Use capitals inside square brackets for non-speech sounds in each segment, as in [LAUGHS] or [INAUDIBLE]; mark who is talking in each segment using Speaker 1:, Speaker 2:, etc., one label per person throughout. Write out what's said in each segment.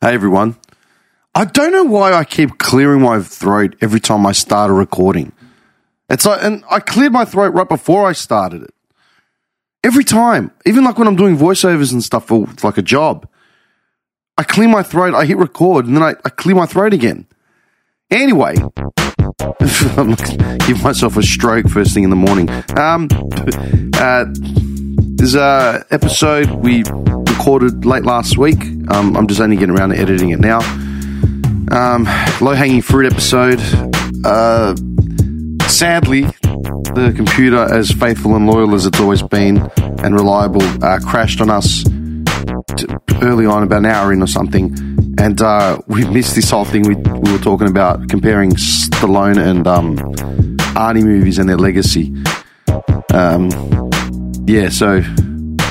Speaker 1: Hey everyone. I don't know why I keep clearing my throat every time I start a recording. It's like, and I cleared my throat right before I started it. Every time, even like when I'm doing voiceovers and stuff for like a job, I clear my throat, I hit record, and then I, I clear my throat again. Anyway, [LAUGHS] I'm gonna give myself a stroke first thing in the morning. Um, [LAUGHS] uh, there's a episode we recorded late last week. Um, I'm just only getting around to editing it now. Um, low hanging fruit episode. Uh, sadly, the computer, as faithful and loyal as it's always been and reliable, uh, crashed on us t- early on, about an hour in or something. And uh, we missed this whole thing we, we were talking about comparing Stallone and um, Arnie movies and their legacy. Um, yeah, so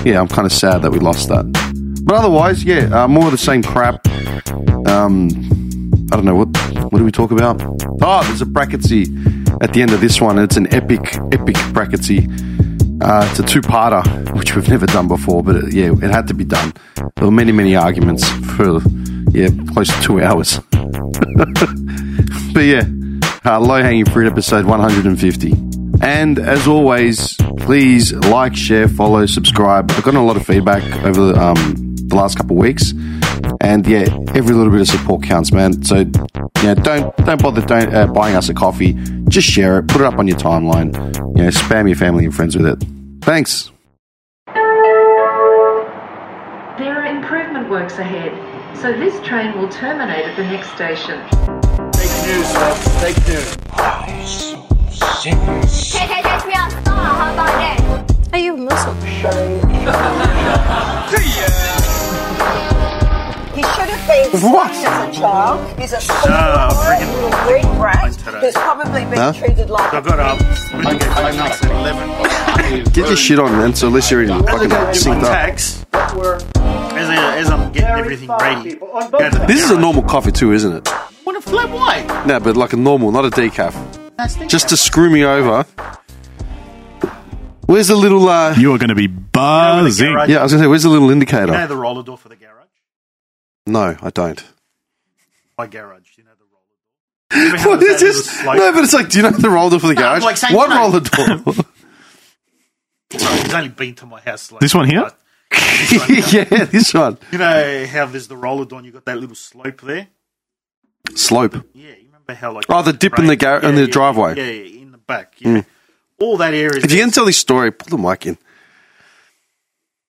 Speaker 1: yeah, I'm kind of sad that we lost that. But otherwise, yeah, uh, more of the same crap. Um, I don't know what what do we talk about? Oh, there's a bracketsy at the end of this one. It's an epic, epic bracketsy. Uh, it's a two-parter, which we've never done before, but it, yeah, it had to be done. There were many, many arguments for yeah, close to two hours. but yeah, uh, low hanging fruit episode 150. And as always, please like, share, follow, subscribe. I've gotten a lot of feedback over the, um, the last couple of weeks, and yeah, every little bit of support counts, man. So yeah, don't don't bother don't, uh, buying us a coffee. Just share it, put it up on your timeline. You know, spam your family and friends with it. Thanks.
Speaker 2: There are improvement works ahead, so this train will terminate at the next station.
Speaker 3: Fake news, folks. Fake news.
Speaker 4: Hey, hey, take me outside. How about that?
Speaker 5: Are you a Muslim?
Speaker 6: He should have been
Speaker 1: What?
Speaker 6: slain as a child. He's a
Speaker 3: up,
Speaker 6: spoiled,
Speaker 3: freaking-
Speaker 6: little great
Speaker 3: Mine
Speaker 6: brat
Speaker 3: today.
Speaker 6: who's probably been
Speaker 1: Huh?
Speaker 6: treated like
Speaker 3: I got up. I got up at 11.
Speaker 1: Get your shit on, man. So unless you're already fucking synced up.
Speaker 3: Tax. As, I, as I'm getting everything ready.
Speaker 1: This is a normal coffee too, isn't it?
Speaker 3: What a flat white.
Speaker 1: No, but like a normal, not a decaf. Just to screw me over. Where's the little? Uh,
Speaker 7: You are going to be buzzing.
Speaker 3: Right?
Speaker 1: yeah, I was gonna say, where's the little
Speaker 3: You know
Speaker 1: indicator?
Speaker 3: the roller door for the garage?
Speaker 1: No, I don't.
Speaker 3: My garage. You know the
Speaker 1: [LAUGHS]
Speaker 3: roller door. Remember how
Speaker 1: What is
Speaker 3: it was
Speaker 1: this?
Speaker 3: like-
Speaker 1: No, but it's like, do you know the roller for the
Speaker 3: No,
Speaker 1: garage?
Speaker 3: like saying
Speaker 1: what
Speaker 3: no.
Speaker 1: roller door?
Speaker 7: [LAUGHS]
Speaker 1: [LAUGHS]
Speaker 3: He's only been to my house. Like,
Speaker 7: This one here?
Speaker 1: yeah, this one.
Speaker 3: You know how there's the roller door and you got that little slope there?
Speaker 1: Slope.
Speaker 3: Yeah, you remember how like
Speaker 1: Oh, the dip in the gar- in the driveway.
Speaker 3: Yeah, yeah, in the back. Yeah, all that area.
Speaker 1: If you can
Speaker 3: is-
Speaker 1: tell this story, pull the mic in.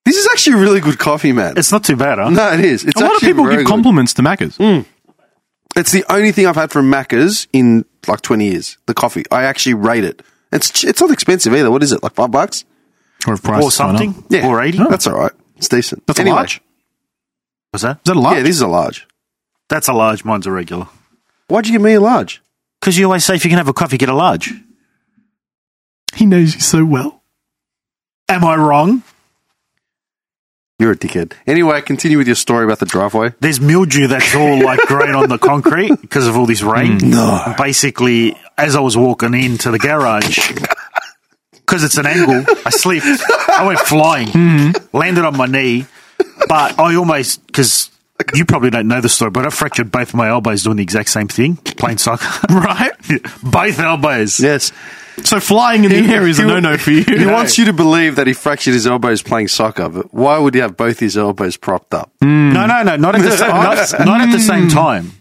Speaker 1: This is actually really good coffee, man.
Speaker 7: It's not too bad, huh?
Speaker 1: no, it is. It's
Speaker 7: a lot of
Speaker 1: actually
Speaker 7: people
Speaker 1: very
Speaker 7: give
Speaker 1: good.
Speaker 7: compliments to Macca's.
Speaker 1: It's the only thing I've had from Macca's in like twenty years. The coffee, I actually rate it. It's ch- it's not expensive either. What is it? Like five bucks?
Speaker 7: Or if price
Speaker 3: or something.
Speaker 1: Yeah,
Speaker 3: or eighty.
Speaker 1: That's all right. It's decent.
Speaker 7: That's a
Speaker 1: Anyway,
Speaker 7: large?
Speaker 3: Was that?
Speaker 7: Is that a large?
Speaker 1: Yeah, this is a large.
Speaker 3: That's a large. Mine's a regular.
Speaker 1: Why'd you give me a large?
Speaker 3: Because you always say if you can have a coffee, get a large.
Speaker 7: He knows you so well.
Speaker 3: Am I wrong?
Speaker 1: You're a dickhead. Anyway, continue with your story about the driveway.
Speaker 3: There's mildew that's all like green on the concrete because of all this rain.
Speaker 1: No.
Speaker 3: Basically, as I was walking into the garage, because it's an angle, I slipped. I went flying, landed on my knee, but I almost because. You probably don't know the story, but I fractured both my elbows doing the exact same thing, playing soccer.
Speaker 7: Right?
Speaker 3: [LAUGHS] both elbows.
Speaker 1: Yes.
Speaker 7: So flying in the air is a no no for you.
Speaker 1: [LAUGHS] He wants you to believe that he fractured his elbows playing soccer, but why would he have both his elbows propped up?
Speaker 3: No, no, no, not at the,
Speaker 1: [LAUGHS]
Speaker 3: not, not at the
Speaker 1: Hmm.
Speaker 3: same time.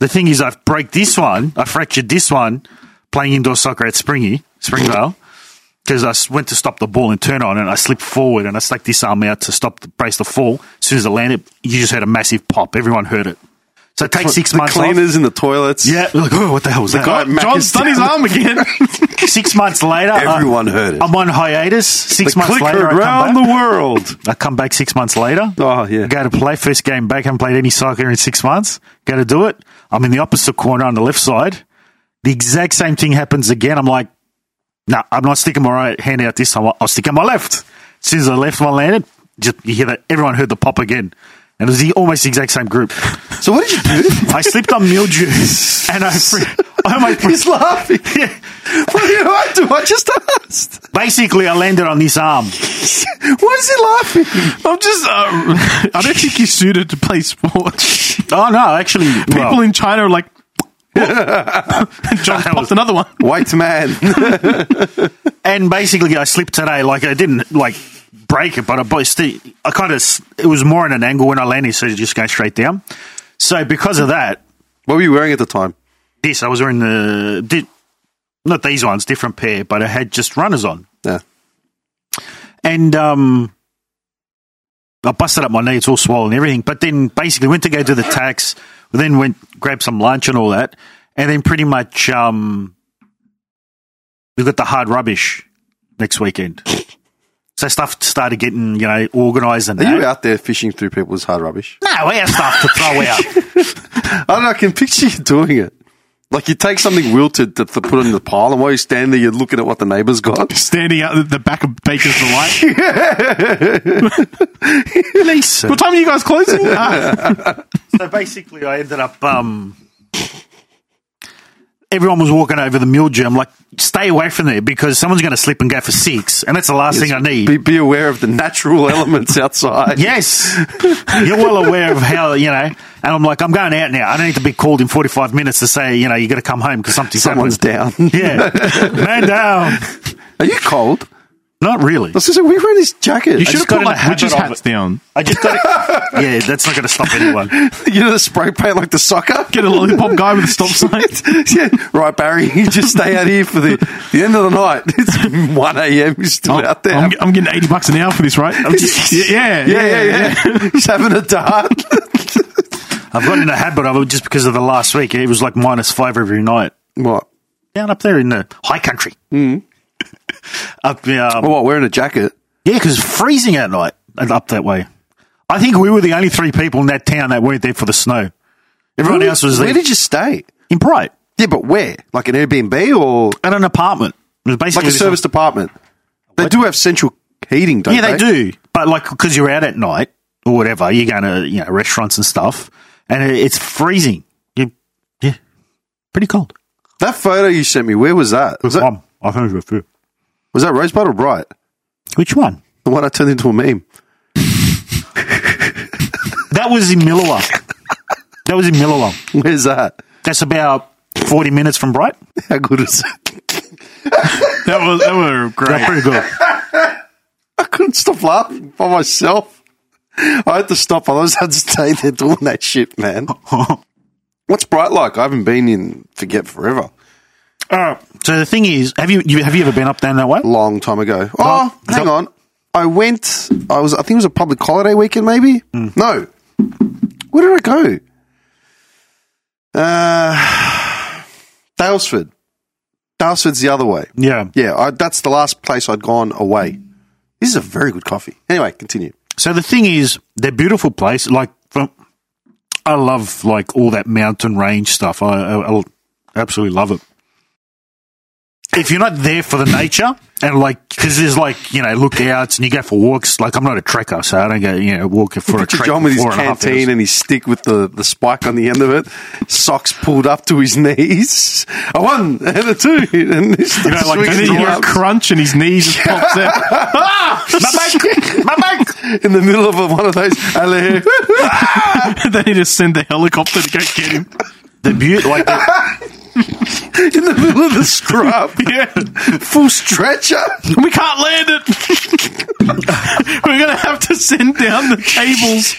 Speaker 3: The thing is, I've broke this one. I fractured this one playing indoor soccer at Springy, Springvale, because I s- went to stop the ball and turn on, and I slipped forward and I stuck this arm out to stop the brace the fall. As soon as I landed, you just heard a massive pop. Everyone heard it. So it takes six
Speaker 1: the
Speaker 3: months. off.
Speaker 1: cleaners in the toilets.
Speaker 3: Yeah, they're like, oh, what the hell was that?
Speaker 1: guy- Mac
Speaker 7: John
Speaker 1: is
Speaker 7: stunned his
Speaker 1: down. [LAUGHS]
Speaker 7: arm again.
Speaker 3: six months later, I-
Speaker 1: Everyone heard it.
Speaker 3: I'm on hiatus. Six
Speaker 1: the
Speaker 3: months
Speaker 1: clicker
Speaker 3: later, I come
Speaker 1: around
Speaker 3: back.
Speaker 1: the world.
Speaker 3: I come back six months later.
Speaker 1: Oh, yeah.
Speaker 3: I go to play first game back. Haven't played any soccer in six months. Go to do it. I'm in the opposite corner on the left side. The exact same thing happens again. I'm like, no, I'm not sticking my right hand out this time. I'll- I'll stick out my left. As soon as the left one landed, just you hear that everyone heard the pop again. And it was the, almost the exact same group.
Speaker 1: So what did you do?
Speaker 3: I slipped on mildew [LAUGHS] and I, fr- I almost
Speaker 1: He's
Speaker 3: [LAUGHS]
Speaker 1: laughing. [LAUGHS] What do I do? I just asked.
Speaker 3: basically I landed on this arm.
Speaker 1: Why is he laughing?
Speaker 7: I'm just. Uh, [LAUGHS] I don't think he's suited to play sports.
Speaker 3: Oh no, actually,
Speaker 7: People
Speaker 3: well,
Speaker 7: in China are like. and John
Speaker 3: That
Speaker 7: popped
Speaker 3: was-
Speaker 7: another one.
Speaker 1: White [LAUGHS] man.
Speaker 3: and basically I slipped today. Like I didn't like break it, but I but still, I kind of it was more in an angle when I landed, so it just go straight down. So because of that,
Speaker 1: what were you wearing at the time?
Speaker 3: this I was wearing the di- not these ones, different pair, but I had just runners on,
Speaker 1: Yeah.
Speaker 3: and um, I busted up my knee. It's all swollen, and everything. But then basically went to go to the tax, then went grab some lunch and all that, and then pretty much um, we got the hard rubbish
Speaker 1: [LAUGHS]
Speaker 3: next weekend. So stuff started getting you know organised and
Speaker 1: Are
Speaker 3: that.
Speaker 1: you out there fishing through people's hard rubbish?
Speaker 3: No, we have stuff to
Speaker 1: [LAUGHS]
Speaker 3: throw out.
Speaker 1: I don't know. I can picture you doing it. Like you take something wilted to, to put it in the pile, and while you stand there, you're looking at what the neighbour's got.
Speaker 7: Standing out at the back of Baker's Delight.
Speaker 3: Lisa.
Speaker 7: what time are you guys closing? Ah,
Speaker 3: So basically, I ended up. Um, everyone was walking over the mule gym. Like, stay away from there because someone's going to slip and go for six, and that's the last thing I
Speaker 1: [LAUGHS]
Speaker 3: need.
Speaker 1: Be, be aware of the natural elements outside.
Speaker 3: yes, you're well aware of how you know. And I'm like, I'm going out now. I don't need to be called in 45 minutes to say you know you got to come home because something's
Speaker 1: Someone's
Speaker 3: happened.
Speaker 1: down.
Speaker 3: Yeah, man down.
Speaker 1: Are you cold?
Speaker 3: Not really.
Speaker 1: This is a, we were in his jacket. I
Speaker 7: you should
Speaker 1: just
Speaker 7: have
Speaker 3: got
Speaker 7: put
Speaker 1: got
Speaker 3: in a
Speaker 7: like
Speaker 3: habit
Speaker 7: witches'
Speaker 3: of
Speaker 7: hats
Speaker 3: it.
Speaker 7: down.
Speaker 3: I just got. to Yeah, that's not going to stop anyone.
Speaker 1: you know the spray paint like the soccer.
Speaker 7: Get a lollipop guy with a stop sign.
Speaker 1: [LAUGHS] yeah. Right, Barry, [LAUGHS] you just stay out here for the, the end of the night. [LAUGHS] It's 1 a.m. You're still out there.
Speaker 7: I'm, I'm getting 80 bucks an hour for this, right? I'm just-
Speaker 1: [LAUGHS]
Speaker 7: yeah,
Speaker 1: yeah, yeah, yeah, [LAUGHS] He's having a dart. [LAUGHS]
Speaker 3: I've gotten in a habit of it just because of the last week. It was like minus five every night.
Speaker 1: what?
Speaker 3: down up there in the high country.
Speaker 1: Mm.
Speaker 3: up the um,
Speaker 1: Oh, what? Wearing a jacket?
Speaker 3: yeah, because freezing at night and up that way. I think we were the only three people in that town that weren't there for the snow. Everyone
Speaker 1: Where-
Speaker 3: else was
Speaker 1: Where
Speaker 3: there
Speaker 1: did you stay?
Speaker 3: in Bright
Speaker 1: Yeah, but where? Like an Airbnb or
Speaker 3: at an apartment. It was
Speaker 1: like
Speaker 3: basically
Speaker 1: a
Speaker 3: this-
Speaker 1: service department? They do have central heating, don't
Speaker 3: yeah,
Speaker 1: they?
Speaker 3: they do, but like because you're out at night or whatever, you're going to you know restaurants and stuff, and it, it's freezing. You, yeah, pretty cold.
Speaker 1: That photo you sent me, where was that? Was that,
Speaker 3: Um, I think it was a few.
Speaker 1: was that Rosebud or Bright?
Speaker 3: Which one?
Speaker 1: The one I turned into a meme. [LAUGHS]
Speaker 3: That was in Millawa. that was in Millawa.
Speaker 1: Where's that?
Speaker 3: That's about forty minutes from Bright.
Speaker 1: How good is it?
Speaker 7: That was that were
Speaker 3: They're
Speaker 7: great.
Speaker 3: pretty good.
Speaker 1: I couldn't stop laughing by myself. I had to stop. Otherwise, I'd stay there doing that shit, man. What's Bright like? I haven't been in Forget Forever.
Speaker 3: Uh, so the thing is, have you, you have you ever been up down that way?
Speaker 1: long time ago. Oh,
Speaker 3: Well,
Speaker 1: hang
Speaker 3: so-
Speaker 1: on. I went. I was. I think it was a public holiday weekend. Maybe no. Where did I go? Uh, Dalesford. Dalesford's the other way.
Speaker 3: Yeah.
Speaker 1: Yeah, I, that's the last place I'd gone away. This is a very good coffee. Anyway, continue.
Speaker 3: So the thing is, they're beautiful place. Like from, I love like all that mountain range stuff. I, I, I absolutely love it. If you're not there for the nature and like, because there's like you know lookouts and you go for walks. Like I'm not a trekker, so I don't go you know walking for a trek.
Speaker 1: John
Speaker 3: for
Speaker 1: with his
Speaker 3: four and a half
Speaker 1: canteen
Speaker 3: hours.
Speaker 1: and his stick with the, the spike on the end of it, socks pulled up to his knees. A one and a two, and this
Speaker 3: You know, like,
Speaker 7: And then you hear a crunch and his knees just [LAUGHS] pops out. Ah!
Speaker 1: my back in the middle of a, one of those alley.
Speaker 7: [LAUGHS] then he just send the helicopter to go get him.
Speaker 3: the beauty, like the,
Speaker 1: in the middle of the scrub,
Speaker 7: [LAUGHS]
Speaker 3: [LAUGHS]
Speaker 7: Yeah.
Speaker 1: full stretcher.
Speaker 7: [LAUGHS] We can't land it. [LAUGHS] We're going to have to send down the cables.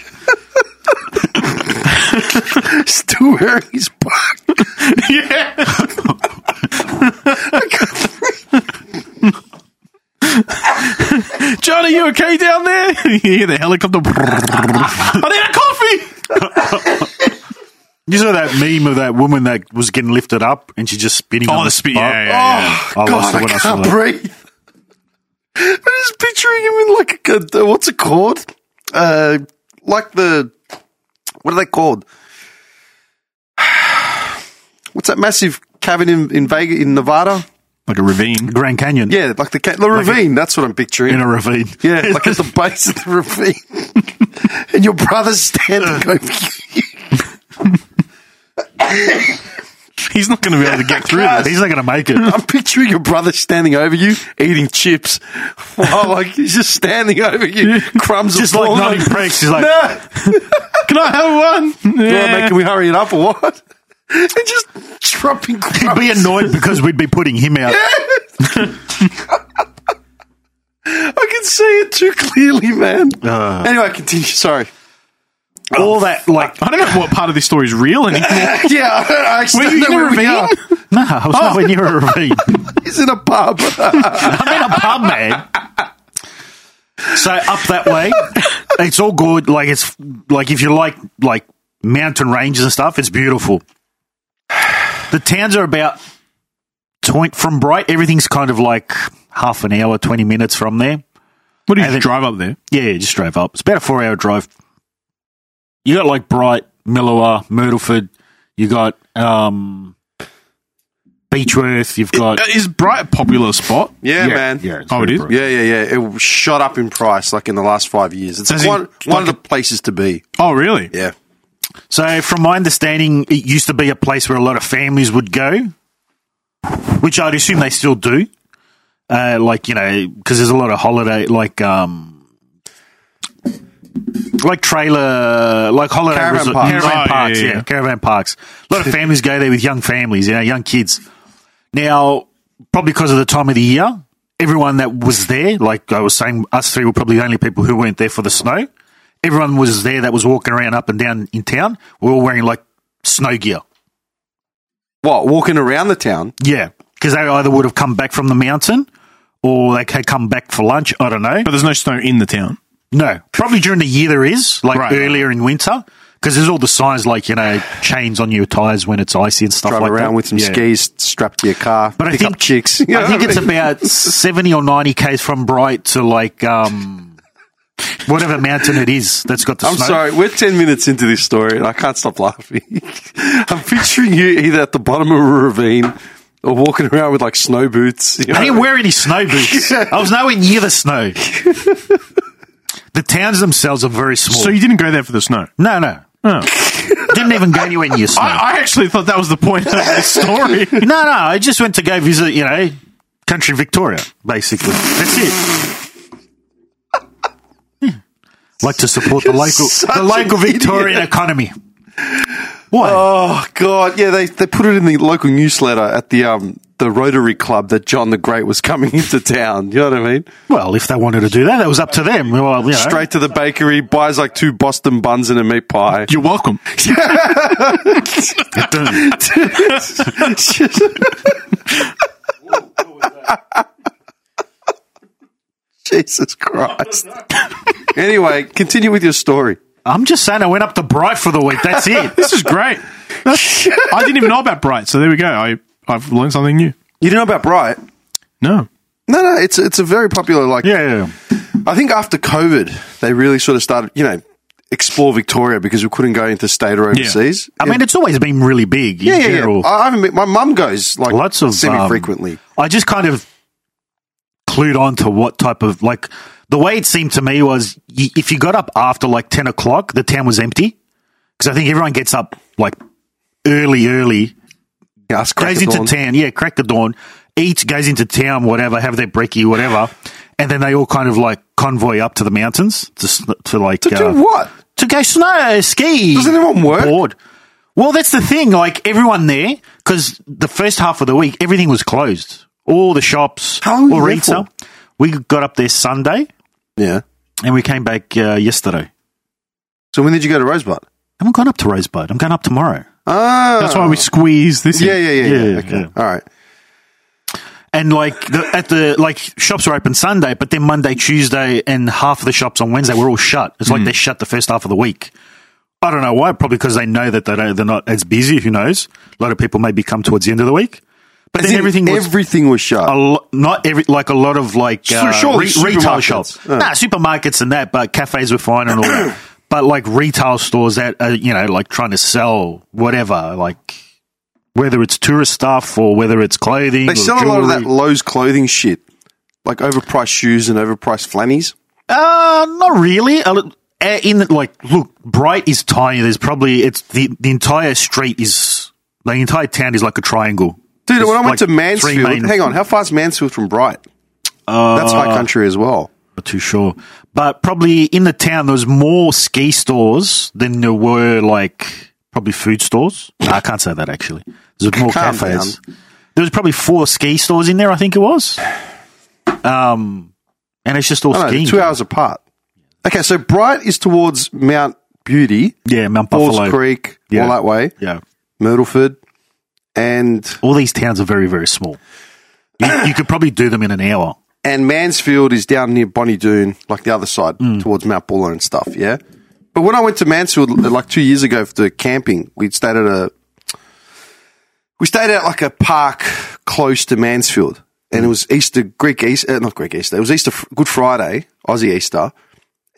Speaker 1: Still wearing his back.
Speaker 7: [LAUGHS] [LAUGHS] Yeah. John, are you okay down there? [LAUGHS] you hear the helicopter. [LAUGHS] I need a coffee.
Speaker 3: you saw that meme of that woman that was getting lifted up and she's just spinning on the spot.
Speaker 1: Oh
Speaker 3: I lost
Speaker 1: God,
Speaker 3: it
Speaker 1: I
Speaker 3: when I saw
Speaker 1: can't
Speaker 3: that.
Speaker 1: breathe. I'm just picturing him in like a, a what's it called? Uh, like the what are they called? [SIGHS] What's that massive cavern in in Vegas in Nevada?
Speaker 7: Like a ravine.
Speaker 3: Grand Canyon.
Speaker 1: Yeah, like the, ca- the ravine. that's what I'm picturing.
Speaker 3: in a ravine.
Speaker 1: [LAUGHS]
Speaker 3: [LAUGHS]
Speaker 1: Yeah, like at the base of the ravine. [LAUGHS] and your
Speaker 3: Uh,
Speaker 1: brother's standing over you.
Speaker 7: He's not going to be able to [LAUGHS] get through this.
Speaker 3: He's not going to make
Speaker 1: [LAUGHS]
Speaker 3: it.
Speaker 1: I'm picturing your brother standing over you eating chips. Wow, like he's just standing over you, crumbs
Speaker 3: Just
Speaker 1: are
Speaker 3: like
Speaker 1: falling.
Speaker 3: nutty pricks. He's like,
Speaker 1: [LAUGHS] no,
Speaker 7: [LAUGHS] Can I have one?
Speaker 1: Well, mate, can we hurry it up or what? [LAUGHS] And just dropping
Speaker 3: he'd
Speaker 1: crumbs.
Speaker 3: be annoyed because we'd be putting him out.
Speaker 1: [LAUGHS] I can see it too clearly, man.
Speaker 7: Ah.
Speaker 1: anyway, continue. Sorry.
Speaker 3: All that, like,
Speaker 7: I don't know what part of this story is real
Speaker 3: [LAUGHS]
Speaker 7: anymore.
Speaker 1: Yeah, I actually
Speaker 7: Were you
Speaker 1: don't know
Speaker 7: in a
Speaker 1: where we
Speaker 7: ravine?
Speaker 1: are. [LAUGHS]
Speaker 3: no, I
Speaker 7: Oh.
Speaker 3: was nowhere near a
Speaker 7: [LAUGHS]
Speaker 3: ravine.
Speaker 1: He's in a pub.
Speaker 3: I'm in a pub, man. So up that way, it's all good. Like it's like if you like like mountain ranges and stuff, it's beautiful. The towns are about twenty from Bright. Everything's kind of like half an hour, twenty minutes from there.
Speaker 7: What do you
Speaker 3: And it-
Speaker 7: drive up there?
Speaker 3: Yeah, yeah, just drove up. It's about a four hour drive. You got like Bright, Millawa, Myrtleford. You got um, Beechworth. You've got
Speaker 7: Uh, Is Bright a popular spot?
Speaker 1: yeah, man.
Speaker 3: Yeah, it's
Speaker 7: Oh, it
Speaker 3: very
Speaker 7: is?
Speaker 3: bright.
Speaker 1: Yeah, yeah, yeah. It shot up in price like in the last five years. It's
Speaker 7: As in,
Speaker 1: one, one of the
Speaker 7: like-
Speaker 1: places to be.
Speaker 7: Oh, really?
Speaker 1: Yeah.
Speaker 3: So, from my understanding, it used to be a place where a lot of families would go, which I'd assume they still do. Uh, like you know, because there's a lot of holiday, like um, like trailer, like holiday
Speaker 1: Caravan
Speaker 3: resort-
Speaker 1: parks.
Speaker 3: caravan
Speaker 7: Oh, yeah,
Speaker 3: parks,
Speaker 7: yeah,
Speaker 3: yeah,
Speaker 7: yeah.
Speaker 3: caravan parks. A lot of families go there with young families, you know, young kids. Now, probably because of the time of the year, everyone that was there, like I was saying, us three were probably the only people who weren't there for the snow. Everyone was there that was walking around up and down in town. We were all wearing like snow gear.
Speaker 1: What, walking around the town?
Speaker 3: Yeah. Because they either would have come back from the mountain or they had come back for lunch. I don't know.
Speaker 7: But there's no snow in the town.
Speaker 3: No. Probably during the year there is, like
Speaker 7: Right.
Speaker 3: earlier in winter. Because there's all the signs like, you know, chains on your tyres when it's icy and stuff
Speaker 1: Drive
Speaker 3: like that.
Speaker 1: around with some
Speaker 3: Yeah.
Speaker 1: skis strapped to your car,
Speaker 3: But I
Speaker 1: pick
Speaker 3: think
Speaker 1: up chicks. You know
Speaker 3: I think
Speaker 1: what [LAUGHS]
Speaker 3: it's
Speaker 1: mean?
Speaker 3: about seventy or ninety k's from Bright to like um, whatever mountain it is that's got the
Speaker 1: I'm
Speaker 3: snow.
Speaker 1: sorry, we're 10 minutes into this story and I can't stop laughing. [LAUGHS] I'm picturing you either at the bottom of a ravine or walking around with like snow boots. you know?
Speaker 3: I didn't wear any
Speaker 1: [LAUGHS]
Speaker 3: snow boots. I was nowhere near the snow. the towns themselves are very small.
Speaker 7: So you didn't go there for the snow.
Speaker 3: no, no,
Speaker 7: Oh.
Speaker 3: [LAUGHS] didn't even go anywhere near snow.
Speaker 7: I, I actually thought that was the point of
Speaker 3: [LAUGHS]
Speaker 7: the story.
Speaker 3: no, no, I just went to go visit, you know, country Victoria, basically. That's it. [LAUGHS] Yeah. Like to support the local,
Speaker 1: such
Speaker 3: the local
Speaker 1: an idiot.
Speaker 3: Victorian economy. What?
Speaker 1: Oh God, yeah, they, they put it in the local newsletter at the um the Rotary Club that John the Great was coming [LAUGHS] into town. You know what I mean?
Speaker 3: Well, if they wanted to do that, that was up to them. Well, you know,
Speaker 1: Straight to the bakery, buys like two Boston buns and a meat pie.
Speaker 7: You're welcome.
Speaker 1: [LAUGHS] Jesus Christ. anyway, continue with your story.
Speaker 3: [LAUGHS] I'm just saying I went up to Bright for the week. That's it.
Speaker 1: [LAUGHS]
Speaker 7: This is great. That's- I didn't even know about Bright, so there we go. I, I've learned something new.
Speaker 1: You didn't know about Bright?
Speaker 7: No.
Speaker 1: No, no, it's it's a very popular like
Speaker 3: yeah,
Speaker 1: I think after COVID, they really sort of started, you know, explore Victoria because we couldn't go into state or overseas.
Speaker 3: I mean, it's always been really big in
Speaker 1: yeah, yeah, yeah.
Speaker 3: general.
Speaker 1: I I haven't been, my mum goes like
Speaker 3: Lots of um,
Speaker 1: semi frequently.
Speaker 3: I just kind of clued on to what type of like the way it seemed to me was y- if you got up after like ten o'clock, the town was empty because I think everyone gets up like early, early,
Speaker 1: Yeah, us crack
Speaker 3: goes
Speaker 1: at
Speaker 3: into
Speaker 1: dawn.
Speaker 3: town, yeah, crack the dawn, eats, goes into town, whatever, have their brekkie, whatever, and then they all kind of like convoy up to the mountains to s- to like uh,
Speaker 1: To do what?
Speaker 3: to go snow ski.
Speaker 1: Doesn't anyone work?
Speaker 3: Bored. Well, that's the thing. Like everyone there, because the first half of the week everything was closed. All the shops,
Speaker 1: How long
Speaker 3: all
Speaker 1: were you there
Speaker 3: retail. We got up there Sunday
Speaker 1: Yeah.
Speaker 3: and we came back uh, yesterday.
Speaker 1: So when did you go to Rosebud?
Speaker 3: I haven't gone up to Rosebud. I'm going up tomorrow.
Speaker 1: Ah,
Speaker 7: That's why we squeeze this
Speaker 1: Yeah,
Speaker 7: in.
Speaker 1: yeah, yeah, yeah.
Speaker 3: Uh, Yeah, yeah,
Speaker 1: okay.
Speaker 3: yeah.
Speaker 1: All right.
Speaker 3: And like the, at the like shops were open Sunday, but then Monday, Tuesday, and half of the shops on Wednesday were all shut. It's
Speaker 1: Hmm.
Speaker 3: like they shut the first half of the week. I don't know why. Probably because they know that they don't, they're not as busy. Who knows? A lot of people maybe come towards the end of the week. But
Speaker 1: As
Speaker 3: then
Speaker 1: in,
Speaker 3: everything was
Speaker 1: everything was shut.
Speaker 3: a lo- not every like a lot of like
Speaker 1: Sure,
Speaker 3: uh,
Speaker 1: surely
Speaker 3: re- retail
Speaker 1: supermarkets.
Speaker 3: shops,
Speaker 1: Yeah.
Speaker 3: nah, supermarkets and that, but cafes were fine and
Speaker 1: [CLEARS THROAT]
Speaker 3: all that. But like retail stores that are you know like trying to sell whatever, like whether it's tourist stuff or whether it's clothing,
Speaker 1: they
Speaker 3: or
Speaker 1: sell a lot of that
Speaker 3: jewelry.
Speaker 1: Lowe's clothing shit, like overpriced shoes and overpriced flannies.
Speaker 3: Uh, not really. A li- uh, In like, look, Bright is tiny. There's probably it's the the entire street is The entire town is like a triangle.
Speaker 1: Dude,
Speaker 3: There's
Speaker 1: when I went
Speaker 3: like
Speaker 1: to
Speaker 3: three
Speaker 1: Mansfield,
Speaker 3: main- Uh,
Speaker 1: hang on, how far's Mansfield from Bright? That's high country as well.
Speaker 3: Not too sure. But probably in the town, there was more ski stores than there were like probably food stores. No, I can't say that actually. There's more
Speaker 1: Calm
Speaker 3: cafes. There was probably four ski stores in there. I think it was. Um, and it's just all
Speaker 1: I don't know,
Speaker 3: skiing.
Speaker 1: they're two hours apart. Okay, so Bright is towards Mount Beauty,
Speaker 3: Yeah, Mount
Speaker 1: Falls
Speaker 3: Buffalo.
Speaker 1: Creek,
Speaker 3: Yeah.
Speaker 1: all that way,
Speaker 3: Yeah,
Speaker 1: Myrtleford, and
Speaker 3: all these towns are very very small. You, you could probably do them in an hour.
Speaker 1: and Mansfield is down near Bonnie Doon, like the other side towards Mount Buller and stuff. Yeah, but when I went to Mansfield uh, like two years ago for camping, we stayed at a we stayed at like a park close to Mansfield, and it was Easter Greek Easter, uh, not Greek Easter. It was Easter Good Friday, Aussie Easter,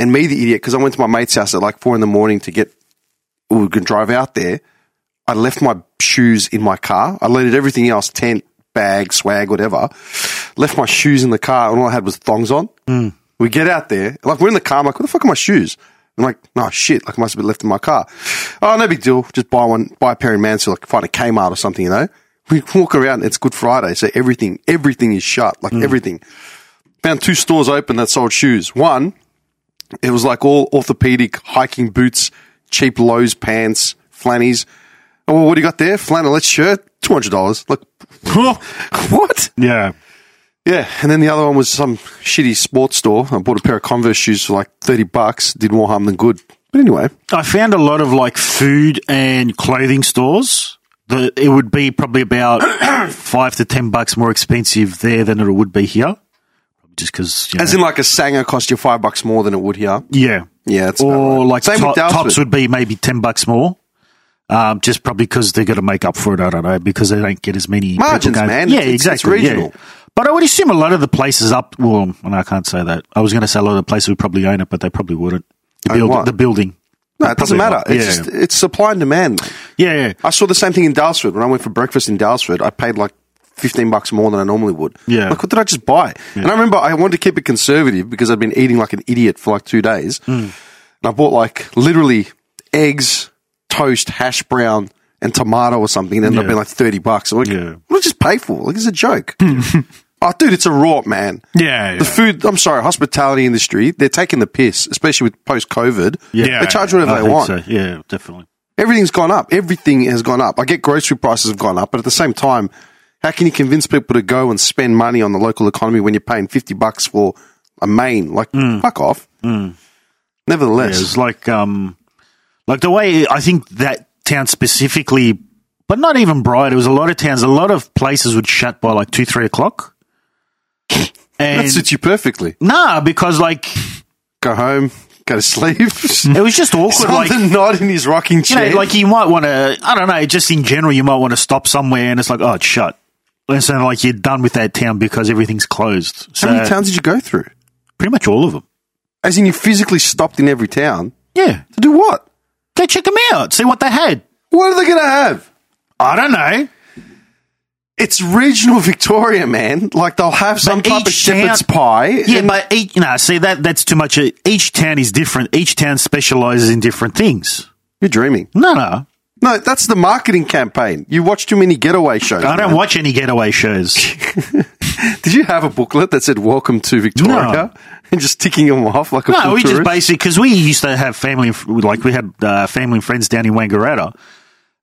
Speaker 1: and me the idiot because I went to my mate's house at like four in the morning to get we could drive out there. I left my shoes in my car. I loaded everything else, tent, bag, swag, whatever. Left my shoes in the car, and all I had was thongs on. Mm. We get out there, like we're in the car. I'm like, where the fuck are my shoes? I'm like, no shit, like I must have been left in my car. Oh, no big deal. Just buy one, buy a pair in Mansfield, like find a Kmart or something, you know. [LAUGHS] We walk around. It's Good Friday, so everything, everything is shut, like everything. Found two stores open that sold shoes. One it was like all orthopedic hiking boots, cheap Lowe's pants, flannies. Oh, well, what do you got there? Flannelette shirt, two hundred dollars. Like, [LAUGHS] what?
Speaker 3: Yeah,
Speaker 1: Yeah, and then the other one was some shitty sports store. I bought a pair of Converse shoes for like thirty bucks. Did more harm than good. But anyway,
Speaker 3: I found a lot of like food and clothing stores. The, it would be probably about [COUGHS] five to ten bucks more expensive there than it would be here, just because.
Speaker 1: as in like a Sanger cost you five bucks more than it would here.
Speaker 3: yeah,
Speaker 1: Yeah, that's about
Speaker 3: or
Speaker 1: right.
Speaker 3: like
Speaker 1: Same
Speaker 3: to-
Speaker 1: with Dalesford.
Speaker 3: tops would be maybe ten bucks more. Um, just probably because they're going to make up for it. I don't know because they don't get as many people
Speaker 1: Margins,
Speaker 3: going-
Speaker 1: man.
Speaker 3: Yeah,
Speaker 1: It's- it's- it's
Speaker 3: exactly. yeah.
Speaker 1: regional.
Speaker 3: But I would assume a lot of the places up. Well, no, I can't say that. I was going to say a lot of the places would probably own it, but they probably wouldn't. The,
Speaker 1: Own
Speaker 3: build,
Speaker 1: what?
Speaker 3: the building.
Speaker 1: No, it doesn't
Speaker 3: Probably
Speaker 1: matter.
Speaker 3: not.
Speaker 1: It's
Speaker 3: Yeah.
Speaker 1: just it's supply and demand. mate.
Speaker 3: Yeah, yeah.
Speaker 1: I saw the same thing in Dalesford when I went for breakfast in Dalesford. I paid like fifteen bucks more than I normally would.
Speaker 3: Yeah.
Speaker 1: like what did I just buy? And I remember I wanted to keep it conservative because I'd been eating like an idiot for like two days,
Speaker 3: Hmm.
Speaker 1: and I bought like literally eggs, toast, hash brown, and tomato or something. And ended up
Speaker 3: Yeah.
Speaker 1: being like thirty bucks. I'm like,
Speaker 3: Yeah.
Speaker 1: what did I just pay for? Like it's a
Speaker 3: [LAUGHS]
Speaker 1: joke. oh, dude, it's a rort, man.
Speaker 7: Yeah, yeah.
Speaker 1: The food, I'm sorry, hospitality industry, they're taking the piss, especially with post COVID.
Speaker 3: Yeah.
Speaker 1: They charge whatever
Speaker 3: I
Speaker 1: they
Speaker 3: think
Speaker 1: want.
Speaker 3: so. Yeah, definitely.
Speaker 1: Everything's gone up. Everything has gone up. I get grocery prices have gone up, but at the same time, how can you convince people to go and spend money on the local economy when you're paying 50 bucks for a main? Like,
Speaker 3: Mm.
Speaker 1: fuck off.
Speaker 3: Yeah,
Speaker 1: Nevertheless,
Speaker 3: it's like um, like the way I think that town specifically, but not even Bright. It was a lot of towns. A lot of places would shut by like two, three
Speaker 1: [LAUGHS]
Speaker 3: o'clock. And
Speaker 1: that suits you perfectly.
Speaker 3: nah, because like
Speaker 1: Go home, go to sleep. [LAUGHS]
Speaker 3: it was just awkward. [LAUGHS] like
Speaker 1: Something not in his rocking
Speaker 3: you know,
Speaker 1: chair.
Speaker 3: like you might want to. I don't know. Just in general, you might want to stop somewhere, and it's like oh, it's shut. And so like you're done with that town because everything's closed. So
Speaker 1: how many towns did you go through?
Speaker 3: pretty much all of them.
Speaker 1: As in, you physically stopped in every town
Speaker 3: Yeah,
Speaker 1: to do what?
Speaker 3: go check them out. See what they had.
Speaker 1: What are they going to have?
Speaker 3: I don't know.
Speaker 1: It's regional Victoria, man. Like they'll have some
Speaker 3: But
Speaker 1: type of
Speaker 3: each town-
Speaker 1: shepherd's pie.
Speaker 3: Yeah,
Speaker 1: and-
Speaker 3: but each, no, see that that's too much. Each town is different. Each town specializes in different things.
Speaker 1: you're dreaming.
Speaker 3: No, no,
Speaker 1: No, that's the marketing campaign. You watch too many getaway shows.
Speaker 3: I don't
Speaker 1: man.
Speaker 3: watch any getaway shows.
Speaker 1: Did you have a booklet that said "Welcome to Victoria"
Speaker 3: No.
Speaker 1: and just ticking them off like a
Speaker 3: no,
Speaker 1: full
Speaker 3: we just
Speaker 1: tourist?
Speaker 3: basically because we used to have family, and fr- like we had uh, family and friends down in Wangaratta.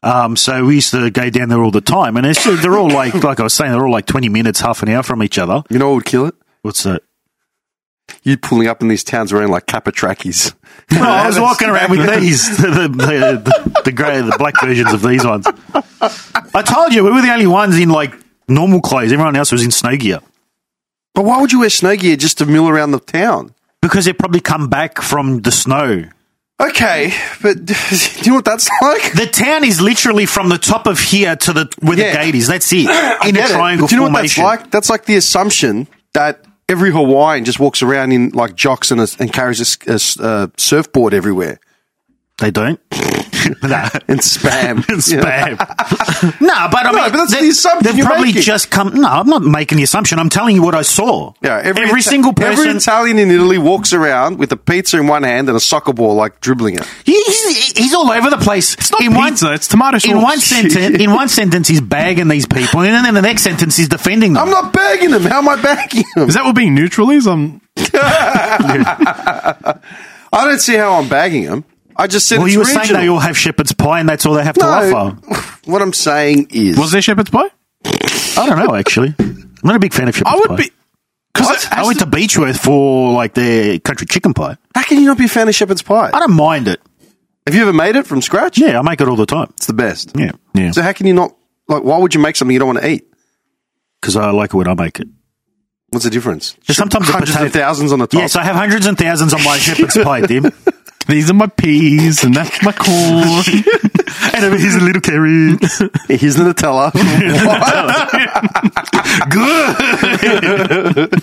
Speaker 3: Um, so we used to go down there all the time, and it's, they're
Speaker 1: [LAUGHS]
Speaker 3: all like, like I was saying, they're all like twenty minutes, half an hour from each other.
Speaker 1: you know what would kill it?
Speaker 3: What's that?
Speaker 1: You pulling up in these towns wearing like capatrackies.
Speaker 3: No,
Speaker 1: [LAUGHS]
Speaker 3: I was walking around with these, the, the, the, the, the grey, the black versions of these ones. I told you we were the only ones in like normal clothes. Everyone else was in snow gear.
Speaker 1: But why would you wear snow gear just to mill around the town?
Speaker 3: Because they probably come back from the snow.
Speaker 1: Okay, but [LAUGHS] do you know what that's like?
Speaker 3: The town is literally from the top of here to the where
Speaker 1: Yeah.
Speaker 3: the gate is. That's it.
Speaker 1: [CLEARS THROAT] I
Speaker 3: In a
Speaker 1: get it,
Speaker 3: triangle
Speaker 1: but do you know
Speaker 3: formation.
Speaker 1: what that's like? That's like the assumption that every Hawaiian just walks around in like jocks and, a, and carries a s- a s- a surfboard everywhere. [LAUGHS]
Speaker 3: They don't. nah.
Speaker 1: and
Speaker 3: [LAUGHS]
Speaker 1: spam.
Speaker 3: It's
Speaker 1: Yeah.
Speaker 3: spam. [LAUGHS] nah, but I
Speaker 1: No,
Speaker 3: mean,
Speaker 1: but that's
Speaker 3: they-
Speaker 1: the assumption
Speaker 3: They've
Speaker 1: you're
Speaker 3: probably
Speaker 1: making.
Speaker 3: just come. No, I'm not making the assumption. I'm telling you what I saw.
Speaker 1: Yeah,
Speaker 3: every,
Speaker 1: Ita-
Speaker 3: single person.
Speaker 1: Every Italian in Italy walks around with a pizza in one hand and a soccer ball, like dribbling it.
Speaker 3: He- he's, he's all over the place. It's
Speaker 7: not pizza, it's tomato
Speaker 3: In
Speaker 7: sauce.
Speaker 1: [LAUGHS]
Speaker 3: one sentence, in one sentence, he's bagging these people, and then the next sentence, he's defending them.
Speaker 1: I'm not bagging them. How am I bagging them?
Speaker 7: Is that what being neutral is? Um, I'm
Speaker 1: I don't see how I'm bagging them. I just said
Speaker 3: well,
Speaker 1: it's
Speaker 3: you were
Speaker 1: regional.
Speaker 3: saying they all have shepherd's pie, and that's all they have to
Speaker 1: no,
Speaker 3: offer.
Speaker 1: [LAUGHS] what I'm saying is,
Speaker 7: was there shepherd's pie?
Speaker 3: I don't know. Actually, I'm not a big fan of shepherd's
Speaker 7: I
Speaker 3: pie.
Speaker 7: would be
Speaker 3: What?
Speaker 7: because
Speaker 3: I went to Beechworth for like their country chicken pie.
Speaker 1: how can you not be a fan of shepherd's pie?
Speaker 3: I don't mind it.
Speaker 1: Have you ever made it from scratch?
Speaker 3: Yeah, I make it all the time.
Speaker 1: it's the best.
Speaker 3: Yeah, yeah.
Speaker 1: So how can you not like? Why would you make something you don't want to eat?
Speaker 3: Because I like it when I make it.
Speaker 1: What's the difference?
Speaker 3: Just sometimes the
Speaker 1: hundreds
Speaker 3: potato-
Speaker 1: of thousands on the top.
Speaker 3: Yes, I have hundreds and thousands on my shepherd's pie, Dim.
Speaker 7: these are my peas and that's
Speaker 3: [LAUGHS]
Speaker 7: my corn.
Speaker 3: And over here's a little carrot.
Speaker 1: [LAUGHS]
Speaker 3: [LAUGHS]
Speaker 1: Here's the Nutella. [LAUGHS] Good,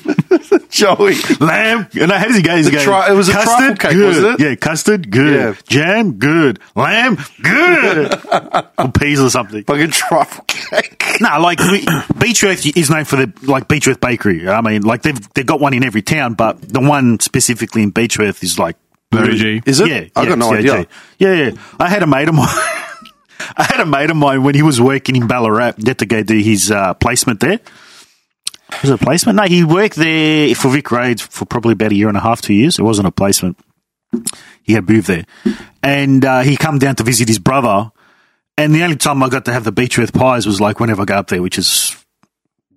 Speaker 1: Joey.
Speaker 3: Lamb. And how does he go? He's
Speaker 1: The
Speaker 3: going,
Speaker 1: tri- it was a
Speaker 3: custard,
Speaker 1: trifle cake,
Speaker 3: good.
Speaker 1: wasn't it?
Speaker 3: Yeah, custard, good.
Speaker 1: Yeah.
Speaker 3: Jam, good. Lamb, good.
Speaker 1: [LAUGHS]
Speaker 3: or peas or something.
Speaker 1: Fucking truffle
Speaker 3: [COUGHS]
Speaker 1: cake.
Speaker 3: No, like we, Beechworth is known for the like Beechworth Bakery. I mean, like they've they've got one in every town, but the one specifically in Beechworth is like
Speaker 7: Very G.
Speaker 1: Is it?
Speaker 3: Yeah,
Speaker 1: I
Speaker 3: yeah,
Speaker 1: got no
Speaker 3: it's
Speaker 1: idea.
Speaker 3: COG. Yeah, yeah. I had a mate of mine. [LAUGHS] I had a mate of mine when he was working in Ballarat. They had to go do his uh, placement there. Was it a placement? No, he worked there for Vic Raids for probably about a year and a half, two years. It wasn't a placement. He had moved there, and uh, he come down to visit his brother. And the only time I got to have the Beechworth pies was like whenever I go up there, which is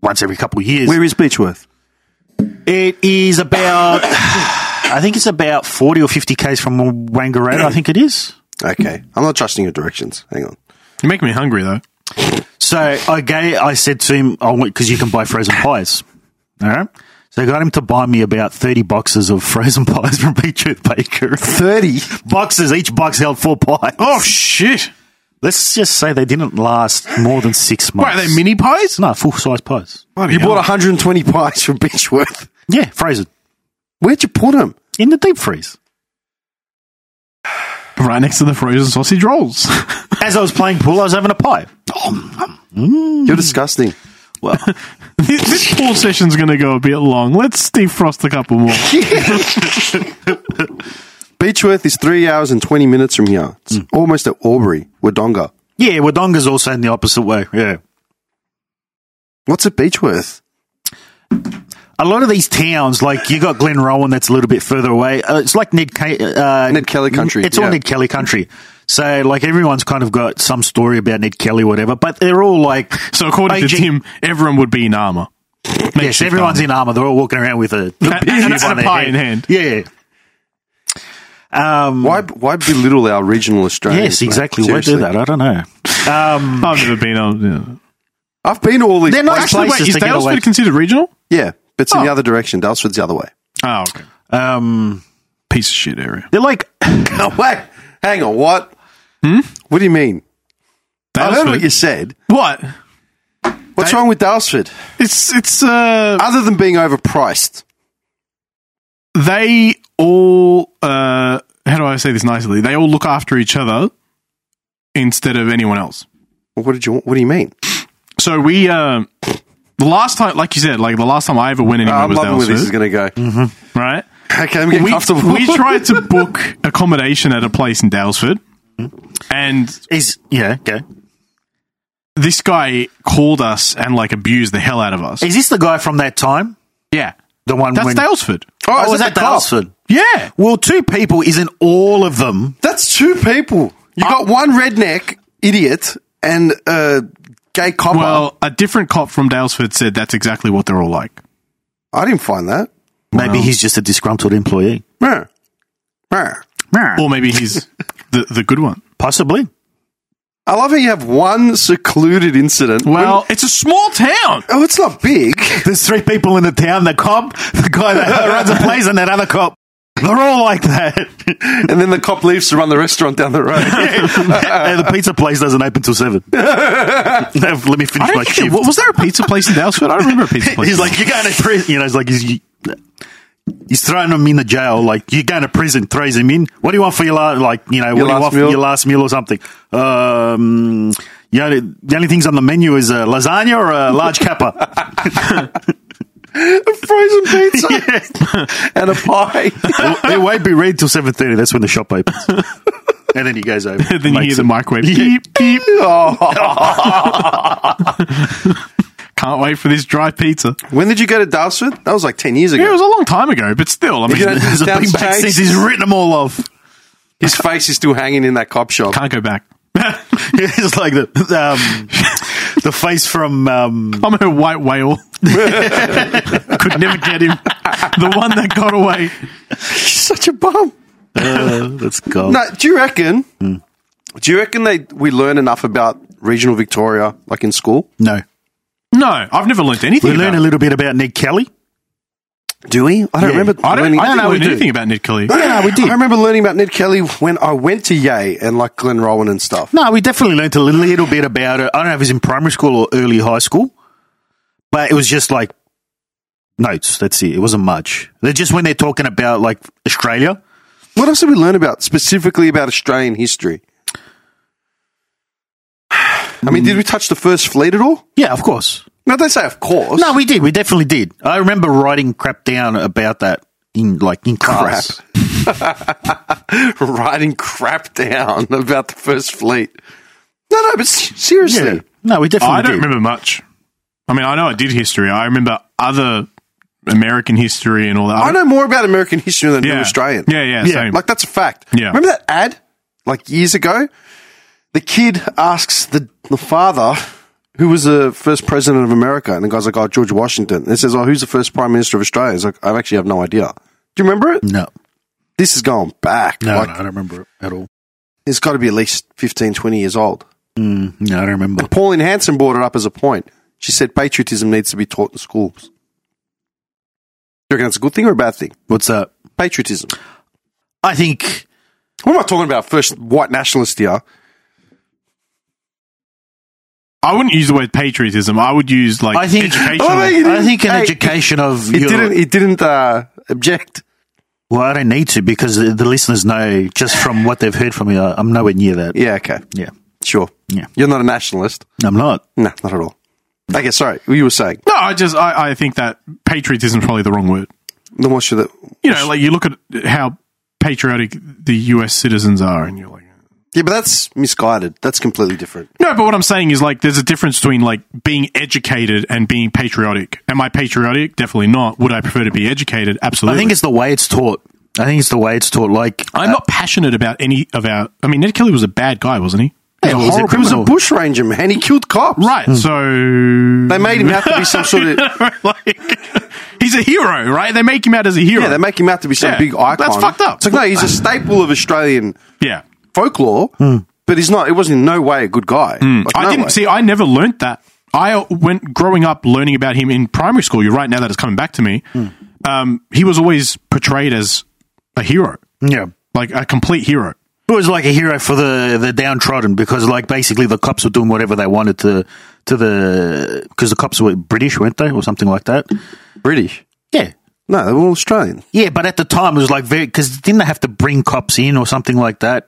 Speaker 3: once every couple of years.
Speaker 1: is Beechworth?
Speaker 3: It is about, [SIGHS] I think it's about 40 or 50 Ks from Wangaratta, I think it is.
Speaker 1: Okay, I'm not trusting your directions. Hang on.
Speaker 7: You make me hungry though.
Speaker 3: So I gave, I said to him, I want, because you can buy frozen pies. All right. So I got him to buy me about 30 boxes of frozen [LAUGHS] pies from Beechworth Baker.
Speaker 1: Thirty.
Speaker 3: boxes, each box held four pies.
Speaker 7: Oh shit!
Speaker 3: Let's just say they didn't last more than six
Speaker 7: Wait,
Speaker 3: months.
Speaker 7: are they mini pies?
Speaker 3: No, full size pies.
Speaker 1: You bought 120 pies from Beechworth.
Speaker 3: Yeah, frozen.
Speaker 1: Where'd you put them?
Speaker 3: In the deep
Speaker 7: [LAUGHS]
Speaker 3: freeze.
Speaker 7: a right next to the frozen sausage rolls.
Speaker 3: As I was playing pool, I was having a pie.
Speaker 1: You're disgusting.
Speaker 7: [LAUGHS]
Speaker 3: Well,
Speaker 7: this, this pool session's going to go a bit long. Let's defrost a couple more.
Speaker 1: Beechworth is three hours and 20 minutes from here. It's almost at Aubrey, Wodonga.
Speaker 3: yeah, Wodonga's also in the opposite way. Yeah.
Speaker 1: What's at Beechworth?
Speaker 3: a lot of these towns, like you got Glen Rowan, that's a little bit further away. Uh, it's like Ned, Ca- uh,
Speaker 1: Ned Kelly country,
Speaker 3: It's
Speaker 1: yeah.
Speaker 3: all Ned Kelly country. So, like everyone's kind of got some story about Ned Kelly, whatever. But they're all like,
Speaker 7: So, according to
Speaker 3: Aging-
Speaker 7: Tim, everyone would be in armor.
Speaker 3: yes, everyone's in armor. They're all walking around with a,
Speaker 7: [LAUGHS] And- and-
Speaker 3: beard
Speaker 7: and a
Speaker 3: on their
Speaker 7: pie in hand.
Speaker 3: Yeah. Um,
Speaker 1: Why, why belittle our regional Australians?
Speaker 3: yes,
Speaker 1: mate?
Speaker 3: exactly. Why do
Speaker 1: Seriously.
Speaker 3: that? I don't know.
Speaker 7: in. I've never been on. Yeah.
Speaker 1: I've been to all these
Speaker 3: They're not
Speaker 1: places.
Speaker 7: Actually, wait,
Speaker 3: places
Speaker 7: is
Speaker 3: to get away.
Speaker 7: Dalesford considered regional?
Speaker 1: yeah, but it's in
Speaker 7: Oh.
Speaker 1: the other direction. Dalesford's the other [LAUGHS] way.
Speaker 7: Oh, okay.
Speaker 3: Um,
Speaker 7: Piece of shit area.
Speaker 3: they're like,
Speaker 1: Oh, wait. Hang on. What? Hmm? What do you mean? I heard
Speaker 7: Dalesford?
Speaker 1: what you said.
Speaker 7: What?
Speaker 1: What's wrong with Dalesford?
Speaker 7: It's it's uh
Speaker 1: Other than being overpriced.
Speaker 7: they all uh how do I say this nicely? They all look after each other instead of anyone else.
Speaker 1: Well, what did you? What do you mean?
Speaker 7: So we um the last time, like you said, like the last time I ever went anywhere
Speaker 1: I'm
Speaker 7: was
Speaker 1: loving where this is
Speaker 7: Dalesford,
Speaker 1: going to go.
Speaker 7: right?
Speaker 1: [LAUGHS] Okay, I'm getting
Speaker 7: we,
Speaker 1: comfortable.
Speaker 7: [LAUGHS] we tried to book accommodation at a place in Dalesford, and
Speaker 3: is yeah, okay.
Speaker 7: this guy called us and like abused the hell out of us.
Speaker 3: Is this the guy from that time?
Speaker 7: Yeah,
Speaker 3: The one
Speaker 7: that's
Speaker 3: when
Speaker 7: Dalesford.
Speaker 1: [LAUGHS] Oh,
Speaker 3: Oh,
Speaker 1: is
Speaker 3: was
Speaker 1: that
Speaker 3: that
Speaker 1: the cop?
Speaker 3: Dalesford?
Speaker 7: Yeah,
Speaker 3: Well, two people isn't all of them.
Speaker 1: That's two people. You got one redneck idiot and a gay copper.
Speaker 7: well, a different cop from Dalesford said that's exactly what they're all like.
Speaker 1: I didn't find that.
Speaker 3: Maybe he's just a disgruntled employee.
Speaker 1: Meh. Meh.
Speaker 7: Or maybe he's the the good one.
Speaker 3: Possibly.
Speaker 1: I love how you have one secluded incident.
Speaker 7: Well, it's a small town.
Speaker 1: When- oh, it's not big. [LAUGHS]
Speaker 3: There's three people in the town the cop, the guy that runs the place, and that other cop. They're all like that.
Speaker 1: and then the cop leaves to run the restaurant down the
Speaker 7: [LAUGHS]
Speaker 1: road.
Speaker 3: and the pizza place doesn't open till seven. Let me finish
Speaker 7: I
Speaker 3: my
Speaker 7: don't think
Speaker 3: shift.
Speaker 7: [LAUGHS] it, was there a pizza place in Dalesford? I don't remember a pizza place.
Speaker 3: he's like, you're going to prison. You know, it's like, he's, you, He's throwing him in the jail. Like you're going to prison. Throws him in. What do you want for your last? Like you know, what do you
Speaker 1: last
Speaker 3: want
Speaker 1: meal?
Speaker 3: for your last meal or something? Um, you know, the only things on the menu is a lasagna or a large capper.
Speaker 1: Frozen
Speaker 7: [LAUGHS]
Speaker 1: pizza [LAUGHS] and a pie. [LAUGHS]
Speaker 3: it, it won't be ready till seven thirty. That's when the shop opens. And then he goes
Speaker 7: [LAUGHS]
Speaker 3: over.
Speaker 7: then you
Speaker 3: makes
Speaker 7: hear the
Speaker 3: it.
Speaker 7: microwave.
Speaker 3: Beep, beep.
Speaker 1: Oh.
Speaker 7: Can't wait for this dry pizza.
Speaker 1: When did you go to Dalsford? That was like 10 years ago.
Speaker 7: Yeah, it was a long time ago, but still, I mean,
Speaker 1: You
Speaker 7: [LAUGHS]
Speaker 1: know,
Speaker 3: There's a
Speaker 1: Sounds
Speaker 3: big bag.
Speaker 1: changed.
Speaker 3: He's written them all off.
Speaker 1: His face is still hanging in that cop shop.
Speaker 7: can't go [LAUGHS] back.
Speaker 3: Yeah, [LAUGHS] it's like the um, the face from um,
Speaker 7: I'm a white whale. [LAUGHS] Could never get him. The one that got away.
Speaker 1: He's such a bum.
Speaker 3: uh, let's go.
Speaker 1: No, do you reckon? Do you reckon they we learn enough about regional Victoria, like in school?
Speaker 3: No.
Speaker 7: No, I've never learnt anything.
Speaker 3: We learn a
Speaker 7: about
Speaker 3: little bit about Ned Kelly.
Speaker 1: Do we? I don't
Speaker 3: Yeah.
Speaker 1: remember.
Speaker 7: it. I don't.
Speaker 1: learning-
Speaker 7: I didn't
Speaker 1: No, no,
Speaker 7: learn
Speaker 1: we do.
Speaker 7: anything about Ned Kelly.
Speaker 1: Yeah, we did. I remember learning about Ned Kelly when I went to Yay and like Glen Rowan and stuff.
Speaker 3: No, we definitely learnt a little bit about it. I don't know if it was in primary school or early high school, but it was just like notes. That's it. It wasn't much. They're just when they're talking about like Australia.
Speaker 1: What else did we learn about specifically about Australian history? I mean, did we touch the first fleet at all?
Speaker 3: Yeah, of course.
Speaker 1: No, they say of course.
Speaker 3: No, we did. We definitely did. I remember writing crap down about that in like in
Speaker 1: crap.
Speaker 3: class.
Speaker 1: [LAUGHS] Writing crap down about the first fleet. No, no, but se- seriously.
Speaker 3: Yeah. No, we definitely
Speaker 7: I don't
Speaker 3: did.
Speaker 7: remember much. I mean, I know I did history. I remember other American history and all that.
Speaker 1: I know more about American history than
Speaker 7: Yeah.
Speaker 1: new Australian.
Speaker 7: Yeah, yeah,
Speaker 3: Yeah,
Speaker 7: same.
Speaker 1: Like that's a fact.
Speaker 7: Yeah.
Speaker 1: Remember that ad like years ago? The kid asks the the father who was the first president of America, and the guy's like, "Oh, George Washington." And it says, "Oh, who's the first prime minister of Australia?" He's like, "I actually have no idea." Do you remember it?
Speaker 3: No,
Speaker 1: This is going back.
Speaker 3: no,
Speaker 1: like,
Speaker 3: no, I don't remember it at all.
Speaker 1: it's got to be at least 15, 20 years old.
Speaker 3: No, I don't remember.
Speaker 1: Pauline Hanson brought it up as a point. She said patriotism needs to be taught in schools. Do you reckon that's a good thing or a bad thing?
Speaker 3: What's that?
Speaker 1: Patriotism.
Speaker 3: I think
Speaker 1: What am I talking about? First white nationalist here.
Speaker 7: I wouldn't use the word patriotism. I would use like
Speaker 3: I think
Speaker 7: educational.
Speaker 1: Oh, wait.
Speaker 3: I think an
Speaker 1: Hey,
Speaker 3: education of
Speaker 1: He
Speaker 3: your-
Speaker 1: didn't. He didn't uh, object.
Speaker 3: well, I don't need to because the, the listeners know just from what they've heard from me. I- I'm nowhere near that.
Speaker 1: Yeah. Okay.
Speaker 3: yeah,
Speaker 1: Sure.
Speaker 3: Yeah.
Speaker 1: You're not a nationalist.
Speaker 3: I'm not.
Speaker 1: No, not at all. Okay. Sorry. What you were saying.
Speaker 7: no, I just I, I think that patriotism is probably the wrong word.
Speaker 1: Then what should it?
Speaker 7: You know, like you look at how patriotic the U.S. citizens are, and you're like.
Speaker 1: Yeah, but that's misguided. That's completely different.
Speaker 7: No, but what I'm saying is like there's a difference between like being educated and being patriotic. Am I patriotic? Definitely not. Would I prefer to be educated? Absolutely.
Speaker 3: I think it's the way it's taught. I think it's the way it's taught. Like
Speaker 7: I'm not passionate about any of our. I mean, Ned Kelly was a bad guy, wasn't he?
Speaker 3: Yeah, he was a
Speaker 1: Horrible. He was a
Speaker 3: criminal.
Speaker 1: bush ranger, man. He killed cops.
Speaker 7: Right. So
Speaker 1: They made him out to be some sort of.
Speaker 7: [LAUGHS] like he's a hero, right? They make him out as a hero.
Speaker 1: Yeah, they make him out to be some
Speaker 7: Yeah,
Speaker 1: big icon.
Speaker 7: that's fucked up.
Speaker 1: It's like, no, he's a staple of Australian
Speaker 7: Yeah.
Speaker 1: folklore, but he's not. It was in no way a good guy. Like,
Speaker 7: Hmm. I
Speaker 1: no
Speaker 7: didn't
Speaker 1: way.
Speaker 7: see. I never learnt that. I went growing up learning about him in primary school. You're right. Now that it's coming back to me,
Speaker 1: Hmm.
Speaker 7: um, he was always portrayed as a hero,
Speaker 3: yeah,
Speaker 7: like a complete hero.
Speaker 3: it was like a hero for the the downtrodden because like basically the cops were doing whatever they wanted to to the because the cops were British, weren't they, or something like that?
Speaker 1: British.
Speaker 3: Yeah,
Speaker 1: No, they were all Australian.
Speaker 3: yeah. But at the time, it was like very because didn't they have to bring cops in or something like that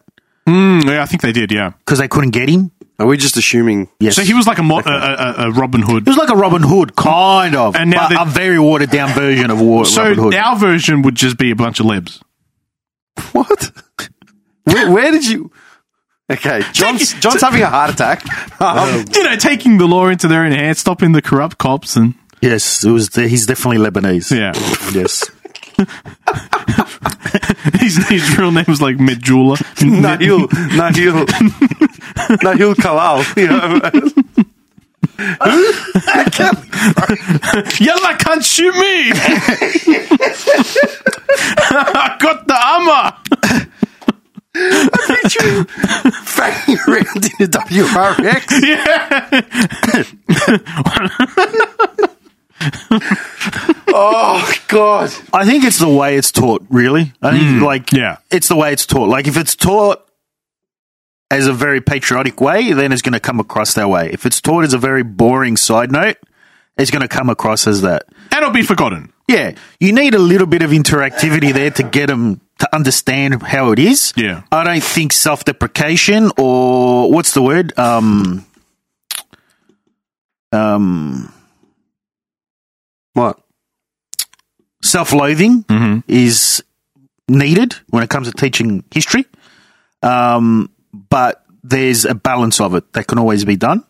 Speaker 7: Mm, yeah, I think they did. Yeah.
Speaker 3: because they couldn't get him?
Speaker 1: Are we just assuming?
Speaker 3: Yes.
Speaker 7: So he was like a, mo- a, a, a- a Robin Hood.
Speaker 3: It was like a Robin Hood, kind of,
Speaker 7: And
Speaker 3: and
Speaker 7: now
Speaker 3: now but
Speaker 7: the-
Speaker 3: a very watered down version of War- Robin
Speaker 7: So
Speaker 3: Hood.
Speaker 7: our version would just be a bunch of libs.
Speaker 1: What? [LAUGHS] Where, where did you? Okay, John's, John's having a heart [LAUGHS] attack.
Speaker 3: Oh.
Speaker 1: Um,
Speaker 7: [LAUGHS] You know, taking the law into their own hands, stopping the corrupt cops, and
Speaker 3: yes, it was. The, he's definitely Lebanese.
Speaker 7: yeah, [LAUGHS]
Speaker 3: Yes.
Speaker 7: his, his real name was
Speaker 3: [LAUGHS]
Speaker 7: like Medjula.
Speaker 1: Nahil, [LAUGHS] Nahil, Nahil Kalal. You know?
Speaker 7: [LAUGHS] Yalla can't
Speaker 3: [LAUGHS]
Speaker 7: shoot me. [LAUGHS] I got the armor.
Speaker 1: [LAUGHS] Fang around in a [LAUGHS] WRX. [LAUGHS] oh God!
Speaker 3: I think it's the way it's taught, really. I think, like,
Speaker 7: Mm, yeah.
Speaker 3: it's the way it's taught. Like, if it's taught as a very patriotic way, then it's going to come across that way. If it's taught as a very boring side note, It's going to come across as that.
Speaker 7: And it'll be forgotten.
Speaker 3: Yeah, you need a little bit of interactivity there to get them to understand how it is.
Speaker 7: Yeah.
Speaker 3: I don't think self-deprecation or what's the word? Um, um,
Speaker 1: What?
Speaker 3: self-loathing is needed when it comes to teaching history. Um, but there's a balance of it that can always be done.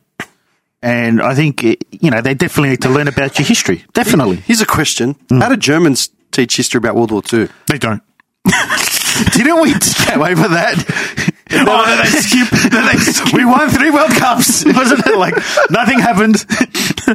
Speaker 3: And I think, eh, you know, they definitely need to learn about your history. Definitely.
Speaker 1: Here's a question: How do Germans teach history about World War Two?
Speaker 7: They don't.
Speaker 1: Didn't we get away with that?
Speaker 3: [LAUGHS] Oh, then [LAUGHS] they skip. Then they skip. We won three World Cups, [LAUGHS] wasn't it? Like nothing happened. Uh,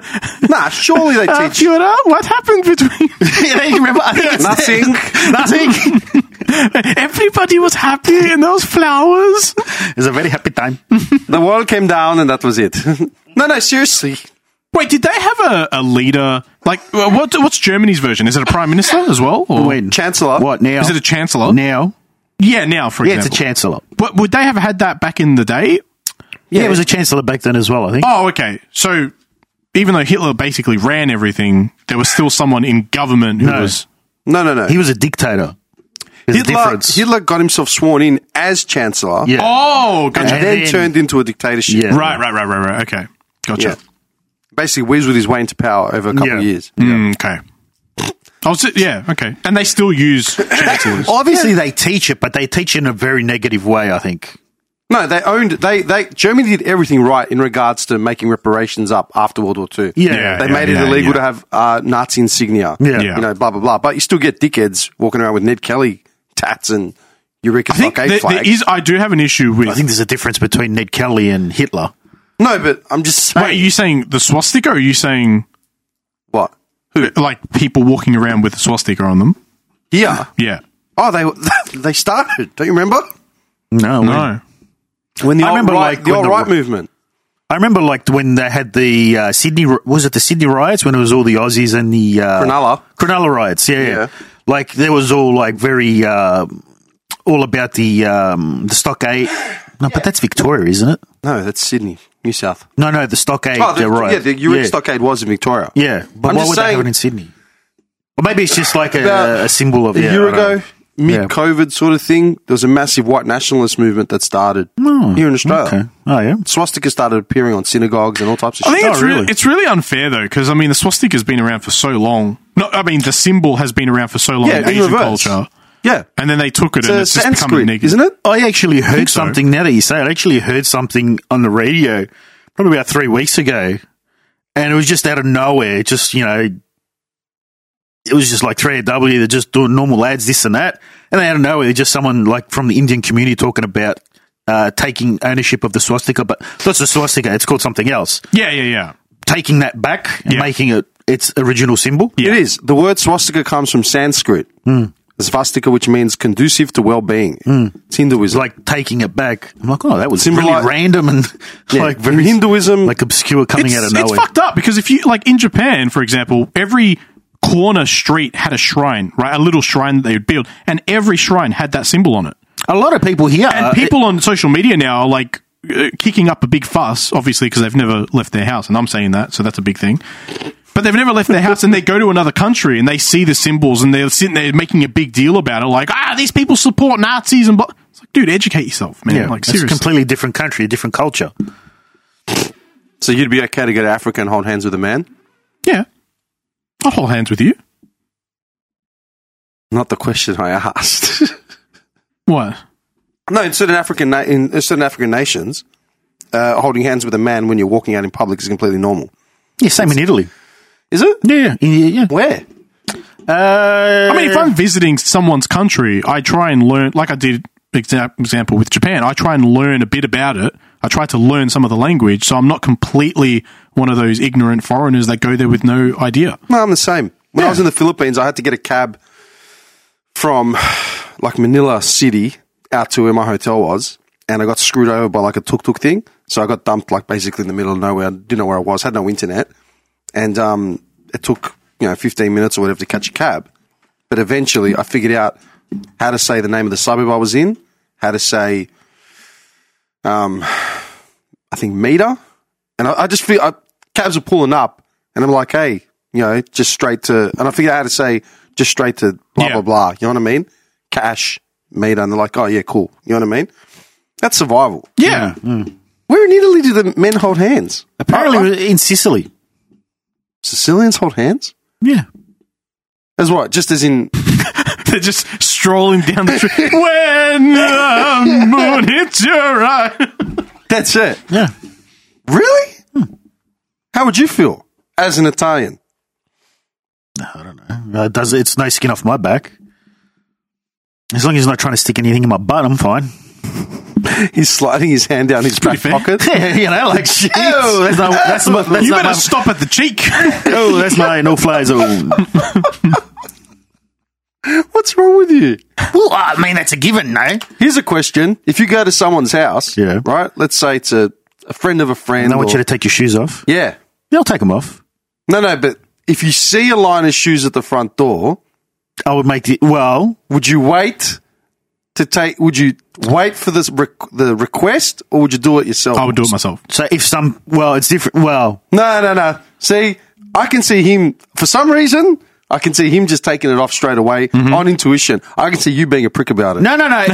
Speaker 1: nah, surely [LAUGHS] they teach
Speaker 7: what happened between.
Speaker 3: [LAUGHS] yeah, you remember? I think it's
Speaker 1: nothing.
Speaker 3: [LAUGHS] nothing.
Speaker 7: Everybody was happy and those flowers.
Speaker 3: It's a very happy time.
Speaker 1: the world came down, and that was it. [LAUGHS] no, no, seriously.
Speaker 7: Wait, did they have a, a leader? Like, uh, what, what's Germany's version? Is it a prime minister as well? Or
Speaker 3: When
Speaker 1: Chancellor.
Speaker 3: What now?
Speaker 7: Is it a chancellor?
Speaker 3: now?
Speaker 7: Yeah, now, for
Speaker 3: Yeah,
Speaker 7: example.
Speaker 3: it's a chancellor.
Speaker 7: But would they have had that back in the day?
Speaker 3: Yeah, it was a chancellor back then as well. I think.
Speaker 7: Oh, okay. So even though Hitler basically ran everything, there was still someone in government who
Speaker 3: No.
Speaker 7: was.
Speaker 1: No, no, no.
Speaker 3: He was a dictator. There's a
Speaker 1: Hitler,
Speaker 3: difference.
Speaker 1: Hitler got himself sworn in as chancellor,
Speaker 3: yeah.
Speaker 7: Oh, gotcha.
Speaker 1: and,
Speaker 3: And
Speaker 1: then,
Speaker 3: then-
Speaker 1: turned into a dictatorship.
Speaker 3: Yeah.
Speaker 7: Right, right, right, right, right. Okay. Gotcha.
Speaker 1: Yeah. Basically, weaseled his way into power over a couple
Speaker 3: Yeah.
Speaker 1: of years.
Speaker 7: Mm, okay. I was, yeah, okay. And they
Speaker 3: [COUGHS]
Speaker 7: still use chancellors.
Speaker 3: Obviously, they teach it, but they teach it in a very negative way. I think.
Speaker 1: No, they owned they they Germany did everything right in regards to making reparations up after World War Two.
Speaker 3: Yeah. Yeah,
Speaker 1: they
Speaker 7: yeah,
Speaker 1: made
Speaker 7: yeah,
Speaker 1: it illegal
Speaker 7: yeah.
Speaker 1: to have uh, Nazi insignia.
Speaker 3: Yeah.
Speaker 7: Yeah.
Speaker 1: you know, blah blah blah. But you still get dickheads walking around with Ned Kelly tats and Eureka
Speaker 7: I think
Speaker 1: Stockade
Speaker 7: there, there
Speaker 1: flags.
Speaker 7: is. I do have an issue with.
Speaker 3: I think there's a difference between Ned Kelly and Hitler.
Speaker 1: no, but I'm just
Speaker 7: wait,
Speaker 1: saying
Speaker 7: are you saying the swastika? Or are you saying
Speaker 1: what?
Speaker 7: like people walking around with a swastika on them?
Speaker 1: Yeah.
Speaker 7: Yeah.
Speaker 1: Oh, they [LAUGHS] they started. Don't you remember
Speaker 3: No, when-
Speaker 7: No.
Speaker 1: when the
Speaker 3: I
Speaker 1: alt
Speaker 3: remember,
Speaker 1: right,
Speaker 3: like,
Speaker 1: the
Speaker 3: when
Speaker 1: alt
Speaker 3: the-
Speaker 1: right movement?
Speaker 3: I remember like when they had the uh, Sydney was it the Sydney riots when it was all the Aussies and the uh,
Speaker 1: Cronulla.
Speaker 3: Cronulla riots. Yeah, yeah.
Speaker 1: Yeah.
Speaker 3: like there was all like very uh, all about the um, the stockade. No, but that's Victoria, isn't it?
Speaker 1: No, that's Sydney, New South.
Speaker 3: No, no, the stockade
Speaker 1: Oh, the,
Speaker 3: uh, riot.
Speaker 1: yeah, the Eureka
Speaker 3: yeah.
Speaker 1: Stockade was in Victoria.
Speaker 3: Yeah, but
Speaker 1: I'm
Speaker 3: why
Speaker 1: just
Speaker 3: would they
Speaker 1: saying-
Speaker 3: have it in Sydney? Or maybe it's just like a,
Speaker 1: About
Speaker 3: a symbol of
Speaker 1: a
Speaker 3: yeah,
Speaker 1: year
Speaker 3: I don't
Speaker 1: ago, mid COVID sort of thing, there was a massive white nationalist movement that started here in
Speaker 3: know.
Speaker 1: Australia.
Speaker 3: Hmm, Okay. Oh yeah.
Speaker 1: Swastika started appearing on synagogues and all types of
Speaker 7: I
Speaker 1: shit.
Speaker 7: think
Speaker 3: Oh,
Speaker 7: it's really,
Speaker 3: really?
Speaker 7: it's really unfair though, because I mean the swastika has been around for so long. No, I mean the symbol has been around for so long
Speaker 1: Yeah,
Speaker 7: in
Speaker 1: in
Speaker 7: Asian
Speaker 1: reverse.
Speaker 7: culture,
Speaker 1: yeah.
Speaker 7: and then they took it and it's
Speaker 1: It's a
Speaker 7: just become a
Speaker 1: Sanskrit,
Speaker 7: negative.
Speaker 1: isn't it?
Speaker 3: I actually heard
Speaker 7: so.
Speaker 3: something now that you say. it, I actually heard something on the radio probably about three weeks ago, and it was just out of nowhere. It Just you know, it was just like three W. They're just doing normal ads, this and that, and out of nowhere, just someone like from the Indian community talking about uh, taking ownership of the swastika, but that's the swastika. It's called something else.
Speaker 7: Yeah, yeah, yeah.
Speaker 3: Taking that back and
Speaker 7: Yeah.
Speaker 3: making it its original symbol.
Speaker 7: Yeah.
Speaker 1: It is. The word swastika comes from Sanskrit.
Speaker 3: Hmm.
Speaker 1: Svastika, which means conducive to well being. It's
Speaker 3: It's
Speaker 1: Hinduism.
Speaker 3: like taking it back. I'm like, oh, that was
Speaker 1: Symboli-
Speaker 3: really random and [LAUGHS]
Speaker 1: Yeah.
Speaker 3: like very
Speaker 1: Hinduism-
Speaker 3: like obscure, coming
Speaker 7: It's,
Speaker 3: out of
Speaker 7: it's
Speaker 3: nowhere.
Speaker 7: fucked up because if you like in Japan, for example, every corner street had a shrine, right? A little shrine that they would build, and every shrine had that symbol on it.
Speaker 3: A lot of people here,
Speaker 7: And people on social media now are like uh, kicking up a big fuss, obviously, because they've never left their house. And I'm saying that, so that's a big thing. But they've never left their house and they go to another country and they see the symbols and they're sitting there making a big deal about it, like, ah, these people support Nazis and blah. It's like, dude, educate yourself, man.
Speaker 3: yeah,
Speaker 7: like,
Speaker 3: it's a
Speaker 7: seriously.
Speaker 3: completely different country, a different culture.
Speaker 1: So you'd be okay to go to Africa and hold hands with a man?
Speaker 7: yeah. I'll hold hands
Speaker 3: [LAUGHS]
Speaker 7: with you.
Speaker 1: Not the question I asked.
Speaker 7: What?
Speaker 1: no, in certain African na- in certain African nations, uh, holding hands with a man when you're walking out in public is completely normal.
Speaker 3: Yeah, same in Italy.
Speaker 1: Is it?
Speaker 3: Yeah, yeah, yeah.
Speaker 1: Where?
Speaker 3: Uh,
Speaker 7: I mean, if I'm visiting someone's country, I try and learn, like I did, exa- example, with Japan, I try and learn a bit about it. I try to learn some of the language, so I'm not completely one of those ignorant foreigners that go there with no idea.
Speaker 1: No, I'm the same. When I was in the Philippines, I had to get a cab from like Manila City out to where my hotel was, and I got screwed over by like a tuk tuk thing. So I got dumped like basically in the middle of nowhere. I didn't know where I was, had no internet, and um, it took you know 15 minutes or whatever to catch a cab. But eventually, I figured out how to say the name of the suburb I was in, how to say, um, I think meter, and I, I just feel I, cabs are pulling up, And I'm like, hey, you know, just straight to, and I figured out how to say just straight to blah,
Speaker 7: Yeah.
Speaker 1: blah, blah. You know what I mean? Cash, meat. And they're like, oh, yeah, cool. You know what I mean? That's survival.
Speaker 7: Yeah. Mm.
Speaker 1: Where in Italy do the men hold hands?
Speaker 3: Mm. Apparently in Sicily.
Speaker 1: Sicilians hold hands?
Speaker 3: Yeah.
Speaker 1: As what? Just as in,
Speaker 7: [LAUGHS] They're just strolling down the
Speaker 3: [LAUGHS]
Speaker 7: street. when the moon hits your eye.
Speaker 1: that's it.
Speaker 3: Yeah.
Speaker 1: Really? How would you feel as an Italian?
Speaker 3: Uh, does it's no skin off my back. As long as he's not trying to stick anything in my butt, I'm fine.
Speaker 1: He's sliding his hand down his back
Speaker 7: fair.
Speaker 1: pocket.
Speaker 3: [LAUGHS] you know, like shit.
Speaker 1: Oh,
Speaker 3: [LAUGHS] that's not, that's not, that's
Speaker 7: You
Speaker 3: not
Speaker 7: better
Speaker 3: my,
Speaker 7: stop at the cheek.
Speaker 3: [LAUGHS] oh, that's my no fly zone.
Speaker 1: What's wrong with you?
Speaker 3: well, I mean, that's a given, no?
Speaker 1: Here's a question. If you go to someone's house,
Speaker 3: Yeah.
Speaker 1: right? Let's say it's a, a friend of a friend.
Speaker 3: And I want
Speaker 1: or-
Speaker 3: you to take your shoes off.
Speaker 1: yeah.
Speaker 3: They'll take them off.
Speaker 1: No, no, but if you see a line of shoes at the front door,
Speaker 3: I would make the, well,
Speaker 1: would you wait to take, would you wait for this requ the request or would you do it yourself?
Speaker 7: I would do it myself.
Speaker 3: so if some, well, it's different. Well,
Speaker 1: No, no, no. See, I can see him, for some reason, I can see him just taking it off straight away on intuition. I can see you being a prick about it.
Speaker 3: Mm-hmm. no, no, no.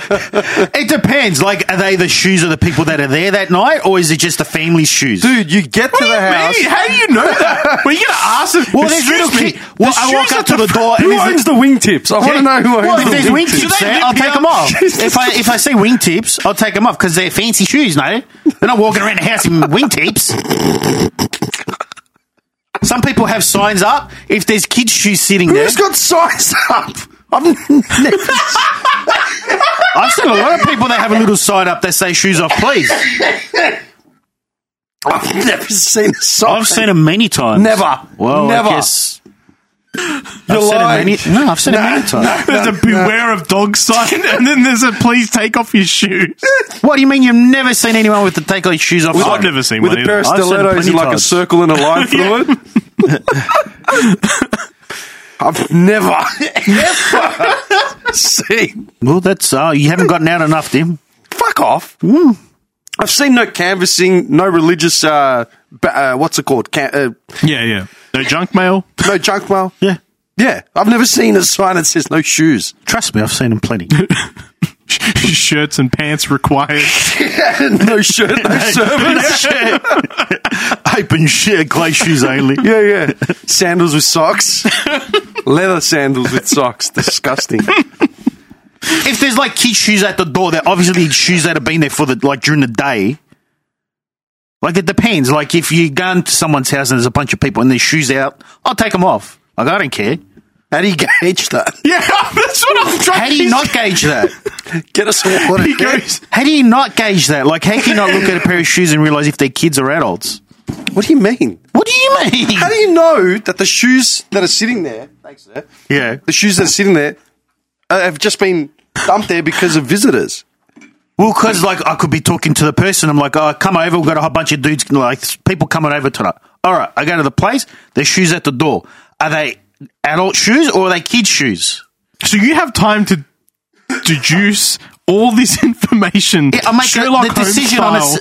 Speaker 3: It, dep- [LAUGHS] it depends. Like, are they the shoes of the people that are there that night, or is it just the family's shoes?
Speaker 1: Dude, you get to the house.
Speaker 7: Hey, how do you know that? Were you going to ask him?
Speaker 3: Well, there's little
Speaker 7: Excuse me,
Speaker 3: kid- well,
Speaker 7: the
Speaker 3: I walk
Speaker 7: shoes
Speaker 3: up
Speaker 7: at
Speaker 3: to the door and
Speaker 1: Who
Speaker 3: there's a-
Speaker 1: owns the wingtips? I want to know who owns
Speaker 3: Well,
Speaker 1: the
Speaker 3: if there's
Speaker 1: wingtips.
Speaker 3: wingtips
Speaker 7: they
Speaker 3: there,
Speaker 7: nip
Speaker 3: I'll
Speaker 7: you
Speaker 3: take
Speaker 7: up?
Speaker 3: them off. [LAUGHS] if I if I see wingtips, I'll take them off because they're fancy shoes. No, they're not walking around the house in wingtips. Some people have signs up. If there's kids' shoes sitting there,
Speaker 1: Who's got signs up? I've
Speaker 3: I've seen a lot of people that have a little sign up that say "shoes off, please."
Speaker 1: [LAUGHS] I've never seen a sign.
Speaker 3: I've seen them many times.
Speaker 1: Never.
Speaker 3: Well, I
Speaker 1: Never.
Speaker 3: guess-
Speaker 1: You're
Speaker 3: I've seen 'em
Speaker 1: lying.
Speaker 3: many. No, I've seen it many times.
Speaker 7: [LAUGHS] There's a beware of dog sign, [LAUGHS] and then there's a please take off your shoes.
Speaker 3: What do you mean you've never seen anyone with the take off shoes off? sign?
Speaker 7: I've never seen
Speaker 1: With
Speaker 7: one
Speaker 1: a pair
Speaker 7: either.
Speaker 1: of
Speaker 3: I've seen
Speaker 1: stilettos
Speaker 3: plenty
Speaker 1: and like
Speaker 3: times.
Speaker 1: a circle and a line
Speaker 7: [LAUGHS]
Speaker 1: through it. I've never, [LAUGHS] ever seen.
Speaker 3: Well, that's uh, you haven't gotten out enough, Tim.
Speaker 1: Fuck off. I've seen no canvassing, no religious, uh, ba- uh, what's it called? Can- uh,
Speaker 7: Yeah, yeah. No junk mail.
Speaker 1: no junk mail.
Speaker 3: Yeah,
Speaker 1: Yeah, I've never seen a sign that says no shoes. [LAUGHS]
Speaker 3: trust me, I've seen them plenty.
Speaker 7: [LAUGHS] Shirts and pants required.
Speaker 1: no shirt, no service.
Speaker 3: Open shit, clay shoes only.
Speaker 1: Yeah, yeah. Sandals with
Speaker 7: [LAUGHS]
Speaker 1: socks. Leather sandals with socks. Disgusting.
Speaker 3: [LAUGHS] If there's like kids' shoes at the door, they're obviously shoes that have been there for the like during the day. Like it depends. Like if you go into someone's house and there's a bunch of people and their shoes out, I'll take them off. Like I don't care.
Speaker 1: How do you gauge that?
Speaker 7: [LAUGHS] yeah, [LAUGHS] that's what I'm
Speaker 3: [LAUGHS]
Speaker 7: trying.
Speaker 3: How do you not
Speaker 1: [LAUGHS]
Speaker 3: gauge that?
Speaker 1: Get us a water.
Speaker 7: He goes.
Speaker 3: How do you not gauge that? Like how can you not look at a pair of shoes and realize if they're kids or adults?
Speaker 1: What do you mean?
Speaker 3: What do you mean?
Speaker 1: How do you know that the shoes that are sitting there, thanks, sir,
Speaker 3: yeah.
Speaker 1: the shoes that are sitting there uh, have just been dumped there because of visitors?
Speaker 3: Well, because like I could be talking to the person, I'm like, oh, come over. We've got a whole bunch of dudes, like people coming over tonight. All right, I go to the place. Their shoes at the door. Are they adult shoes or are they kids' shoes?
Speaker 7: So you have time to deduce all this [LAUGHS] information.
Speaker 3: Yeah, I make a- the decision on a s-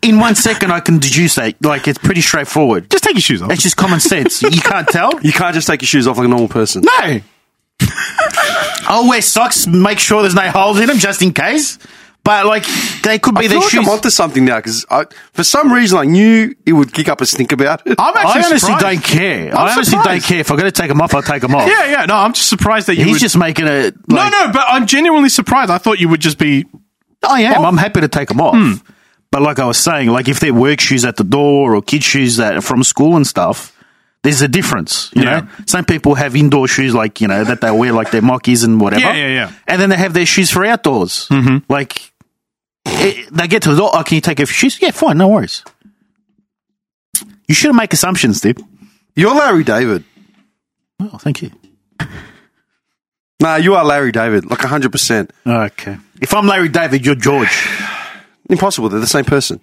Speaker 3: in one second. I can deduce that. Like it's pretty straightforward.
Speaker 7: Just take your shoes off.
Speaker 3: It's just common sense. You can't tell.
Speaker 1: You can't just take your shoes off like a normal person.
Speaker 3: No. I'll wear socks. Make sure there's no holes in them, just in case. But like they could be
Speaker 1: I
Speaker 3: their
Speaker 1: feel like
Speaker 3: shoes.
Speaker 1: I'm onto something now because for some reason I knew it would kick up a stink about it.
Speaker 7: I'm actually
Speaker 3: I honestly
Speaker 7: surprised.
Speaker 3: don't care.
Speaker 7: I'm
Speaker 3: I honestly don't
Speaker 7: surprised.
Speaker 3: care. If I got to take them off, I'll take them off.
Speaker 7: Yeah, yeah. No, I'm just surprised that you.
Speaker 3: He's
Speaker 7: would-
Speaker 3: just making a.
Speaker 7: No, no. But I'm genuinely surprised. I thought you would just be.
Speaker 3: I am. I'm happy to take them off.
Speaker 7: Hmm.
Speaker 3: But like I was saying, like if they're work shoes at the door or kid shoes that are from school and stuff, there's a difference. You
Speaker 7: Yeah.
Speaker 3: know, some people have indoor shoes, like you know that they wear, like their mockies and whatever.
Speaker 7: Yeah, yeah, yeah.
Speaker 3: And then they have their shoes for outdoors. Mm-hmm. Like it, they get to the door. Oh, can you take off your shoes? Yeah, fine, no worries. You shouldn't make assumptions, dude.
Speaker 1: You're Larry David.
Speaker 3: Oh, thank you.
Speaker 1: Nah, you are Larry David, like 100%.
Speaker 3: Okay. If I'm Larry David, you're George.
Speaker 1: Impossible. They're the same person.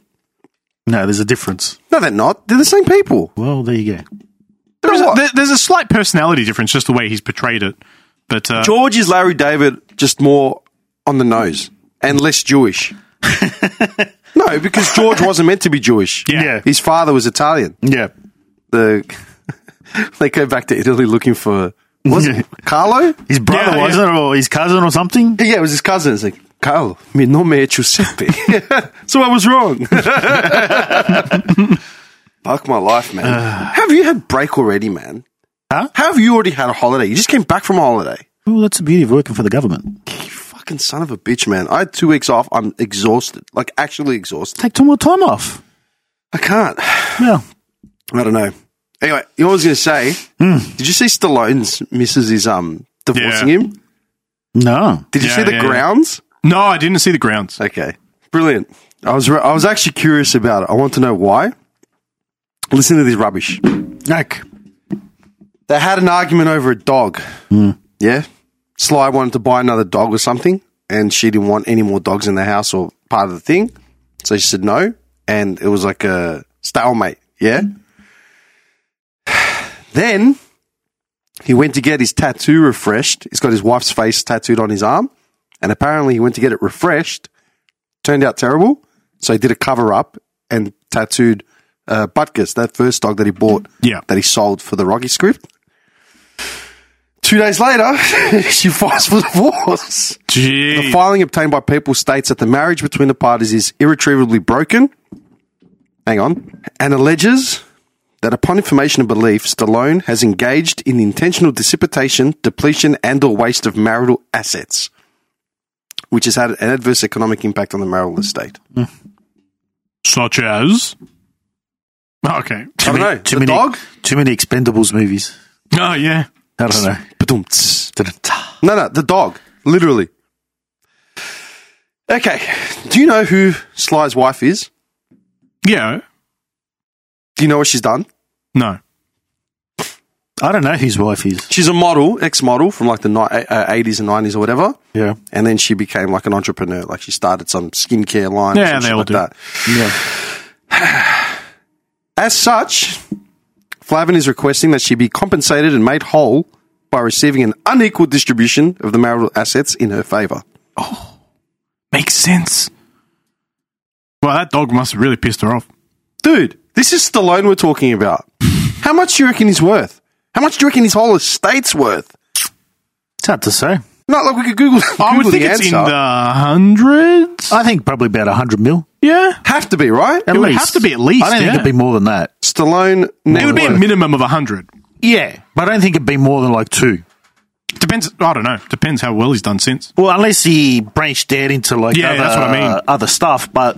Speaker 3: No, there's a difference.
Speaker 1: No, they're not. They're the same people.
Speaker 3: Well, there you go.
Speaker 7: There's a,
Speaker 1: what?
Speaker 7: there- there's a slight personality difference, just the way he's portrayed it. But
Speaker 1: [LAUGHS]
Speaker 7: uh,
Speaker 1: George is Larry David, just more on the nose and less Jewish. No, because George wasn't meant to be Jewish.
Speaker 7: Yeah.
Speaker 3: Yeah.
Speaker 1: [LAUGHS] His father was Italian.
Speaker 3: Yeah.
Speaker 1: The [LAUGHS] they go back to Italy looking for was
Speaker 3: Yeah.
Speaker 1: it Carlo?
Speaker 3: His brother
Speaker 7: Yeah, yeah.
Speaker 3: wasn't, or his cousin, or something.
Speaker 1: Yeah, it was his cousin. It's like Carlo, mi nome è Giuseppe. [LAUGHS] so I was wrong. [LAUGHS] Fuck my life, man. have you had break already, man?
Speaker 3: Huh?
Speaker 1: Have you already had a holiday? You just came back from a holiday.
Speaker 3: Well, that's the beauty of working for the government.
Speaker 1: You fucking son of a bitch, man. I had two weeks off. I'm exhausted. Like, actually exhausted.
Speaker 3: Take two more time off.
Speaker 1: I can't.
Speaker 3: Yeah.
Speaker 1: I don't know. Anyway, you know what I was going to say?
Speaker 7: Hmm.
Speaker 1: Did you see Stallone's missus is um divorcing
Speaker 7: Yeah.
Speaker 1: him?
Speaker 3: No.
Speaker 1: Did you
Speaker 7: Yeah,
Speaker 1: see the
Speaker 7: yeah, yeah.
Speaker 1: grounds?
Speaker 7: No, I didn't see the grounds.
Speaker 1: Okay, brilliant. I was re- I was actually curious about it. I want to know why. Listen to this rubbish.
Speaker 3: Like,
Speaker 1: They had an argument over a dog.
Speaker 7: Hmm.
Speaker 1: Yeah, Sly wanted to buy another dog or something, and she didn't want any more dogs in the house or part of the thing, so she said no, and it was like a stalemate. Yeah. [SIGHS] Then he went to get his tattoo refreshed. He's got his wife's face tattooed on his arm. And apparently he went to get it refreshed. Turned out terrible. So he did a cover up and tattooed uh, Butkus, that first dog that he bought,
Speaker 7: Yeah.
Speaker 1: that he sold for the Rocky script. Two days later, [LAUGHS] she files for divorce. The
Speaker 7: Gee.
Speaker 1: filing obtained by People states that the marriage between the parties is irretrievably broken. Hang on. And alleges that upon information and belief, Stallone has engaged in intentional dissipation, depletion, and or waste of marital assets, which has had an adverse economic impact on the marital estate.
Speaker 7: Such as.
Speaker 3: [LAUGHS]
Speaker 7: Oh, okay.
Speaker 1: I don't know.
Speaker 3: too
Speaker 1: the
Speaker 3: many,
Speaker 1: dog?
Speaker 3: Too many Expendables movies.
Speaker 7: Oh, yeah.
Speaker 3: I don't know.
Speaker 1: Ba-dum-ts. No, no, the dog. Literally. Okay. Do you know who Sly's wife is?
Speaker 7: Yeah.
Speaker 1: Do you know what she's done?
Speaker 7: No.
Speaker 3: I don't know whose wife is.
Speaker 1: She's a model, ex model from like the ni- uh, 80s and 90s or whatever.
Speaker 3: Yeah.
Speaker 1: And then she became like an entrepreneur. Like she started some skincare line. or
Speaker 7: Yeah,
Speaker 1: some
Speaker 7: they
Speaker 1: shit
Speaker 7: all
Speaker 1: like
Speaker 7: do.
Speaker 1: That.
Speaker 3: Yeah.
Speaker 1: As such, Flavin is requesting that she be compensated and made whole by receiving an unequal distribution of the marital assets in her favor.
Speaker 7: Makes sense. Well, that dog must have really pissed her off.
Speaker 1: Dude, this is Stallone we're talking about. How much do you reckon he's worth? How much do you reckon his whole estate's worth?
Speaker 3: It's hard to say.
Speaker 1: Not like we could Google.
Speaker 7: I would
Speaker 1: Google
Speaker 7: think
Speaker 1: the
Speaker 7: it's in
Speaker 1: answer.
Speaker 7: the hundreds.
Speaker 3: I think probably about 100 mil.
Speaker 7: Yeah.
Speaker 1: have to be right.
Speaker 3: At
Speaker 7: It would
Speaker 3: least.
Speaker 7: have to be at least,
Speaker 3: I don't
Speaker 7: yeah.
Speaker 3: think it'd be more than that.
Speaker 1: Stallone. net
Speaker 7: It would be a
Speaker 1: worth.
Speaker 7: minimum of 100.
Speaker 3: Yeah. But I don't think it'd be more than like two.
Speaker 7: Depends. I don't know. Depends how well he's done since.
Speaker 3: Well, unless he branched out into like
Speaker 7: Yeah,
Speaker 3: other,
Speaker 7: that's what I mean.
Speaker 3: other stuff, but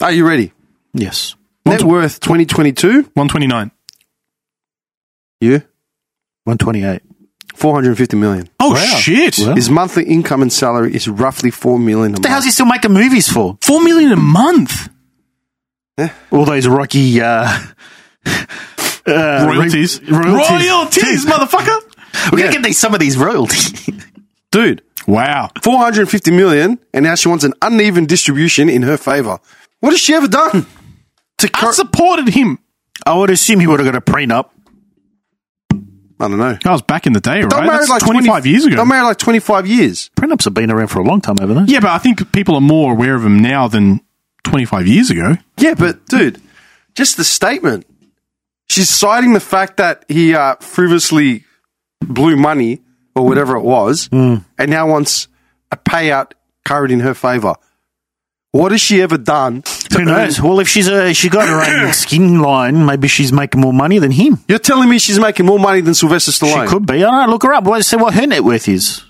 Speaker 1: Are you ready?
Speaker 3: yes.
Speaker 1: Net worth 2022.
Speaker 7: 129.
Speaker 1: You
Speaker 3: 128.
Speaker 1: 450 million.
Speaker 7: Oh,
Speaker 3: Wow.
Speaker 7: shit.
Speaker 3: Wow.
Speaker 1: His monthly income and salary is roughly four million a
Speaker 3: The hell's
Speaker 1: month.
Speaker 3: he still making movies for?
Speaker 7: 4 million a month.
Speaker 3: All those Rocky uh, uh,
Speaker 7: Royalties.
Speaker 3: re- royalties.
Speaker 7: Royalties, motherfucker.
Speaker 3: We're
Speaker 1: Yeah.
Speaker 3: gonna get these some of these royalties.
Speaker 1: Dude,
Speaker 7: Wow.
Speaker 1: four hundred and fifty million, and now she wants an uneven distribution in her favor. What has she ever done?
Speaker 7: Hmm.
Speaker 1: To
Speaker 7: I
Speaker 1: cur-
Speaker 7: supported him.
Speaker 3: [LAUGHS] I would assume he would have got a prenup.
Speaker 1: I don't know.
Speaker 7: That was back in the day,
Speaker 1: Got
Speaker 7: right? That's 25
Speaker 1: 20
Speaker 7: years ago.
Speaker 1: Got married like twenty five years.
Speaker 3: Prenups have been around for a long time, haven't they?
Speaker 7: yeah, but I think people are more aware of him now than 25 years ago.
Speaker 1: Yeah, but dude, just the statement. She's citing the fact that he uh, frivolously blew money or whatever it was,
Speaker 7: Hmm.
Speaker 1: and now wants a payout carried in her favor. What has she ever done? to
Speaker 3: Who
Speaker 1: earn-
Speaker 3: knows? Well, if she's a she got her
Speaker 7: [COUGHS]
Speaker 3: own skin line, maybe she's making more money than him.
Speaker 1: You're telling me she's making more money than Sylvester Stallone?
Speaker 3: She could be. I don't know. Look her up. Let's see what her net worth is.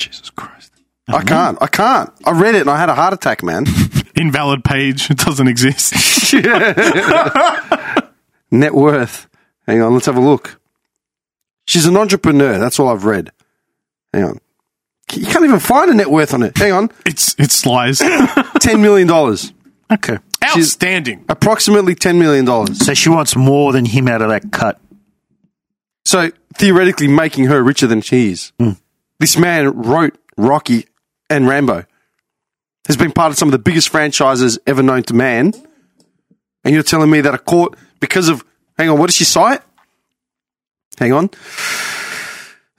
Speaker 1: Jesus Christ. I can't. I can't. I read it and I had a heart attack, man. [LAUGHS]
Speaker 7: Invalid page. [LAUGHS] It doesn't exist. [LAUGHS]
Speaker 1: Net worth. Hang on, let's have a look. She's an entrepreneur. That's all I've read. Hang on. You can't even find a net worth on it. Hang on. [LAUGHS]
Speaker 7: It's it's
Speaker 3: [COUGHS]
Speaker 7: lies.
Speaker 1: $10 million.
Speaker 3: Okay.
Speaker 7: Outstanding.
Speaker 1: Approximately $10 million.
Speaker 3: So she wants more than him out of that cut.
Speaker 1: So theoretically making her richer than she is.
Speaker 3: Hmm.
Speaker 1: This man wrote Rocky and Rambo. Has been part of some of the biggest franchises ever known to man. And you're telling me that a court because of hang on, what did she cite? Hang on.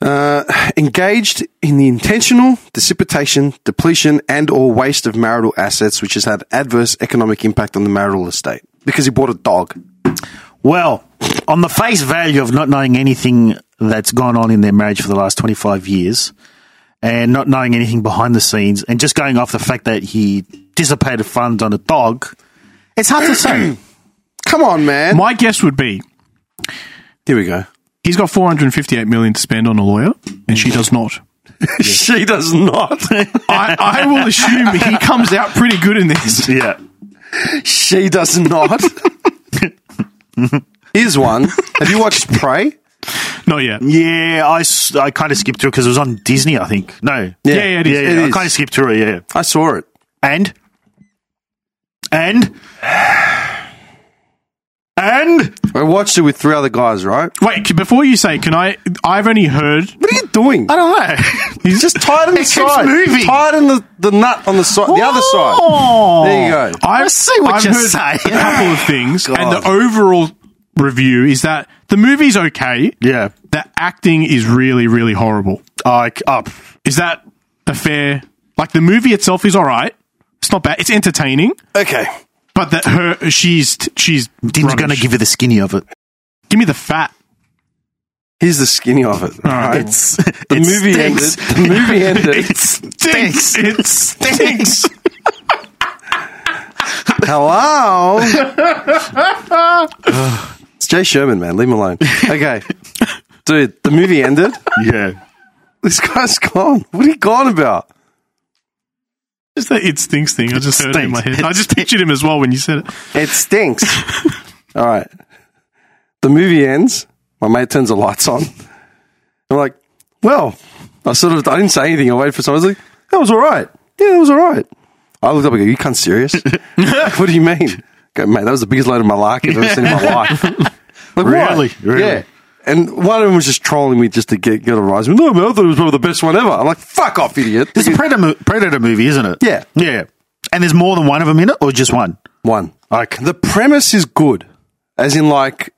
Speaker 1: Uh, engaged in the intentional dissipation, depletion, and or waste of marital assets, which has had adverse economic impact on the marital estate. Because he bought a dog.
Speaker 3: Well, on the face value of not knowing anything that's gone on in their marriage for the last 25 years and not knowing anything behind the scenes and just going off the fact that he dissipated funds on a dog, it's hard to say.
Speaker 1: [CLEARS THROAT] Come on, man.
Speaker 7: My guess would be
Speaker 1: Here we go.
Speaker 7: he's got 458 million to spend on a lawyer, and she does not.
Speaker 1: [LAUGHS] she does not.
Speaker 7: I, I will assume he comes out pretty good in this.
Speaker 3: yeah.
Speaker 1: she does [LAUGHS] not. Here's one. Have you watched Prey?
Speaker 7: Not yet.
Speaker 3: Yeah, I, s- I kind of skipped through because it was on Disney, I think. No.
Speaker 1: Yeah,
Speaker 7: yeah, it
Speaker 3: Yeah,
Speaker 7: is.
Speaker 3: yeah,
Speaker 1: It
Speaker 3: I
Speaker 1: is.
Speaker 3: kind of skipped through it, yeah.
Speaker 1: I saw it.
Speaker 3: And? And? And?
Speaker 1: I watched it with three other guys, right?
Speaker 7: Wait, c- before you say, can I? I've only heard.
Speaker 1: What are you doing?
Speaker 3: I don't
Speaker 7: [LAUGHS]
Speaker 3: know.
Speaker 1: He's just tied in the
Speaker 3: It keeps
Speaker 1: side.
Speaker 3: moving.
Speaker 1: Tied in the, the nut on the side, the other side.
Speaker 3: Oh.
Speaker 1: There you go.
Speaker 7: I've,
Speaker 3: Let's see what
Speaker 7: I've
Speaker 3: you
Speaker 7: heard
Speaker 3: say.
Speaker 7: a couple of
Speaker 1: [LAUGHS]
Speaker 7: things, and
Speaker 1: God.
Speaker 7: the overall review is that the movie's okay.
Speaker 3: Yeah.
Speaker 7: The acting is really, really horrible.
Speaker 3: I,
Speaker 1: uh,
Speaker 3: oh,
Speaker 7: Is that a fair? Like the movie itself is all right. It's not bad. It's entertaining,
Speaker 1: Okay.
Speaker 7: but that her she's she's
Speaker 3: Din's going to
Speaker 7: rubbish.
Speaker 3: give you the skinny of it. [LAUGHS]
Speaker 7: give me the fat.
Speaker 1: Here's the skinny of it. All right.
Speaker 3: It's
Speaker 1: The movie ended. The [LAUGHS] movie ended.
Speaker 3: It stinks.
Speaker 7: It stinks.
Speaker 1: [LAUGHS] [LAUGHS] Hello. it's Jay Sherman, man. Leave him alone. [LAUGHS] Okay. Dude, the movie ended.
Speaker 3: yeah.
Speaker 1: This guy's gone. What are you gone about?
Speaker 7: Just that it stinks thing. I just heard it in my
Speaker 3: stinks.
Speaker 7: head. I just pictured him as well when you said it.
Speaker 1: It
Speaker 3: [LAUGHS]
Speaker 1: stinks. All right. The movie ends. My mate turns the lights on. I'm like, well, I sort of, I didn't say anything. I waited for someone. I was like, that was all right. Yeah, that was all right. I looked up and go, you can't
Speaker 3: [LAUGHS]
Speaker 1: serious? what do you mean? I go, mate, that was the biggest load of malarkey I've ever seen in my
Speaker 3: [LAUGHS]
Speaker 1: life. Like, what?
Speaker 3: Really? Really?
Speaker 1: Yeah. And one of them was just trolling me just to get, get a rise. No, man, I thought it was probably the best one ever. I'm like, fuck off, idiot.
Speaker 3: It's a predator, mo- predator movie, isn't it?
Speaker 1: Yeah.
Speaker 3: Yeah. And there's more than one of them in it, or just one?
Speaker 1: One.
Speaker 3: Okay.
Speaker 1: The premise is good, as in like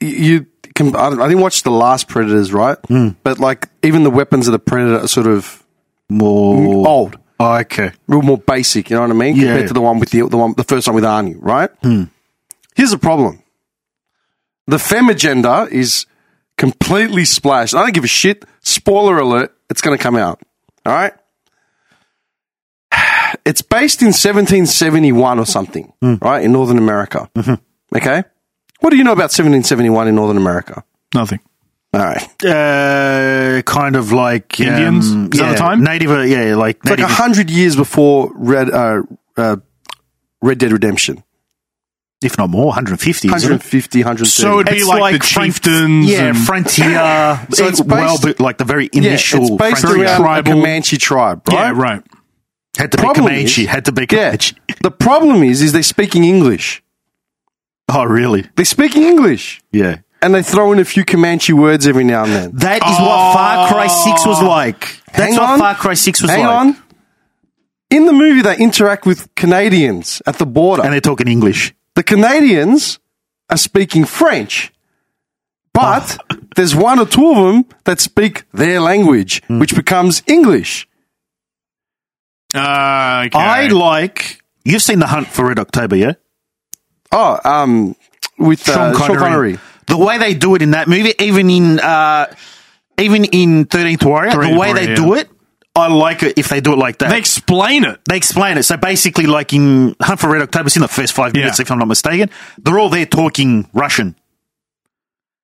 Speaker 1: y- you can. I don't- I didn't watch the last Predators, right? But like even the weapons of the Predator are sort of
Speaker 3: More.
Speaker 1: old,
Speaker 3: Oh, okay.
Speaker 1: real more basic. You know what I mean?
Speaker 3: Yeah. Hmm.
Speaker 1: Compared to the one with the the one the first one with Arnie, right? Here's the problem: the fem agenda is completely splashed. I don't give a shit. Spoiler alert: it's going to come out. All right. [SIGHS] It's based in 1771 or something,
Speaker 3: Hmm.
Speaker 1: right? In Northern America.
Speaker 3: Mm-hmm.
Speaker 1: Okay. What do you know about 1771 in Northern America?
Speaker 7: Nothing.
Speaker 1: All right.
Speaker 3: Uh, kind of like um,
Speaker 7: Indians? Is that the
Speaker 3: yeah,
Speaker 7: time?
Speaker 3: Native, uh, yeah, like
Speaker 1: It's like
Speaker 3: native.
Speaker 1: 100 years before Red, uh, uh, Red Dead Redemption.
Speaker 3: if not more, 150. isn't it?
Speaker 1: 150, 130.
Speaker 7: So it'd be
Speaker 3: It's
Speaker 7: like, the
Speaker 3: fran-
Speaker 7: chieftains.
Speaker 3: yeah,
Speaker 7: and-
Speaker 3: frontier.
Speaker 1: So it's
Speaker 3: well,
Speaker 1: based-
Speaker 3: but like the very
Speaker 1: yeah,
Speaker 3: initial.
Speaker 1: it's based
Speaker 3: frontier.
Speaker 1: around
Speaker 7: Tribal.
Speaker 1: a Comanche tribe, right?
Speaker 7: yeah, right.
Speaker 3: had to be
Speaker 1: Problem
Speaker 3: Comanche.
Speaker 1: is-
Speaker 3: had to be
Speaker 1: Yeah.
Speaker 3: Comanche.
Speaker 1: The problem is, is they're speaking English.
Speaker 3: Oh, really?
Speaker 1: They're speaking English.
Speaker 3: Yeah.
Speaker 1: And they throw in a few Comanche words every now and then.
Speaker 3: That is what Far Cry 6 was like. That's
Speaker 1: Hang
Speaker 3: what
Speaker 1: on.
Speaker 3: Far Cry 6 was
Speaker 1: Hang
Speaker 3: like.
Speaker 1: on. In the movie, they interact with Canadians at the border.
Speaker 3: And they're talking English.
Speaker 1: the Canadians are speaking French,
Speaker 3: [LAUGHS]
Speaker 1: but there's one or two of them that speak their language,
Speaker 3: Hmm.
Speaker 1: which becomes English.
Speaker 7: Uh, okay.
Speaker 3: I like. You've seen The Hunt for Red October, yeah?
Speaker 1: Oh, um, with uh, Sean Connery.
Speaker 3: The way they do it in that movie, even in uh, even in Thirteenth Warrior,
Speaker 7: 13th
Speaker 3: the way they
Speaker 7: Warrior,
Speaker 3: do it, I like it if they do it like that.
Speaker 7: they explain it.
Speaker 3: they explain it. So basically, like in Hunt for Red October, it's in the first five
Speaker 7: Yeah.
Speaker 3: minutes, if I'm not mistaken, they're all there talking Russian.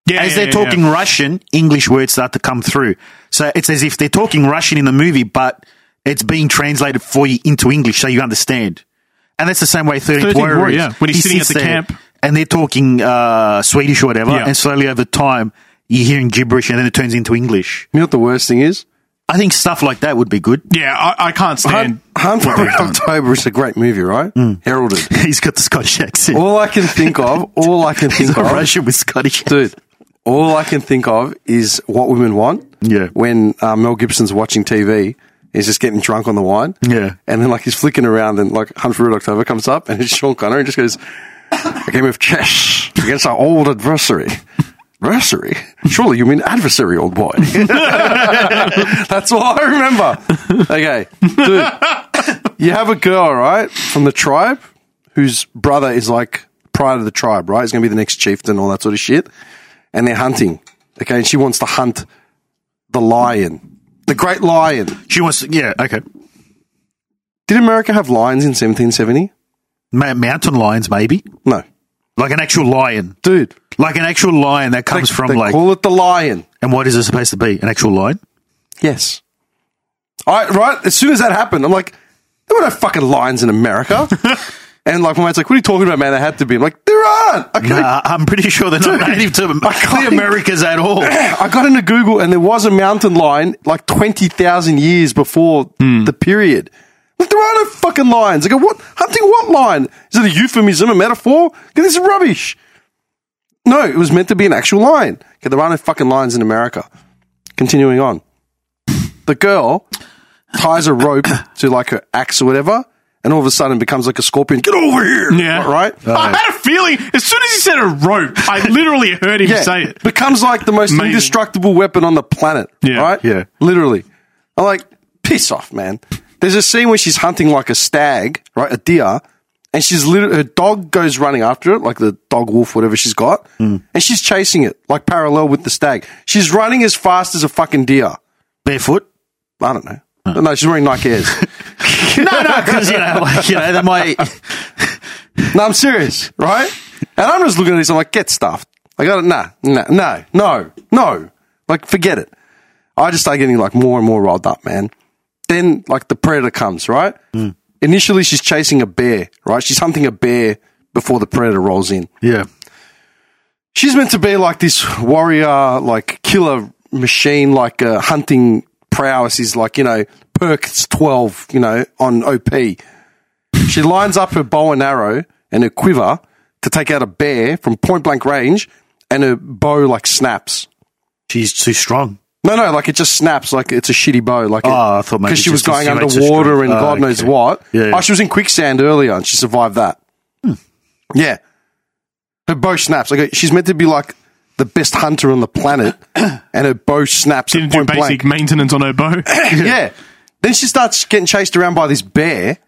Speaker 7: Yeah,
Speaker 3: as
Speaker 7: yeah,
Speaker 3: they're
Speaker 7: yeah,
Speaker 3: talking
Speaker 7: yeah.
Speaker 3: Russian, English words start to come through. So it's as if they're talking Russian in the movie, but it's being translated for you into English so you understand. And that's the same way 13th,
Speaker 7: 13th
Speaker 3: Warrior,
Speaker 7: Warrior,
Speaker 3: is.
Speaker 7: yeah. When he's
Speaker 3: He
Speaker 7: sitting at
Speaker 3: sits
Speaker 7: the
Speaker 3: there
Speaker 7: camp.
Speaker 3: And they're talking uh, Swedish or whatever,
Speaker 7: Yeah.
Speaker 3: and slowly over time, you're hearing gibberish and then it turns into English.
Speaker 1: You know what the worst thing is?
Speaker 3: I think stuff like that would be good. [LAUGHS]
Speaker 7: Yeah, I, I can't stand.
Speaker 1: Hunt, [LAUGHS] Hunt for
Speaker 7: what they've
Speaker 1: Red
Speaker 7: done.
Speaker 1: October is a great movie, right?
Speaker 3: Hmm. [LAUGHS]
Speaker 1: Heralded.
Speaker 3: he's got the Scottish accent.
Speaker 7: Oh,
Speaker 1: All I can think of, all I can
Speaker 3: [LAUGHS] he's
Speaker 1: think
Speaker 3: a
Speaker 1: of,
Speaker 3: Russian with Scottish
Speaker 1: dude. All I can think of is what women want.
Speaker 3: Yeah.
Speaker 1: When uh, Mel Gibson's watching TV, he's just getting drunk on the wine.
Speaker 3: Yeah.
Speaker 1: And then like he's flicking around, and like Hunt for Red October comes [LAUGHS] up, and it's Sean Connery and just goes, "A game of chess against our old adversary." Adversary? Surely you mean adversary, old boy. [LAUGHS] That's all I remember. Okay, dude, you have a girl, right, from the tribe, whose brother is like prior to the tribe, right? He's going to be the next chieftain, all that sort of shit. And they're hunting. Okay, and she wants to hunt the lion, the great lion.
Speaker 3: She wants to, yeah, okay.
Speaker 1: Did America have lions in 1770?
Speaker 3: Ma- mountain lions, maybe.
Speaker 1: No,
Speaker 3: Like an actual lion.
Speaker 1: dude.
Speaker 3: Like an actual lion that comes from
Speaker 1: they
Speaker 3: like.
Speaker 1: call it the lion.
Speaker 3: and what is it supposed to be? An actual lion?
Speaker 1: Yes. I right as soon as that happened, I'm like, there were no fucking lions in
Speaker 3: [LAUGHS]
Speaker 1: America. and like my mate's like, what are you talking about, man? There had to be. I'm like, there aren't. Okay.
Speaker 3: Nah, I'm pretty sure they're not native [LAUGHS] to the
Speaker 1: can't-
Speaker 3: Americas at all.
Speaker 1: I got into Google and there was a mountain lion like twenty thousand years before
Speaker 7: Hmm.
Speaker 1: the period. Like there are no fucking lions. I go, what hunting? What lion? Is it a euphemism, a metaphor? 'Cause This is rubbish. No, it was meant to be an actual lion. Okay, there are no fucking lions in America. Continuing on, the girl ties a rope to like her axe or whatever, and all of a sudden becomes like a scorpion. Get over here!
Speaker 7: Yeah.
Speaker 1: right.
Speaker 7: I had a feeling as soon as he said a rope, [LAUGHS] I literally heard him say it.
Speaker 1: Becomes like the most
Speaker 7: Amazing.
Speaker 1: indestructible weapon on the planet.
Speaker 7: Yeah,
Speaker 1: Right?
Speaker 3: yeah.
Speaker 1: Literally. I'm like, piss off, man. There's a scene where she's hunting like a stag, right? A deer. And she's literally, her dog goes running after it, like the dog wolf, whatever she's got.
Speaker 7: Hmm.
Speaker 1: And she's chasing it, like parallel with the stag. She's running as fast as a fucking deer.
Speaker 3: [LAUGHS] Barefoot?
Speaker 1: I don't know. No, she's wearing Nike
Speaker 7: [LAUGHS]
Speaker 1: Airs.
Speaker 3: No, no, because, you know, like, you know, they might.
Speaker 1: no, I'm serious, right? And I'm just looking at this, I'm like, get stuffed. I got it, nah, nah, no, no, no. Like, forget it. I just start getting like more and more riled up, man. Then like the predator comes, right? Initially, she's chasing a bear, right? She's hunting a bear before the predator rolls in.
Speaker 3: [LAUGHS] Yeah.
Speaker 1: She's meant to be like this warrior, like killer machine, like uh, hunting prowess is like, you know, Perks 12, you know, on OP. She lines up her bow and arrow and her quiver to take out a bear from point blank range, and her bow like snaps.
Speaker 3: She's too strong.
Speaker 1: No, no, like it just snaps, like it's a shitty bow. Like,
Speaker 3: Oh, I thought maybe
Speaker 1: because she was
Speaker 3: just
Speaker 1: going
Speaker 3: insinuates a
Speaker 1: underwater
Speaker 3: strength.
Speaker 1: and
Speaker 3: Oh,
Speaker 1: God knows
Speaker 3: okay.
Speaker 1: what.
Speaker 3: Yeah. Hmm.
Speaker 1: Oh, she was in quicksand earlier and she survived that. Yeah, her bow snaps. Like she's meant to be like the best hunter on the
Speaker 3: [CLEARS THROAT]
Speaker 1: planet, and her bow snaps
Speaker 7: Didn't
Speaker 1: at
Speaker 7: do
Speaker 1: point
Speaker 7: basic
Speaker 1: blank.
Speaker 7: maintenance on her [LAUGHS] bow.
Speaker 1: [LAUGHS] yeah. Then she starts getting chased around by this bear.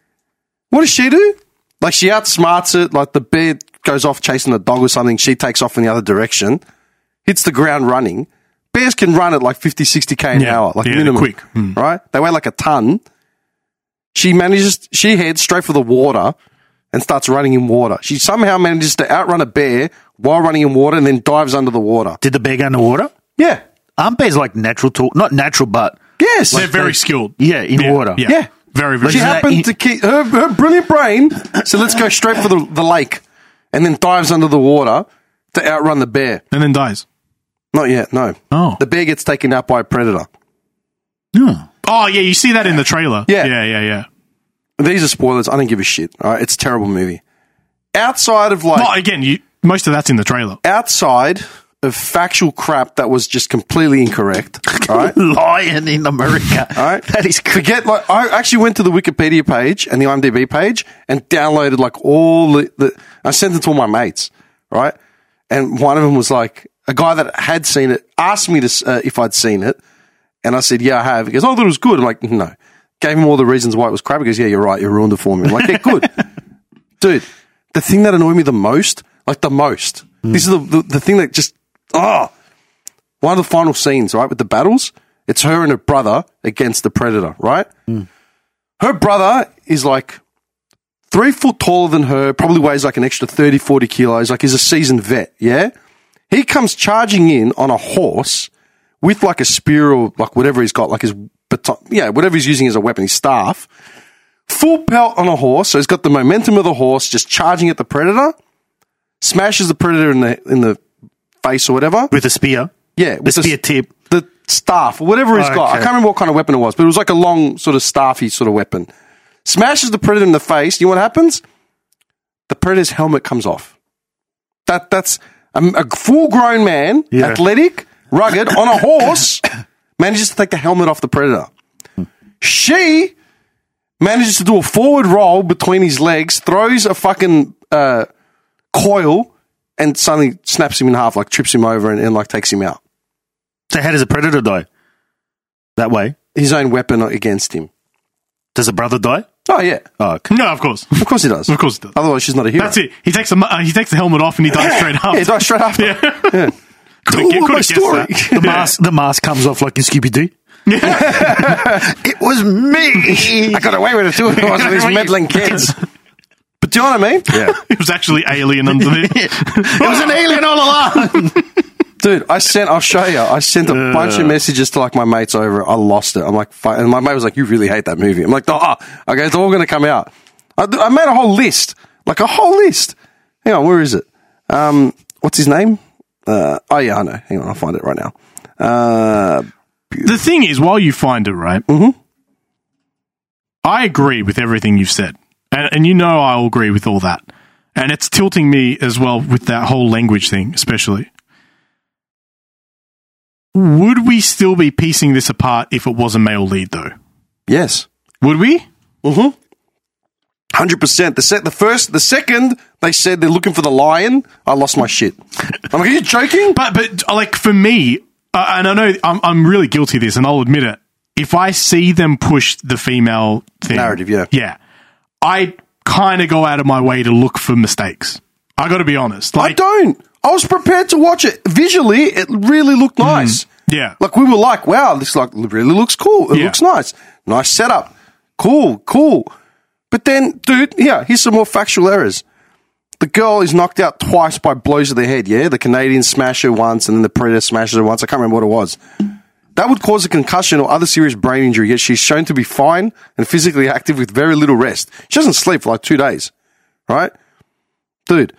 Speaker 1: What does she do? Like she outsmarts it. Like the bear goes off chasing the dog or something. She takes off in the other direction, hits the ground running. Bears can run at like 50, 60 k an
Speaker 7: Yeah.
Speaker 1: hour, like
Speaker 7: Yeah, they're
Speaker 1: minimum,
Speaker 7: quick. Mm.
Speaker 1: right? They weigh like a ton. She manages. She heads straight for the water and starts running in water. She somehow manages to outrun a bear while running in water and then dives under the water.
Speaker 3: Did the bear go underwater?
Speaker 1: Yeah.
Speaker 3: Aren't bears like natural to Not natural, but.
Speaker 1: Yes.
Speaker 7: They're very skilled.
Speaker 3: Yeah, in water.
Speaker 7: Yeah.
Speaker 1: Yeah.
Speaker 7: Very, very
Speaker 1: She
Speaker 3: Is that
Speaker 1: happened
Speaker 7: skilled.
Speaker 3: in-
Speaker 1: to keep her, her brilliant brain. So let's go straight for the, the lake and then dives under the water to outrun the bear.
Speaker 7: And then dies.
Speaker 1: Not yet, no.
Speaker 7: Oh.
Speaker 1: The bear gets taken out by a predator.
Speaker 7: Oh, yeah, you see that in the trailer.
Speaker 1: Yeah.
Speaker 7: Yeah, yeah, yeah.
Speaker 1: These are spoilers. I don't give a shit. All right. It's a terrible movie. Outside of like,
Speaker 7: Well, again, you, most of that's in the trailer.
Speaker 1: outside of factual crap that was just completely incorrect.
Speaker 3: [LAUGHS]
Speaker 1: All right.
Speaker 3: Lion in America. [LAUGHS]
Speaker 1: All right.
Speaker 3: That is crazy.
Speaker 1: Forget, like, I actually went to the Wikipedia page and the IMDb page and downloaded, like, all the, the I sent it to all my mates, right? And one of them was like, a guy that had seen it asked me to, s- uh, if I'd seen it. And I said, yeah, I have. He goes, oh, I thought it was good. I'm like, no. Gave him all the reasons why it was crap. He goes, yeah, you're right. You ruined it for me. I'm like, yeah, good. [LAUGHS] Dude, the thing that annoyed me the most, like, the most,
Speaker 3: Hmm.
Speaker 1: this is the, the, the thing that just, oh, one of the final scenes, right, with the battles, it's her and her brother against the predator, right?
Speaker 3: Hmm.
Speaker 1: Her brother is like three foot taller than her, probably weighs like an extra 30, 40 kilos, like he's a seasoned vet, yeah? He comes charging in on a horse with like a spear or like whatever he's got, like his baton, yeah, whatever he's using as a weapon, his staff. Full pelt on a horse, so he's got the momentum of the horse just charging at the predator, smashes the predator in the in the face or whatever.
Speaker 3: With a spear.
Speaker 1: Yeah,
Speaker 3: The
Speaker 1: with the
Speaker 3: spear
Speaker 1: s-
Speaker 3: tip.
Speaker 1: the staff, whatever he's got. I
Speaker 3: Oh, Okay.
Speaker 1: can't remember what kind of weapon it was, but it was like a long sort of staffy sort of weapon. Smashes the predator in the face. You know what happens? The predator's helmet comes off. That that's a, a full-grown man,
Speaker 3: Yeah.
Speaker 1: athletic, rugged, on a horse, [COUGHS] manages to take the helmet off the predator. She manages to do a forward roll between his legs, throws a fucking uh, coil and suddenly snaps him in half, like trips him over and, and like takes him out.
Speaker 3: So how does a predator die? That way.
Speaker 1: His own weapon against him.
Speaker 3: Does a brother [LAUGHS] die?
Speaker 1: Oh yeah,
Speaker 3: Oh, okay.
Speaker 7: No, of course.
Speaker 1: of course he does.
Speaker 7: Of course he does.
Speaker 1: Otherwise, she's not a hero.
Speaker 7: That's it. He takes the mu- uh, he takes the helmet off and he [LAUGHS] dies straight up.
Speaker 1: Yeah, he dies straight after.
Speaker 7: Yeah.
Speaker 1: Yeah. Ooh,
Speaker 7: Could've gu- could've
Speaker 1: my
Speaker 7: guessed
Speaker 1: story.
Speaker 7: that.
Speaker 3: The
Speaker 7: [LAUGHS]
Speaker 3: mask, the mask comes off like in Scooby Doo.
Speaker 1: It was
Speaker 7: [LAUGHS]
Speaker 1: me. I got away with it too. It was these meddling kids. But do you know what I mean? Yeah.
Speaker 7: It was actually alien under there. it
Speaker 3: It was [LAUGHS] an alien all along.
Speaker 1: Dude, I sent, I'll show you. I sent a bunch of messages to like my mates over. it. I lost it. I'm like, fi- and my mate was like, you really hate that movie. I'm like, oh, okay, it's all going to come out. I, I made a whole list, like a whole list. Hang on, where is it? Um, what's his name? Uh, oh yeah, I know. Hang on, I'll find it right now. Uh,
Speaker 7: The thing is, while you find it, right? Mm-hmm. I agree with everything you've said, and, and you know I'll agree with all that. And it's tilting me as well with that whole language thing, especially. Would we still be piecing this apart if it was a male lead, though?
Speaker 1: yes.
Speaker 7: Would we?
Speaker 1: Mm-hmm. Hundred percent. The set, the first, the second, they said they're looking for the lion. I lost my shit. I'm like, are you joking?
Speaker 7: But but uh, like for me, uh, and I know I'm I'm really guilty of this, and I'll admit it. If I see them push the female thing,
Speaker 1: Narrative, yeah.
Speaker 7: yeah, I kind of go out of my way to look for mistakes. I got to be honest,
Speaker 1: I
Speaker 7: like
Speaker 1: don't. I was prepared to watch it. Visually, it really looked nice.
Speaker 7: Mm-hmm. yeah,
Speaker 1: Like we were like, wow, this like really looks cool. It
Speaker 7: Yeah.
Speaker 1: looks nice. Nice setup. Cool, cool. But then, dude, yeah, here's some more factual errors. The girl is knocked out twice by blows to the head, yeah? The Canadian smash her once and then the Predator smashes her once. I can't remember what it was. That would cause a concussion or other serious brain injury, yet she's shown to be fine and physically active with very little rest. She doesn't sleep for like two days, right? Dude,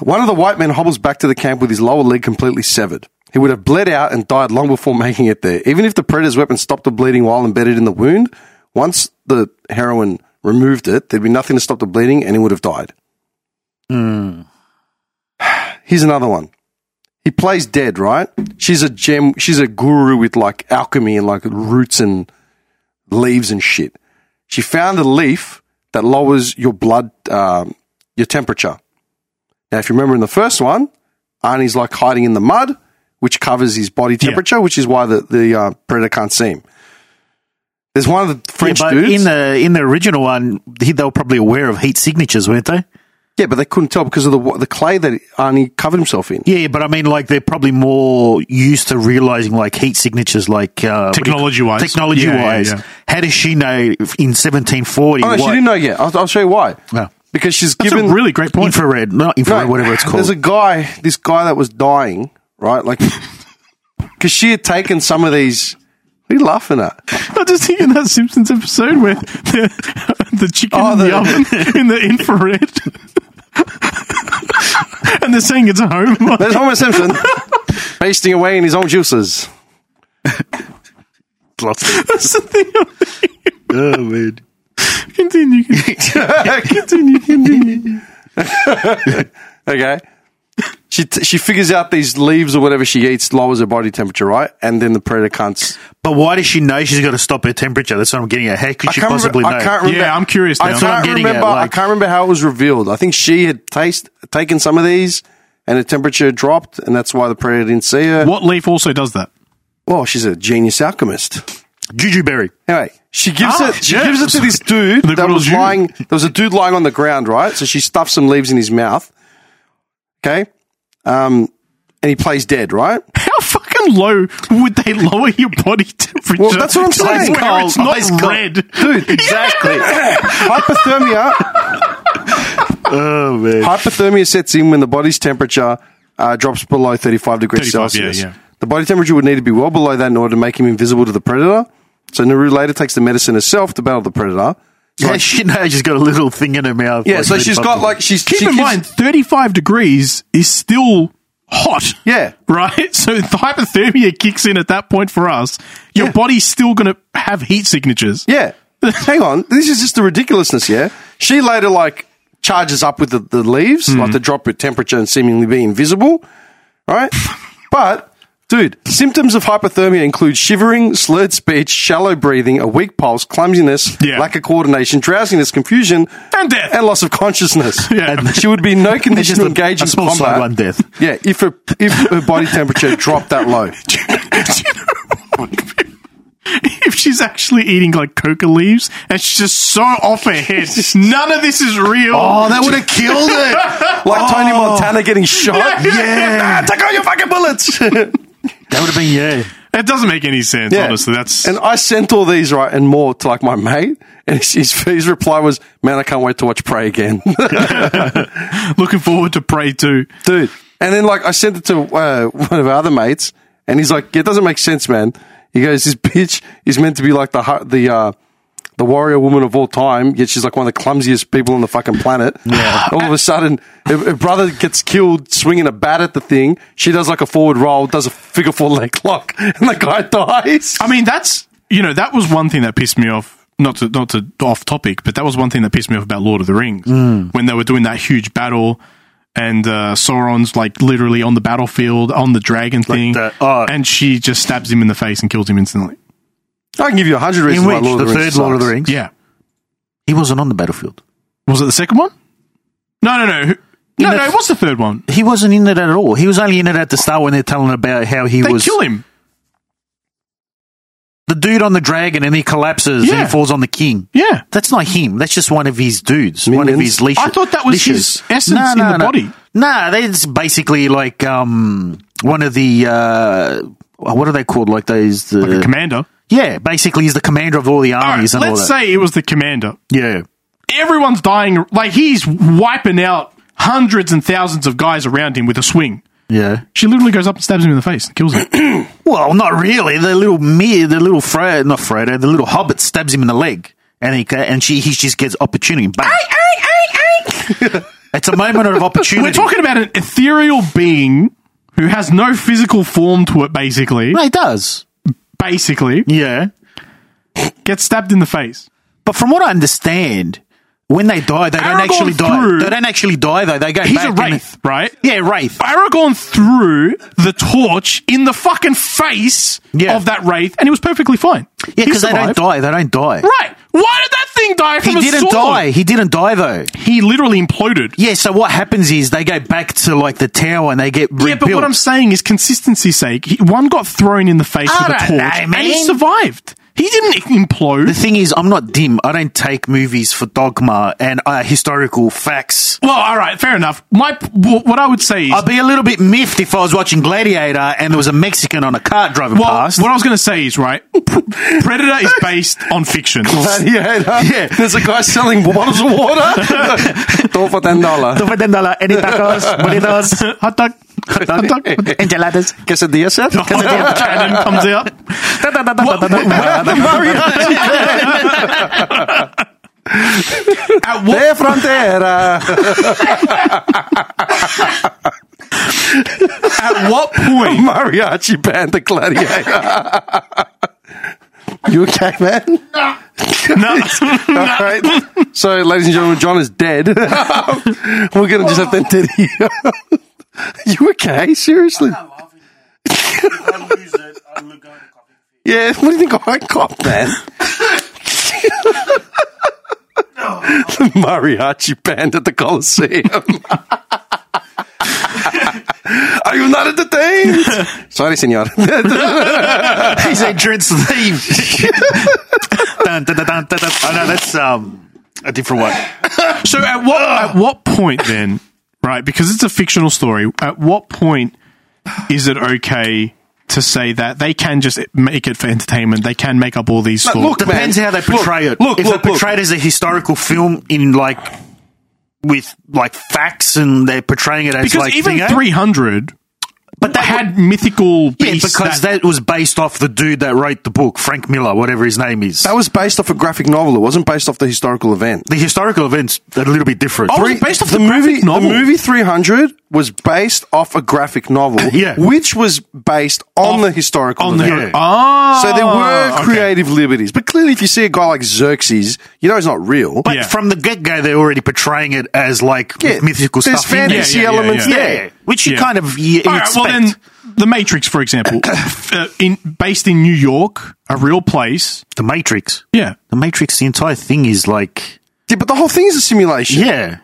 Speaker 1: one of the white men hobbles back to the camp with his lower leg completely severed. He would have bled out and died long before making it there. Even if the predator's weapon stopped the bleeding while embedded in the wound, once the heroin removed it, there'd be nothing to stop the bleeding and he would have died. Here's another one. He plays dead, right? She's a gem. She's a guru with like alchemy and like roots and leaves and shit. She found a leaf that lowers your blood, um, your temperature. Now, if you remember in the first one, Arnie's like hiding in the mud, which covers his body temperature, which is why the, the uh, predator can't see him. There's one of the French
Speaker 3: but
Speaker 1: dudes.
Speaker 3: in the in the original one, he- they were probably aware of heat signatures, weren't they?
Speaker 1: yeah, but they couldn't tell because of the, wa- the clay that Arnie covered himself in.
Speaker 3: Yeah, but I mean, like they're probably more used to realizing like heat signatures, like uh,
Speaker 7: Technology-wise.
Speaker 3: Technology
Speaker 7: Yeah, yeah,
Speaker 3: wise,
Speaker 7: yeah.
Speaker 3: how does she know if in 1740?
Speaker 1: Oh, no, she
Speaker 3: what-
Speaker 1: didn't know yet. I'll, I'll show you why.
Speaker 3: No.
Speaker 1: Because she's
Speaker 7: that's
Speaker 1: given
Speaker 7: a really great point. [LAUGHS]
Speaker 3: infrared, not infrared, whatever it's called.
Speaker 1: There's a guy, this guy that was dying, right?
Speaker 3: [LAUGHS]
Speaker 1: Like, because she had taken some of these. What are you laughing at? [LAUGHS]
Speaker 7: I'm just thinking that Simpsons episode where the,
Speaker 1: [LAUGHS]
Speaker 7: the chicken
Speaker 1: Oh,
Speaker 7: in the,
Speaker 1: the-
Speaker 3: [LAUGHS]
Speaker 7: oven in the infrared. And they're saying it's
Speaker 1: [LAUGHS]
Speaker 7: a home.
Speaker 1: There's Homer Simpson pasting away in his own juices. [LAUGHS]
Speaker 7: That's the thing. I'm thinking.
Speaker 3: oh man,
Speaker 7: Continue.
Speaker 3: [LAUGHS]
Speaker 7: Continue. Continue.
Speaker 1: Okay. She, t- she figures out these leaves or whatever she eats lowers her body temperature, right? And then the predator can't. s-
Speaker 3: but why does she know she's got to stop her temperature? That's what I'm getting at. How could she
Speaker 1: can't remember-
Speaker 3: possibly know?
Speaker 1: I can't remember.
Speaker 7: Yeah, I'm curious
Speaker 1: I
Speaker 7: now.
Speaker 1: can't,
Speaker 7: That's what
Speaker 3: I'm getting at,
Speaker 1: remember,
Speaker 3: like-
Speaker 1: I can't remember how it was revealed. I think she had taste, taken some of these and the temperature dropped, and that's why the predator didn't see her.
Speaker 7: What leaf also does that?
Speaker 1: Well, she's a genius alchemist.
Speaker 3: Juju Berry.
Speaker 1: Anyway, she gives
Speaker 7: Ah,
Speaker 1: it. She
Speaker 7: yeah.
Speaker 1: gives it to this dude
Speaker 7: [LAUGHS] The
Speaker 1: that
Speaker 7: good old
Speaker 1: was
Speaker 7: Jew.
Speaker 1: lying. There was a dude lying on the ground, right? So she stuffs some leaves in his mouth. Okay, um, and he plays dead, right?
Speaker 7: How fucking low would they lower your body temperature?
Speaker 1: Well, that's what I'm
Speaker 7: to
Speaker 1: saying.
Speaker 7: where
Speaker 3: Cold,
Speaker 7: it's not
Speaker 3: ice cold.
Speaker 7: red. [LAUGHS]
Speaker 1: Dude, exactly. hypothermia.
Speaker 3: Oh man,
Speaker 1: Hypothermia sets in when the body's temperature uh, drops below 35 degrees
Speaker 7: 35, yeah,
Speaker 1: Celsius.
Speaker 7: yeah.
Speaker 1: The body temperature would need to be well below that in order to make him invisible to the predator. So Naru later takes the medicine herself to battle the predator.
Speaker 3: yeah, she knows she's got a little thing in her mouth.
Speaker 1: Yeah, so she's got like she's
Speaker 7: Keep
Speaker 1: she
Speaker 7: in
Speaker 1: gives-
Speaker 7: mind, 35 degrees is still hot.
Speaker 1: Yeah.
Speaker 7: Right? [LAUGHS] So the hypothermia kicks in at that point for us. Your
Speaker 1: Yeah.
Speaker 7: body's still going to have heat signatures.
Speaker 1: Yeah. [LAUGHS] Hang on. This is just the ridiculousness, yeah? She later, like, charges up with the,
Speaker 3: Hmm.
Speaker 1: the leaves, like, to drop with temperature and seemingly be invisible, right? [LAUGHS] but Dude, symptoms of hypothermia include shivering, slurred speech, shallow breathing, a weak pulse, clumsiness,
Speaker 7: Yeah.
Speaker 1: lack of coordination, drowsiness, confusion,
Speaker 7: And death.
Speaker 1: and loss of
Speaker 3: [LAUGHS]
Speaker 1: consciousness.
Speaker 7: Yeah. And-
Speaker 1: she would be in no condition
Speaker 3: just
Speaker 1: to
Speaker 3: a-
Speaker 1: engage
Speaker 3: a
Speaker 1: in
Speaker 3: small
Speaker 1: combat.
Speaker 3: side one death.
Speaker 1: Yeah, if her if her body temperature dropped that low.
Speaker 7: [LAUGHS] if she's actually eating like coca leaves and she's just so off
Speaker 1: [LAUGHS]
Speaker 7: her head, none of this is real.
Speaker 1: [LAUGHS] Oh, that would have killed it! Like Tony Montana [LAUGHS] getting shot.
Speaker 7: Yeah. Yeah.
Speaker 1: Ah, Oh. [LAUGHS] take out your fucking bullets.
Speaker 3: [LAUGHS] That would have been yeah.
Speaker 7: It doesn't make any sense,
Speaker 1: [LAUGHS] Yeah.
Speaker 7: honestly. That's
Speaker 1: and I sent all these right and more to like my mate, and his, his, his reply was, "Man, I can't wait to watch Prey again." [LAUGHS]
Speaker 7: looking forward to Prey 2.
Speaker 1: dude. And then like I sent it to uh, [LAUGHS] one of our other mates, and he's like, "It doesn't make sense, man." He goes, "This bitch is meant to be like the hu- the uh, the warrior woman of all time, yet she's like one of the clumsiest people on the fucking
Speaker 3: [LAUGHS]
Speaker 1: planet." Yeah. [LAUGHS] all of a sudden, her, her brother gets killed swinging a bat at the thing. She does like a forward roll, does a figure four leg lock, [LAUGHS] and the guy dies.
Speaker 7: I mean, that's, you know, that was one thing that pissed me off. Not to, not to off topic, but that was one thing that pissed me off about Lord of the Rings when they were doing that huge battle and uh, Sauron's like literally on the battlefield on the dragon thing.
Speaker 3: that- oh.
Speaker 7: And she just stabs him in the face and kills him instantly.
Speaker 1: I can give you a hundred
Speaker 3: In
Speaker 1: reasons why
Speaker 3: which
Speaker 1: Lord
Speaker 3: the
Speaker 1: of the Rings
Speaker 3: third Lord of the
Speaker 1: sucks.
Speaker 3: Rings,
Speaker 7: Yeah.
Speaker 3: he wasn't on the battlefield.
Speaker 7: Was it the second one? No, no, no. Who- No,
Speaker 3: the
Speaker 7: no.
Speaker 3: f-
Speaker 7: What's the third one?
Speaker 3: He wasn't in it at all. He was only in it at the start when they're telling about how he
Speaker 7: They
Speaker 3: was
Speaker 7: kill him.
Speaker 3: the dude on the dragon and he collapses
Speaker 7: Yeah.
Speaker 3: and he falls on the king.
Speaker 7: Yeah.
Speaker 3: That's not him. That's just one of his dudes. One of
Speaker 1: Minions?
Speaker 3: his leashes.
Speaker 7: I thought that was his essence in the
Speaker 3: no.
Speaker 7: body.
Speaker 3: Nah, that's basically like um, one of the uh, what are they called? Like those the
Speaker 7: Like a commander.
Speaker 3: yeah. Basically, he's the commander of all the
Speaker 7: All right,
Speaker 3: armies
Speaker 7: let's
Speaker 3: and all that.
Speaker 7: say it was the commander.
Speaker 3: yeah,
Speaker 7: Everyone's dying. Like he's wiping out hundreds and thousands of guys around him with a swing.
Speaker 3: yeah.
Speaker 7: She literally goes up and stabs him in the face and kills [CLEARS THROAT] him.
Speaker 3: Well, not really. The little me, the little Fred, not Fredo, the little hobbit stabs him in the leg, and he and she he just gets opportunity. Bang. [LAUGHS] it's a moment of opportunity.
Speaker 7: [LAUGHS] We're talking about an ethereal being who has no physical form to it. Basically,
Speaker 3: No, he does.
Speaker 7: basically
Speaker 3: Yeah.
Speaker 7: gets stabbed in the face.
Speaker 3: But from what I understand, when they die, they
Speaker 7: Aragorn
Speaker 3: don't actually die.
Speaker 7: through-
Speaker 3: They don't actually die though. They go.
Speaker 7: He's
Speaker 3: back
Speaker 7: a
Speaker 3: and-
Speaker 7: wraith, right?
Speaker 3: Yeah, wraith.
Speaker 7: Aragorn threw the torch in the fucking face
Speaker 3: Yeah.
Speaker 7: of that wraith, and he was perfectly fine.
Speaker 3: Yeah,
Speaker 7: He
Speaker 3: because they don't
Speaker 7: survived.
Speaker 3: die. They don't die.
Speaker 7: Right? Why did that thing die from
Speaker 3: He
Speaker 7: a
Speaker 3: didn't
Speaker 7: sword?
Speaker 3: die. He didn't die though.
Speaker 7: He literally imploded.
Speaker 3: Yeah. So what happens is they go back to like the tower and they get rebuilt.
Speaker 7: Yeah, but what I'm saying is consistency's sake. He, one got thrown in the face
Speaker 3: I
Speaker 7: with a
Speaker 3: don't
Speaker 7: torch,
Speaker 3: know,
Speaker 7: and he
Speaker 3: man.
Speaker 7: survived. He didn't implode.
Speaker 3: the thing is, I'm not dim. I don't take movies for dogma and uh, historical facts.
Speaker 7: well, all right, fair enough. My p- wh- what I would say is,
Speaker 3: I'd be a little bit miffed if I was watching Gladiator and there was a Mexican on a cart driving
Speaker 7: well, [LAUGHS]
Speaker 3: past.
Speaker 7: what I was going to say is right. Predator is based
Speaker 3: [LAUGHS]
Speaker 7: on fiction.
Speaker 1: Gladiator. Yeah. There's a guy selling bottles of
Speaker 3: [LAUGHS]
Speaker 1: water. All for ten dollar.
Speaker 3: Any [LAUGHS] tacos, burritos,
Speaker 7: [LAUGHS] Hot dog, hot dog. [LAUGHS]
Speaker 3: enchiladas.
Speaker 1: Quesadilla
Speaker 3: [LAUGHS]
Speaker 1: set.
Speaker 7: Cannon comes out. At what
Speaker 1: De frontera.
Speaker 7: At what point?
Speaker 1: Mariachi band, the gladiator. you okay, man? [LAUGHS] All right. So, ladies and gentlemen, John is dead. [LAUGHS] We're going to just have to end it here. [LAUGHS] you okay? Seriously? Yeah, what do you think I cop, [LAUGHS] man? the mariachi band at the [LAUGHS] Coliseum. Are you not entertained? [LAUGHS] Sorry, senor.
Speaker 3: He's a Dread's theme. [LAUGHS] dun, dun, dun, dun, dun, dun. Oh, no, that's um, a different one.
Speaker 7: So at what at what point then? Right, because it's a fictional story. At what point is it okay to say that they can just make it for entertainment? They can make up all these stories.
Speaker 1: look, man.
Speaker 3: Depends how they portray
Speaker 1: Look,
Speaker 3: it.
Speaker 1: look,
Speaker 3: if
Speaker 1: look,
Speaker 3: they
Speaker 1: look.
Speaker 3: portray it as a historical film in like with like facts and they're portraying it as
Speaker 7: because
Speaker 3: like
Speaker 7: even
Speaker 3: thing, eh?
Speaker 7: three hundred, but
Speaker 3: that
Speaker 7: had mythical
Speaker 3: Yeah,
Speaker 7: beasts
Speaker 3: because
Speaker 7: that,
Speaker 3: that, was based off the dude that wrote the book, Frank Miller, whatever his name is.
Speaker 1: That was based off a graphic novel. It wasn't based off the historical event.
Speaker 3: the historical events are a little bit different.
Speaker 7: Oh, was it based off the graphic
Speaker 1: movie,
Speaker 7: novel?
Speaker 1: The movie 300 was based off a graphic novel, [LAUGHS]
Speaker 3: Yeah.
Speaker 1: which was based on the Ah, historical
Speaker 7: on the
Speaker 1: event.
Speaker 3: yeah.
Speaker 7: oh,
Speaker 1: So there were
Speaker 7: okay.
Speaker 1: creative liberties. But clearly, if you see a guy like Xerxes, you know he's not real.
Speaker 3: but
Speaker 7: yeah.
Speaker 3: from the get go, they're already portraying it as like
Speaker 1: Yeah,
Speaker 3: mythical
Speaker 1: there's
Speaker 3: stuff. in there.
Speaker 1: fantasy
Speaker 7: Yeah, yeah, yeah,
Speaker 1: elements
Speaker 7: yeah.
Speaker 1: there.
Speaker 3: Yeah. which you
Speaker 7: Yeah.
Speaker 3: kind of you,
Speaker 7: All right,
Speaker 3: expect.
Speaker 7: well, then The Matrix, for example, uh, in based in New York, a real place.
Speaker 3: the Matrix,
Speaker 7: Yeah,
Speaker 3: the Matrix, the entire thing is like
Speaker 1: Yeah, but the whole thing is a simulation.
Speaker 3: yeah.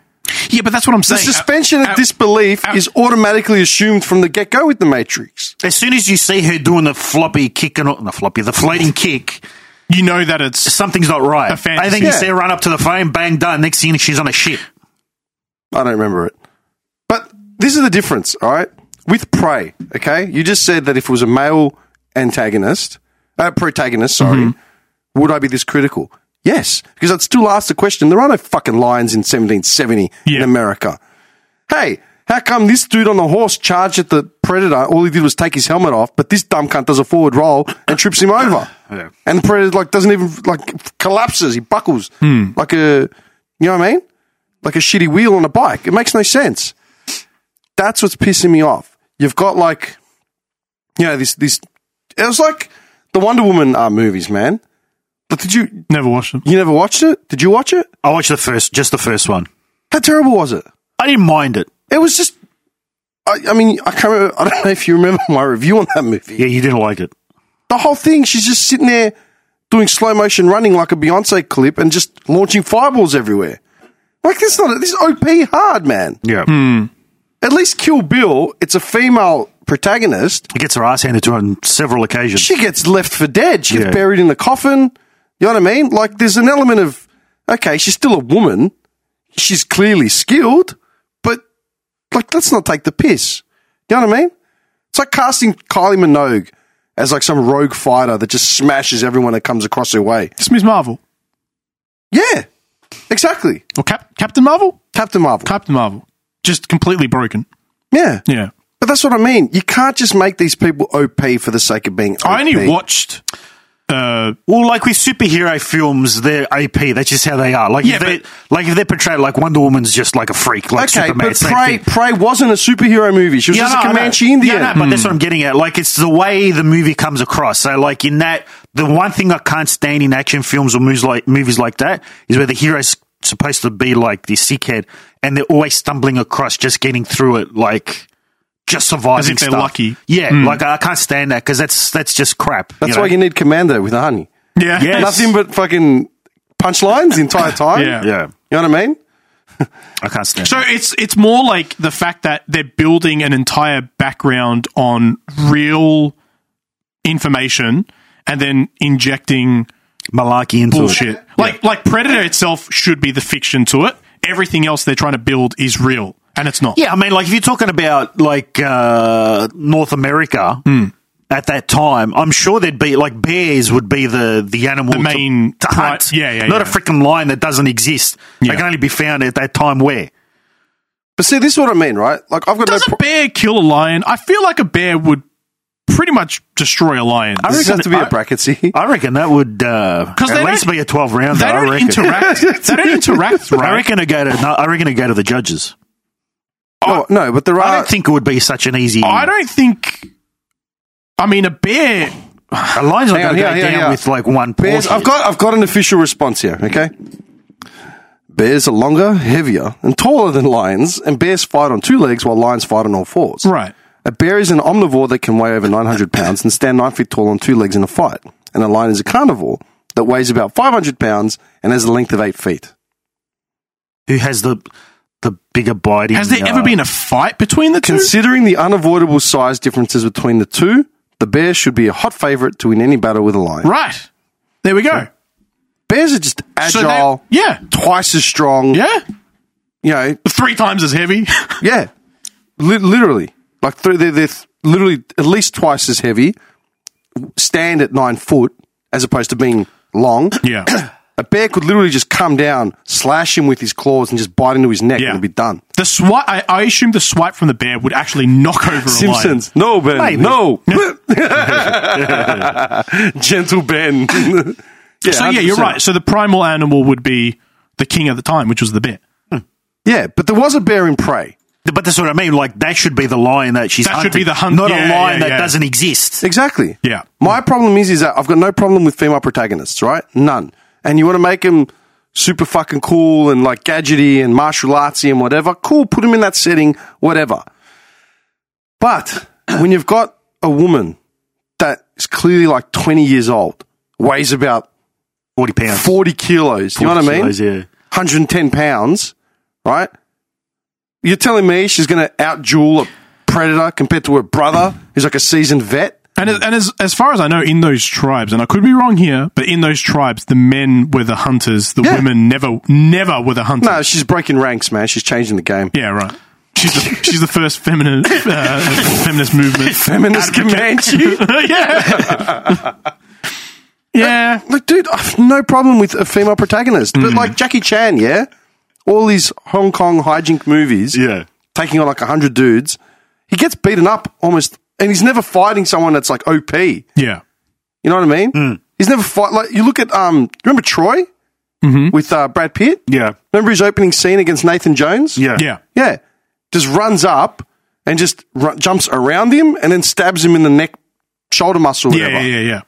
Speaker 7: yeah, but that's what I'm
Speaker 1: The
Speaker 7: saying.
Speaker 1: suspension
Speaker 7: Uh,
Speaker 1: of disbelief
Speaker 7: uh,
Speaker 1: is automatically assumed from the get go with the Matrix.
Speaker 3: As soon as you see her doing the floppy kick and not the floppy, the floating kick,
Speaker 7: you know that it's
Speaker 3: something's not right.
Speaker 7: A fantasy.
Speaker 3: I think you
Speaker 1: Yeah.
Speaker 3: see her run up to the phone, bang, done. Next thing she's on a ship.
Speaker 1: I don't remember it. But this is the difference, all right? With Prey, okay? You just said that if it was a male antagonist, uh, protagonist, sorry, would I be this critical? Yes, because I'd still ask the question. There are no fucking lions in 1770 in
Speaker 7: Yeah.
Speaker 1: America. Hey, how come this dude on the horse charged at the predator? All he did was take his helmet off, but this dumb cunt does a forward roll and trips him over.
Speaker 3: Yeah.
Speaker 1: And the predator like doesn't even like collapses. He buckles like a you know what I mean? Like a shitty wheel on a bike. It makes no sense. That's what's pissing me off. You've got like you know this this. It was like the Wonder Woman uh, movies, man. But did you
Speaker 7: never watched it.
Speaker 1: you never watched it? Did you watch it?
Speaker 3: I watched the first, just the first one.
Speaker 1: How terrible was it?
Speaker 3: I didn't mind it.
Speaker 1: It was just. I, I mean, I can't. Remember, I don't know if you remember my review on that movie.
Speaker 3: Yeah, you didn't like it.
Speaker 1: The whole thing, she's just sitting there doing slow motion running like a Beyonce clip and just launching fireballs everywhere. Like this, is not this is OP hard, man.
Speaker 3: Yeah,
Speaker 7: Hmm.
Speaker 1: At least Kill Bill, it's a female protagonist.
Speaker 3: it gets her ass handed to her on several occasions.
Speaker 1: She gets left for dead. She gets
Speaker 3: Yeah.
Speaker 1: buried in the coffin. You know what I mean? Like there's an element of okay, she's still a woman. She's clearly skilled, but like let's not take the piss. You know what I mean? It's like casting Kylie Minogue as like some rogue fighter that just smashes everyone that comes across her way.
Speaker 7: It's Ms. Marvel
Speaker 1: Yeah, exactly.
Speaker 7: or Cap- Captain Marvel.
Speaker 1: Captain Marvel.
Speaker 7: Captain Marvel, just completely broken.
Speaker 1: yeah,
Speaker 7: Yeah,
Speaker 1: but that's what I mean. You can't just make these people OP for the sake of being. OP.
Speaker 7: I only watched. Uh,
Speaker 3: Well, like with superhero films, they're AP. That's just how they are. Like
Speaker 7: Yeah,
Speaker 3: if they, like if they're portrayed like Wonder Woman's just like a freak, like
Speaker 1: Okay,
Speaker 3: Superman.
Speaker 1: but
Speaker 3: same
Speaker 1: Prey,
Speaker 3: thing.
Speaker 1: Prey wasn't a superhero movie. She was
Speaker 3: Yeah,
Speaker 1: just
Speaker 3: no,
Speaker 1: a
Speaker 3: I know.
Speaker 1: Comanche Indian.
Speaker 3: Yeah, no, but that's what I'm getting at. Like it's the way the movie comes across. So, like in that, the one thing I can't stand in action films or movies like movies like that is where the hero's supposed to be like this sickhead, and they're always stumbling across, just getting through it, like just surviving.
Speaker 7: As if they're
Speaker 3: stuff.
Speaker 7: lucky. Hmm.
Speaker 3: Yeah, like I can't stand that because that's that's just crap.
Speaker 1: That's why you need Commando with the honey.
Speaker 7: yeah,
Speaker 3: Yes.
Speaker 1: Nothing but fucking punchlines the
Speaker 3: [LAUGHS]
Speaker 1: entire time.
Speaker 7: Yeah.
Speaker 1: You
Speaker 3: yeah,
Speaker 1: know what I mean?
Speaker 3: I can't stand.
Speaker 7: So it's it's more like the fact that they're building an entire background on real information and then injecting
Speaker 3: malarkey into
Speaker 7: bullshit.
Speaker 3: It.
Speaker 7: Like like Predator itself should be the fiction to it. Everything else they're trying to build is real, and it's not.
Speaker 3: Yeah, I mean, like if you're talking about like uh, North America
Speaker 7: Hmm.
Speaker 3: at that time, I'm sure there'd be like bears would be the the animal
Speaker 7: The
Speaker 3: to-
Speaker 7: main
Speaker 3: to,
Speaker 7: pri-
Speaker 3: hunt.
Speaker 7: yeah, yeah,
Speaker 3: not a
Speaker 7: yeah.
Speaker 3: freaking lion that doesn't exist.
Speaker 7: Yeah.
Speaker 3: They can only be found at that time where
Speaker 1: But see, this is what I mean, right? Like, I've got
Speaker 7: Does
Speaker 1: no.
Speaker 7: a bear kill a lion? I feel like a bear would pretty much destroy a lion.
Speaker 1: Pro- this
Speaker 3: reckon-
Speaker 1: has to be a
Speaker 3: I-
Speaker 1: bracket, see?
Speaker 3: I reckon that would uh,
Speaker 7: 'Cause they
Speaker 3: at least
Speaker 7: don't-
Speaker 3: be a twelve rounder.
Speaker 7: They
Speaker 3: I
Speaker 7: don't
Speaker 3: reckon.
Speaker 7: interact. they don't interact, right?
Speaker 3: [LAUGHS] I reckon it go to. No, I reckon it go to the judges.
Speaker 1: Oh, no, but there
Speaker 3: I
Speaker 1: are.
Speaker 3: don't think it would be such an easy.
Speaker 7: Uh, I don't think. I mean, a bear.
Speaker 3: A lion's not
Speaker 1: Hang on,
Speaker 3: going to go
Speaker 1: here, here,
Speaker 3: down
Speaker 1: here.
Speaker 3: with like one
Speaker 1: Bears,
Speaker 3: portion.
Speaker 1: I've got I've got an official response here, okay? Bears are longer, heavier, and taller than lions, and bears fight on two legs while lions fight on all fours.
Speaker 7: Right.
Speaker 1: A bear is an omnivore that can weigh over 900 pounds and stand 9 feet tall on two legs in a fight. And a lion is a carnivore that weighs about 500 pounds and has a length of 8 feet.
Speaker 3: Who has the the bigger biting?
Speaker 7: Has there ever
Speaker 3: uh,
Speaker 7: been a fight between the two?
Speaker 1: Considering the unavoidable size differences between the two, the bear should be a hot favorite to win any battle with a lion.
Speaker 7: Right. There we go.
Speaker 1: Bears are just
Speaker 7: So
Speaker 1: agile,
Speaker 7: they- yeah.
Speaker 1: twice as strong,
Speaker 7: Yeah.
Speaker 1: you know,
Speaker 7: Three times as heavy. [LAUGHS]
Speaker 1: yeah, Li- literally. Like th- they're, they're th- literally at least twice as heavy, stand at 9 foot as opposed to being long.
Speaker 7: [COUGHS] yeah.
Speaker 1: [CLEARS THROAT] A bear could literally just come down, slash him with his claws, and just bite into his neck,
Speaker 7: Yeah.
Speaker 1: and it'd be done.
Speaker 7: The swipe. I, I assume the swipe from the bear would actually knock over a
Speaker 1: Simpsons, no Ben,
Speaker 3: Maybe.
Speaker 1: no, [LAUGHS] gentle
Speaker 7: [LAUGHS]
Speaker 1: Ben. yeah, [LAUGHS]
Speaker 7: lion. So yeah, you're
Speaker 1: 100%.
Speaker 7: right. So the primal animal would be the king of the time, which was the bear.
Speaker 1: Yeah, but there was a bear in prey.
Speaker 3: But that's what I mean. Like that should be the lion that she's
Speaker 7: That should
Speaker 3: hunting,
Speaker 7: be the hunt-
Speaker 3: not
Speaker 7: yeah,
Speaker 3: a lion
Speaker 7: yeah,
Speaker 3: that
Speaker 7: yeah.
Speaker 3: doesn't exist.
Speaker 1: Exactly.
Speaker 7: Yeah.
Speaker 1: My problem is, is that I've got no problem with female protagonists, right? None. And you want to make them super fucking cool and like gadgety and martial artsy and whatever. Cool. Put them in that setting, whatever. But [CLEARS THROAT] when you've got a woman that is clearly like 20 years old, weighs about
Speaker 3: 40 pounds.
Speaker 1: 40 kilos, you know what I mean? 110 pounds, right? You're telling me she's going to outduel a predator compared to her brother, who's like a seasoned vet?
Speaker 7: And, as- and as, as far as I know, in those tribes, and I could be wrong here, but in those tribes, the men were the hunters. The
Speaker 1: Yeah.
Speaker 7: women never, never were the hunters.
Speaker 1: No, she's breaking ranks, man. She's changing the
Speaker 3: [LAUGHS]
Speaker 1: game.
Speaker 7: Yeah, right. She's the, she's the first feminist uh, feminist [LAUGHS] movement.
Speaker 1: Feminist Comanche.
Speaker 7: yeah. [LAUGHS] yeah.
Speaker 1: [LAUGHS] Look, dude, I've no problem with a female protagonist,
Speaker 3: Mm.
Speaker 1: but like Jackie Chan, yeah, all these Hong Kong hijink movies,
Speaker 3: Yeah.
Speaker 1: taking on like hundred dudes, he gets beaten up almost, and he's never fighting someone that's like OP. You
Speaker 7: Yeah.
Speaker 1: know what I mean?
Speaker 3: Mm.
Speaker 1: He's never fight like you look at um, remember Troy
Speaker 3: Mm-hmm.
Speaker 1: with uh, Brad Pitt?
Speaker 3: Yeah.
Speaker 1: Remember his opening scene against Nathan Jones?
Speaker 3: Yeah.
Speaker 7: Yeah.
Speaker 1: yeah, just runs up and just ru- jumps around him and then stabs him in the neck, shoulder muscle,
Speaker 7: Yeah.
Speaker 1: whatever.
Speaker 7: Yeah. Yeah. Yeah.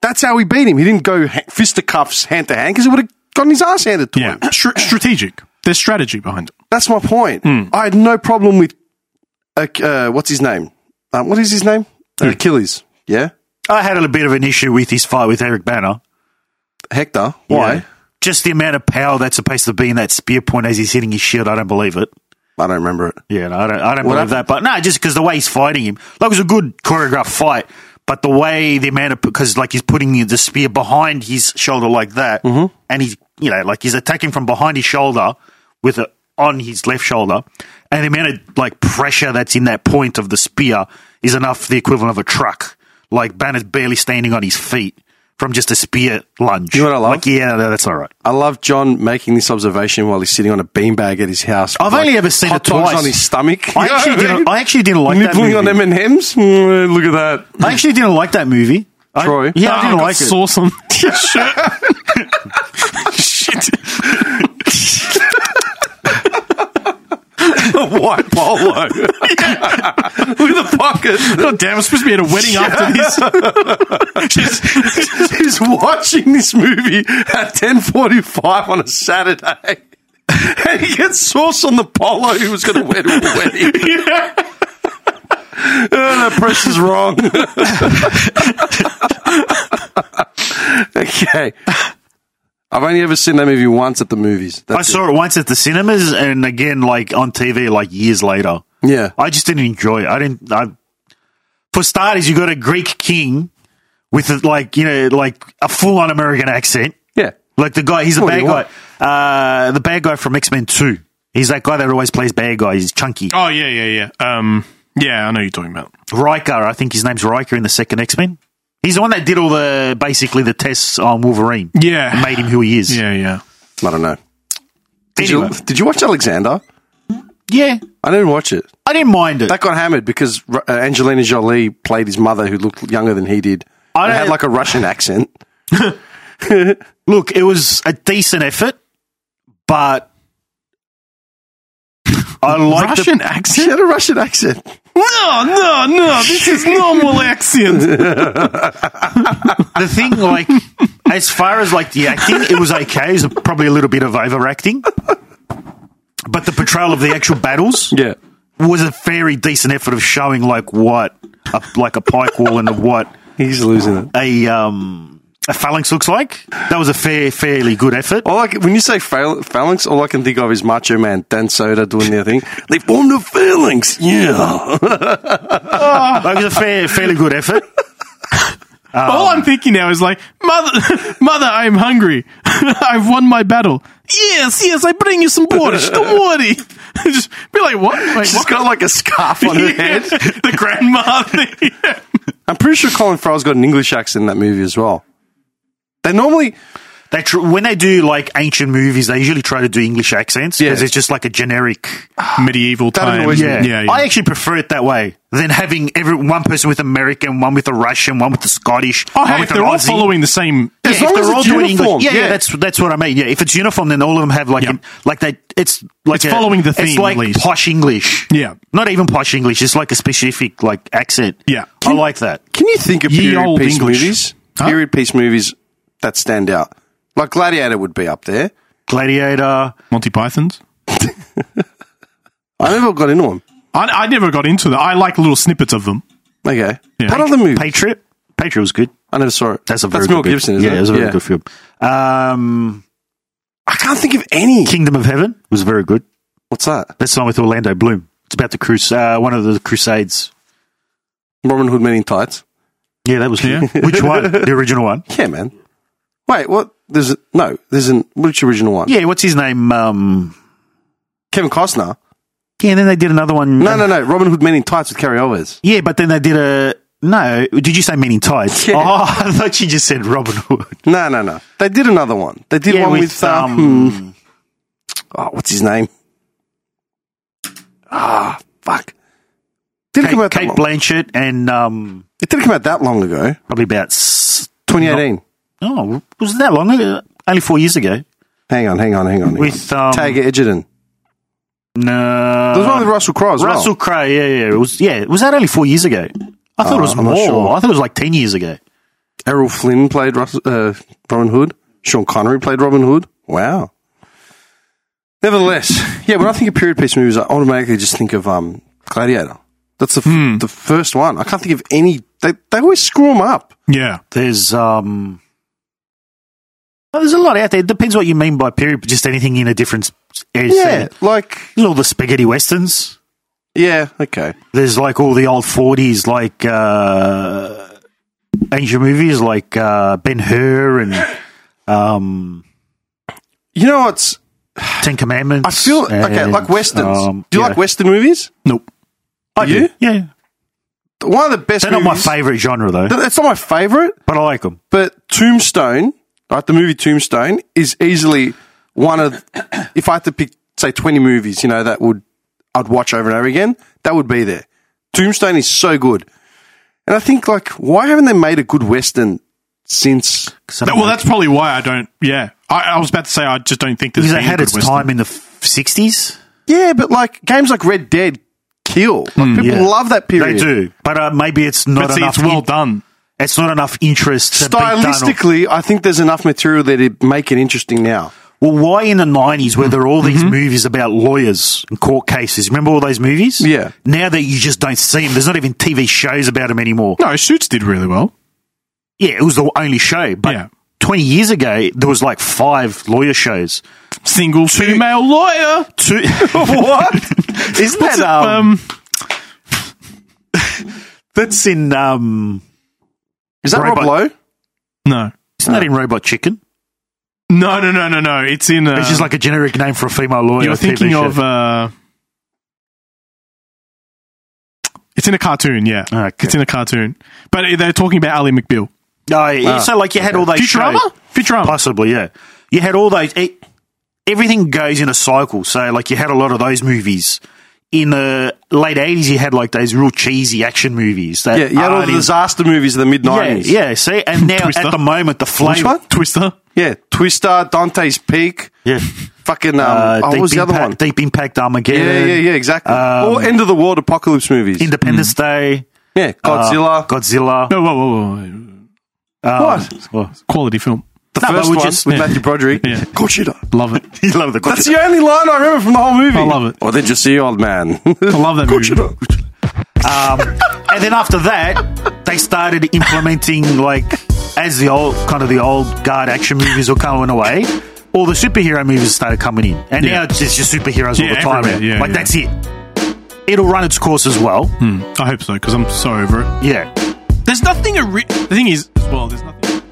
Speaker 1: That's how he beat him. He didn't go ha- fisticuffs hand to hand because he would have gotten his ass handed to him.
Speaker 7: yeah. Str- strategic. There's strategy behind it.
Speaker 1: That's my point.
Speaker 3: Hmm.
Speaker 1: I had no problem with uh, uh, what's his name? Um, what is his name?
Speaker 3: Hmm.
Speaker 1: Achilles. Yeah,
Speaker 3: I had a bit of an issue with his fight with Eric Banner.
Speaker 1: Hector. Why?
Speaker 3: Yeah. Just the amount of power that's supposed to be in that spear point as he's hitting his shield. I don't believe it.
Speaker 1: I don't remember it.
Speaker 3: Yeah, no, I don't, I don't
Speaker 1: What
Speaker 3: believe that. But no, just because the way he's fighting him, like it was a good choreographed fight. But the way the amount of because like he's putting the spear behind his shoulder like that,
Speaker 1: Mm-hmm.
Speaker 3: and he's you know like he's attacking from behind his shoulder with it on his left shoulder, and the amount of like pressure that's in that point of the spear is enough the equivalent of a truck. Like Banner's barely standing on his feet from just a spear lunge.
Speaker 1: You know what I love?
Speaker 3: Like, yeah, no, that's all right.
Speaker 1: I love John making this observation while he's sitting on a beanbag at his house. with,
Speaker 3: I've
Speaker 1: like,
Speaker 3: only ever seen
Speaker 1: hot
Speaker 3: it
Speaker 1: dogs
Speaker 3: twice.
Speaker 1: on his stomach.
Speaker 3: I actually didn't. I actually didn't like that
Speaker 1: nibbling
Speaker 3: movie. Mm,
Speaker 1: on M and M's. Look at that.
Speaker 3: I actually didn't like that movie. I-
Speaker 1: Troy.
Speaker 3: yeah, I didn't
Speaker 7: Ah, got
Speaker 3: like it.
Speaker 7: Sauce on Shit. Shit.
Speaker 3: [LAUGHS]
Speaker 1: white polo [LAUGHS] with a pocket.
Speaker 7: God Oh, damn, I'm supposed to be at a wedding after
Speaker 3: [LAUGHS]
Speaker 7: this.
Speaker 1: He's watching this movie at ten forty-five on a Saturday, [LAUGHS] and he gets sauce on the polo he was going to wear to a wedding.
Speaker 3: [LAUGHS]
Speaker 1: oh, the press is wrong. [LAUGHS] okay, I've only ever seen that movie once at the movies.
Speaker 3: I
Speaker 1: That's
Speaker 3: saw it once at the cinemas and again like on TV like years later.
Speaker 1: it. Yeah,
Speaker 3: I just didn't enjoy it. I didn't I for starters you got a Greek king with like you know like a full on American accent.
Speaker 1: yeah.
Speaker 3: Like the guy he's a
Speaker 1: What do
Speaker 3: bad
Speaker 1: you
Speaker 3: guy. Uh, the bad guy from X-Men 2. He's that guy that always plays bad guy. He's chunky.
Speaker 7: Oh, yeah. Yeah. Yeah. Um, yeah, I know you're talking about.
Speaker 3: Riker, I think his name's Riker in the second X-Men. He's the one that did all the basically the tests on Wolverine.
Speaker 7: Yeah.
Speaker 3: And made him who he is.
Speaker 7: Yeah. Yeah.
Speaker 1: I don't know. Did
Speaker 3: Anyway.
Speaker 1: you did you watch Alexander?
Speaker 3: yeah.
Speaker 1: I didn't watch it.
Speaker 3: I didn't mind it.
Speaker 1: That got hammered because uh, Angelina Jolie played his mother, who looked younger than he did.
Speaker 3: I
Speaker 1: I had
Speaker 3: don't-
Speaker 1: like a Russian accent.
Speaker 3: Look, it was a decent effort, but [LAUGHS] I like
Speaker 7: Russian
Speaker 1: She
Speaker 7: accent?
Speaker 1: had a Russian accent.
Speaker 7: No, no, no. This
Speaker 3: [LAUGHS]
Speaker 7: is normal accent.
Speaker 3: The, the thing. Like, as far as like the acting, it was okay. It was probably a little bit of overacting, but the portrayal of the actual battles
Speaker 1: Yeah.
Speaker 3: was a very decent effort of showing like what a, like a pike wall and what
Speaker 1: He's losing it.
Speaker 3: a um a phalanx looks like. That was a fair, fairly good effort.
Speaker 1: All I can, when you say phal- phalanx, all I can think of is Macho Man, Dan Soda doing their thing. They formed a phalanx. Yeah.
Speaker 3: Like, it was a fair, fairly good effort. Oh.
Speaker 7: All I'm thinking now is like, mother, [LAUGHS] mother, I'm hungry. [LAUGHS] I've won my battle. Yes, yes, I bring you some borscht. Don't worry. [LAUGHS] Just be like, what? Wait,
Speaker 1: She's
Speaker 7: what?
Speaker 1: got like a scarf on
Speaker 7: [LAUGHS]
Speaker 1: her head.
Speaker 7: the
Speaker 3: [LAUGHS]
Speaker 7: grandma thing.
Speaker 1: I'm pretty sure Colin Farrell's got an English accent in that movie as well. They normally,
Speaker 3: They tr- when they do like ancient movies, they usually try to do English accents because
Speaker 1: Yeah.
Speaker 3: it's just like a generic.
Speaker 7: Medieval
Speaker 1: That'd
Speaker 7: time.
Speaker 1: always be-
Speaker 7: yeah, yeah, yeah.
Speaker 3: I actually prefer it that way than having every one person with American, one with a Russian, one with the Scottish.
Speaker 7: oh,
Speaker 3: one
Speaker 7: hey,
Speaker 3: with
Speaker 7: if
Speaker 3: an
Speaker 7: they're all
Speaker 3: Aussie.
Speaker 7: following the same.
Speaker 3: Yeah,
Speaker 1: As long
Speaker 3: if
Speaker 1: as
Speaker 3: they're all
Speaker 1: it's
Speaker 3: doing
Speaker 1: uniform,
Speaker 3: English, yeah,
Speaker 1: yeah.
Speaker 3: yeah, that's that's what I mean. Yeah, if it's uniform, then all of them have like
Speaker 7: Yeah.
Speaker 3: an- like they. It's like
Speaker 7: It's following the
Speaker 3: It's
Speaker 7: theme,
Speaker 3: like
Speaker 7: at least.
Speaker 3: posh English.
Speaker 7: Yeah.
Speaker 3: not even posh English. It's like a specific like accent.
Speaker 7: Yeah.
Speaker 3: I like that.
Speaker 1: can you think of
Speaker 7: Ye
Speaker 1: period
Speaker 7: olde
Speaker 1: piece
Speaker 7: English.
Speaker 1: movies?
Speaker 7: Huh?
Speaker 1: Period piece movies that stand out. Like Gladiator would be up there.
Speaker 3: Gladiator.
Speaker 7: Monty Python's.
Speaker 1: I never got into them.
Speaker 7: I, I never got into that. I like little snippets of them.
Speaker 1: Okay.
Speaker 7: Yeah.
Speaker 1: What other movie?
Speaker 3: Patriot. Patriot was good.
Speaker 1: I never saw it.
Speaker 3: That's a very
Speaker 1: That's Mel
Speaker 3: good
Speaker 1: Gibson,
Speaker 3: Film.
Speaker 1: isn't
Speaker 3: yeah,
Speaker 1: it?
Speaker 3: it was a very
Speaker 1: Yeah.
Speaker 3: good film. Um,
Speaker 1: I can't think of any.
Speaker 3: Kingdom of Heaven was very good.
Speaker 1: What's that?
Speaker 3: That's the one with Orlando Bloom. It's about the crus- uh, one of the Crusades.
Speaker 1: Robin Hood Men in Tights.
Speaker 3: Yeah, that was
Speaker 7: Yeah.
Speaker 3: good. Which [LAUGHS] one? The original one.
Speaker 1: Yeah, man. Wait, what? There's a, no. There's an which original one?
Speaker 3: Yeah, what's his name? Um,
Speaker 1: Kevin Costner.
Speaker 3: yeah, and then they did another one. um,
Speaker 1: No, no, no. Robin Hood Men in Tights with Carrie Alves.
Speaker 3: Yeah, but then they did a. No, did you say Men in Tights?
Speaker 1: Yeah.
Speaker 3: Oh, [LAUGHS] I thought you just said Robin Hood.
Speaker 1: No, no, no. They did another one. They did
Speaker 3: Yeah,
Speaker 1: one with,
Speaker 3: with,
Speaker 1: um, oh, what's his name? Ah, fuck. Didn't
Speaker 3: Kate,
Speaker 1: come out
Speaker 3: Kate
Speaker 1: that long.
Speaker 3: Blanchett and um,
Speaker 1: it didn't come out that long ago.
Speaker 3: probably about. s-
Speaker 1: 2018.
Speaker 3: Oh, was it that long? ago? Only four years ago.
Speaker 1: Hang on, hang on, hang on. hang
Speaker 3: With,
Speaker 1: on.
Speaker 3: um,
Speaker 1: Tagger Edgerton.
Speaker 3: No.
Speaker 1: There was one with Russell Crowe as
Speaker 3: Russell
Speaker 1: well.
Speaker 3: Crowe, yeah, yeah. It was yeah, was that only four years ago? I thought it was
Speaker 1: Uh, I'm not
Speaker 3: more.
Speaker 1: sure.
Speaker 3: I thought it was like ten years ago.
Speaker 1: Errol Flynn played Russell, uh, Robin Hood. Sean Connery played Robin Hood. Wow. Nevertheless, yeah, when I think of period piece movies, I automatically just think of um, Gladiator. That's the, f-
Speaker 3: Hmm.
Speaker 1: the first one. I can't think of any. They, they always screw them up.
Speaker 7: Yeah.
Speaker 3: There's um well, there's a lot out there. It depends what you mean by period, but just anything in a different area.
Speaker 1: Yeah, like
Speaker 3: There's all the spaghetti westerns.
Speaker 1: yeah, okay.
Speaker 3: There's like all the old forties like uh ancient movies like uh Ben Hur and um
Speaker 1: You know what's?
Speaker 3: Ten Commandments.
Speaker 1: I feel okay.
Speaker 3: and,
Speaker 1: Like westerns.
Speaker 3: um,
Speaker 1: do you
Speaker 3: yeah.
Speaker 1: like western movies?
Speaker 7: Nope.
Speaker 1: I you?
Speaker 3: Yeah.
Speaker 1: One of the best.
Speaker 3: They're not my
Speaker 1: movies-
Speaker 3: favourite genre though,
Speaker 1: Th- It's not my favorite,
Speaker 3: but I like them.
Speaker 1: but Tombstone, like the movie Tombstone, is easily one of. If I had to pick, say, twenty movies, you know, that would I'd watch over and over again, that would be there. Tombstone is so good, and I think like, why haven't they made a good western since?
Speaker 7: Well, that's probably why I don't. Yeah. I, I was about to say I just don't think there's
Speaker 3: because it
Speaker 7: been a
Speaker 3: had
Speaker 7: good
Speaker 3: its
Speaker 7: Western.
Speaker 3: time in the f- 60s.
Speaker 1: Yeah, but like games like Red Dead kill. Like, people
Speaker 3: Hmm, yeah.
Speaker 1: love that
Speaker 3: They
Speaker 1: period.
Speaker 3: do, but uh, maybe it's not
Speaker 7: But see,
Speaker 3: enough.
Speaker 7: it's well
Speaker 3: in-
Speaker 7: done.
Speaker 3: it's not enough interest. to be done on-
Speaker 1: Stylistically, I think there's enough material there to make it interesting now.
Speaker 3: well, why in the 90s were there all these
Speaker 7: Mm-hmm.
Speaker 3: movies about lawyers and court cases? Remember all those movies?
Speaker 1: Yeah.
Speaker 3: Now that you just don't see them, there's not even TV shows about them anymore.
Speaker 7: No, Suits did really well.
Speaker 3: Yeah, it was the only show, but.
Speaker 7: Yeah.
Speaker 3: 20 years ago, there was like five lawyer shows.
Speaker 7: Single female lawyer. [LAUGHS]
Speaker 3: Two. what? Isn't
Speaker 7: What's
Speaker 3: that.
Speaker 7: it,
Speaker 3: Um,
Speaker 7: um,
Speaker 3: that's in. Um,
Speaker 1: Is that
Speaker 3: Robot-
Speaker 1: Rob Lowe?
Speaker 7: no.
Speaker 3: isn't
Speaker 7: uh,
Speaker 3: that in Robot Chicken?
Speaker 7: No, no, no, no, no. It's in. Uh,
Speaker 3: It's just like a generic name for a female lawyer.
Speaker 7: you're thinking
Speaker 3: TV show.
Speaker 7: of. Uh, it's in a cartoon, yeah.
Speaker 3: Okay.
Speaker 7: It's in a cartoon, but they're talking about Ali McBeal.
Speaker 3: No, Oh, yeah, so like you had all those
Speaker 7: Futurama?
Speaker 3: shows-
Speaker 1: Oh.
Speaker 7: Futurama.
Speaker 3: possibly yeah. You had all those. It, everything goes in a cycle. So like you had a lot of those movies in the late eighties. You had like those real cheesy action movies. That
Speaker 1: Yeah, you had all
Speaker 3: aren't
Speaker 1: the
Speaker 3: in-
Speaker 1: disaster movies of the mid
Speaker 3: yeah,
Speaker 1: 90s.
Speaker 3: uh, yeah. See, and now
Speaker 7: Twister.
Speaker 3: at the moment the
Speaker 1: Which
Speaker 3: flavor.
Speaker 1: one?
Speaker 7: Twister.
Speaker 1: Yeah, Twister, Dante's Peak,
Speaker 3: Yeah.
Speaker 1: fucking um,
Speaker 3: Uh,
Speaker 1: oh, what
Speaker 3: Deep
Speaker 1: was the
Speaker 3: Impact,
Speaker 1: other one?
Speaker 3: Deep Impact
Speaker 1: Yeah,
Speaker 3: Armageddon.
Speaker 1: yeah, yeah, yeah, exactly.
Speaker 3: Um,
Speaker 1: or end of the world apocalypse movies.
Speaker 3: Independence Day.
Speaker 1: yeah,
Speaker 7: Ah,
Speaker 3: uh,
Speaker 1: Godzilla.
Speaker 3: Godzilla.
Speaker 7: No, whoa, whoa, whoa.
Speaker 3: um,
Speaker 1: what?
Speaker 3: well, [LAUGHS]
Speaker 7: Quality film.
Speaker 1: The
Speaker 3: no, but
Speaker 1: first
Speaker 3: we
Speaker 1: one
Speaker 3: just-
Speaker 1: with
Speaker 7: [LAUGHS] yeah.
Speaker 1: Matthew Broderick.
Speaker 7: Yeah.
Speaker 1: Godzilla.
Speaker 7: Love
Speaker 3: [LAUGHS]
Speaker 7: it.
Speaker 3: you love the
Speaker 1: That's
Speaker 3: Godzilla.
Speaker 1: the only line I remember from the whole movie. Oh,
Speaker 7: I love it.
Speaker 1: Or did you see, old man?
Speaker 7: I
Speaker 1: [LAUGHS]
Speaker 7: love that movie.
Speaker 3: and then after that, they started implementing like as the old kind of the old guard action movies were going away. All the superhero movies started coming in, and
Speaker 7: Yeah.
Speaker 3: now it's just superheroes
Speaker 7: Yeah,
Speaker 3: all the time.
Speaker 7: everywhere. Yeah, Hmm.
Speaker 3: like
Speaker 7: yeah.
Speaker 3: that's it. It'll run its course as well.
Speaker 7: I hope so because I'm so over it.
Speaker 3: Yeah,
Speaker 7: There's nothing. Ori- the thing is, as well, there's nothing.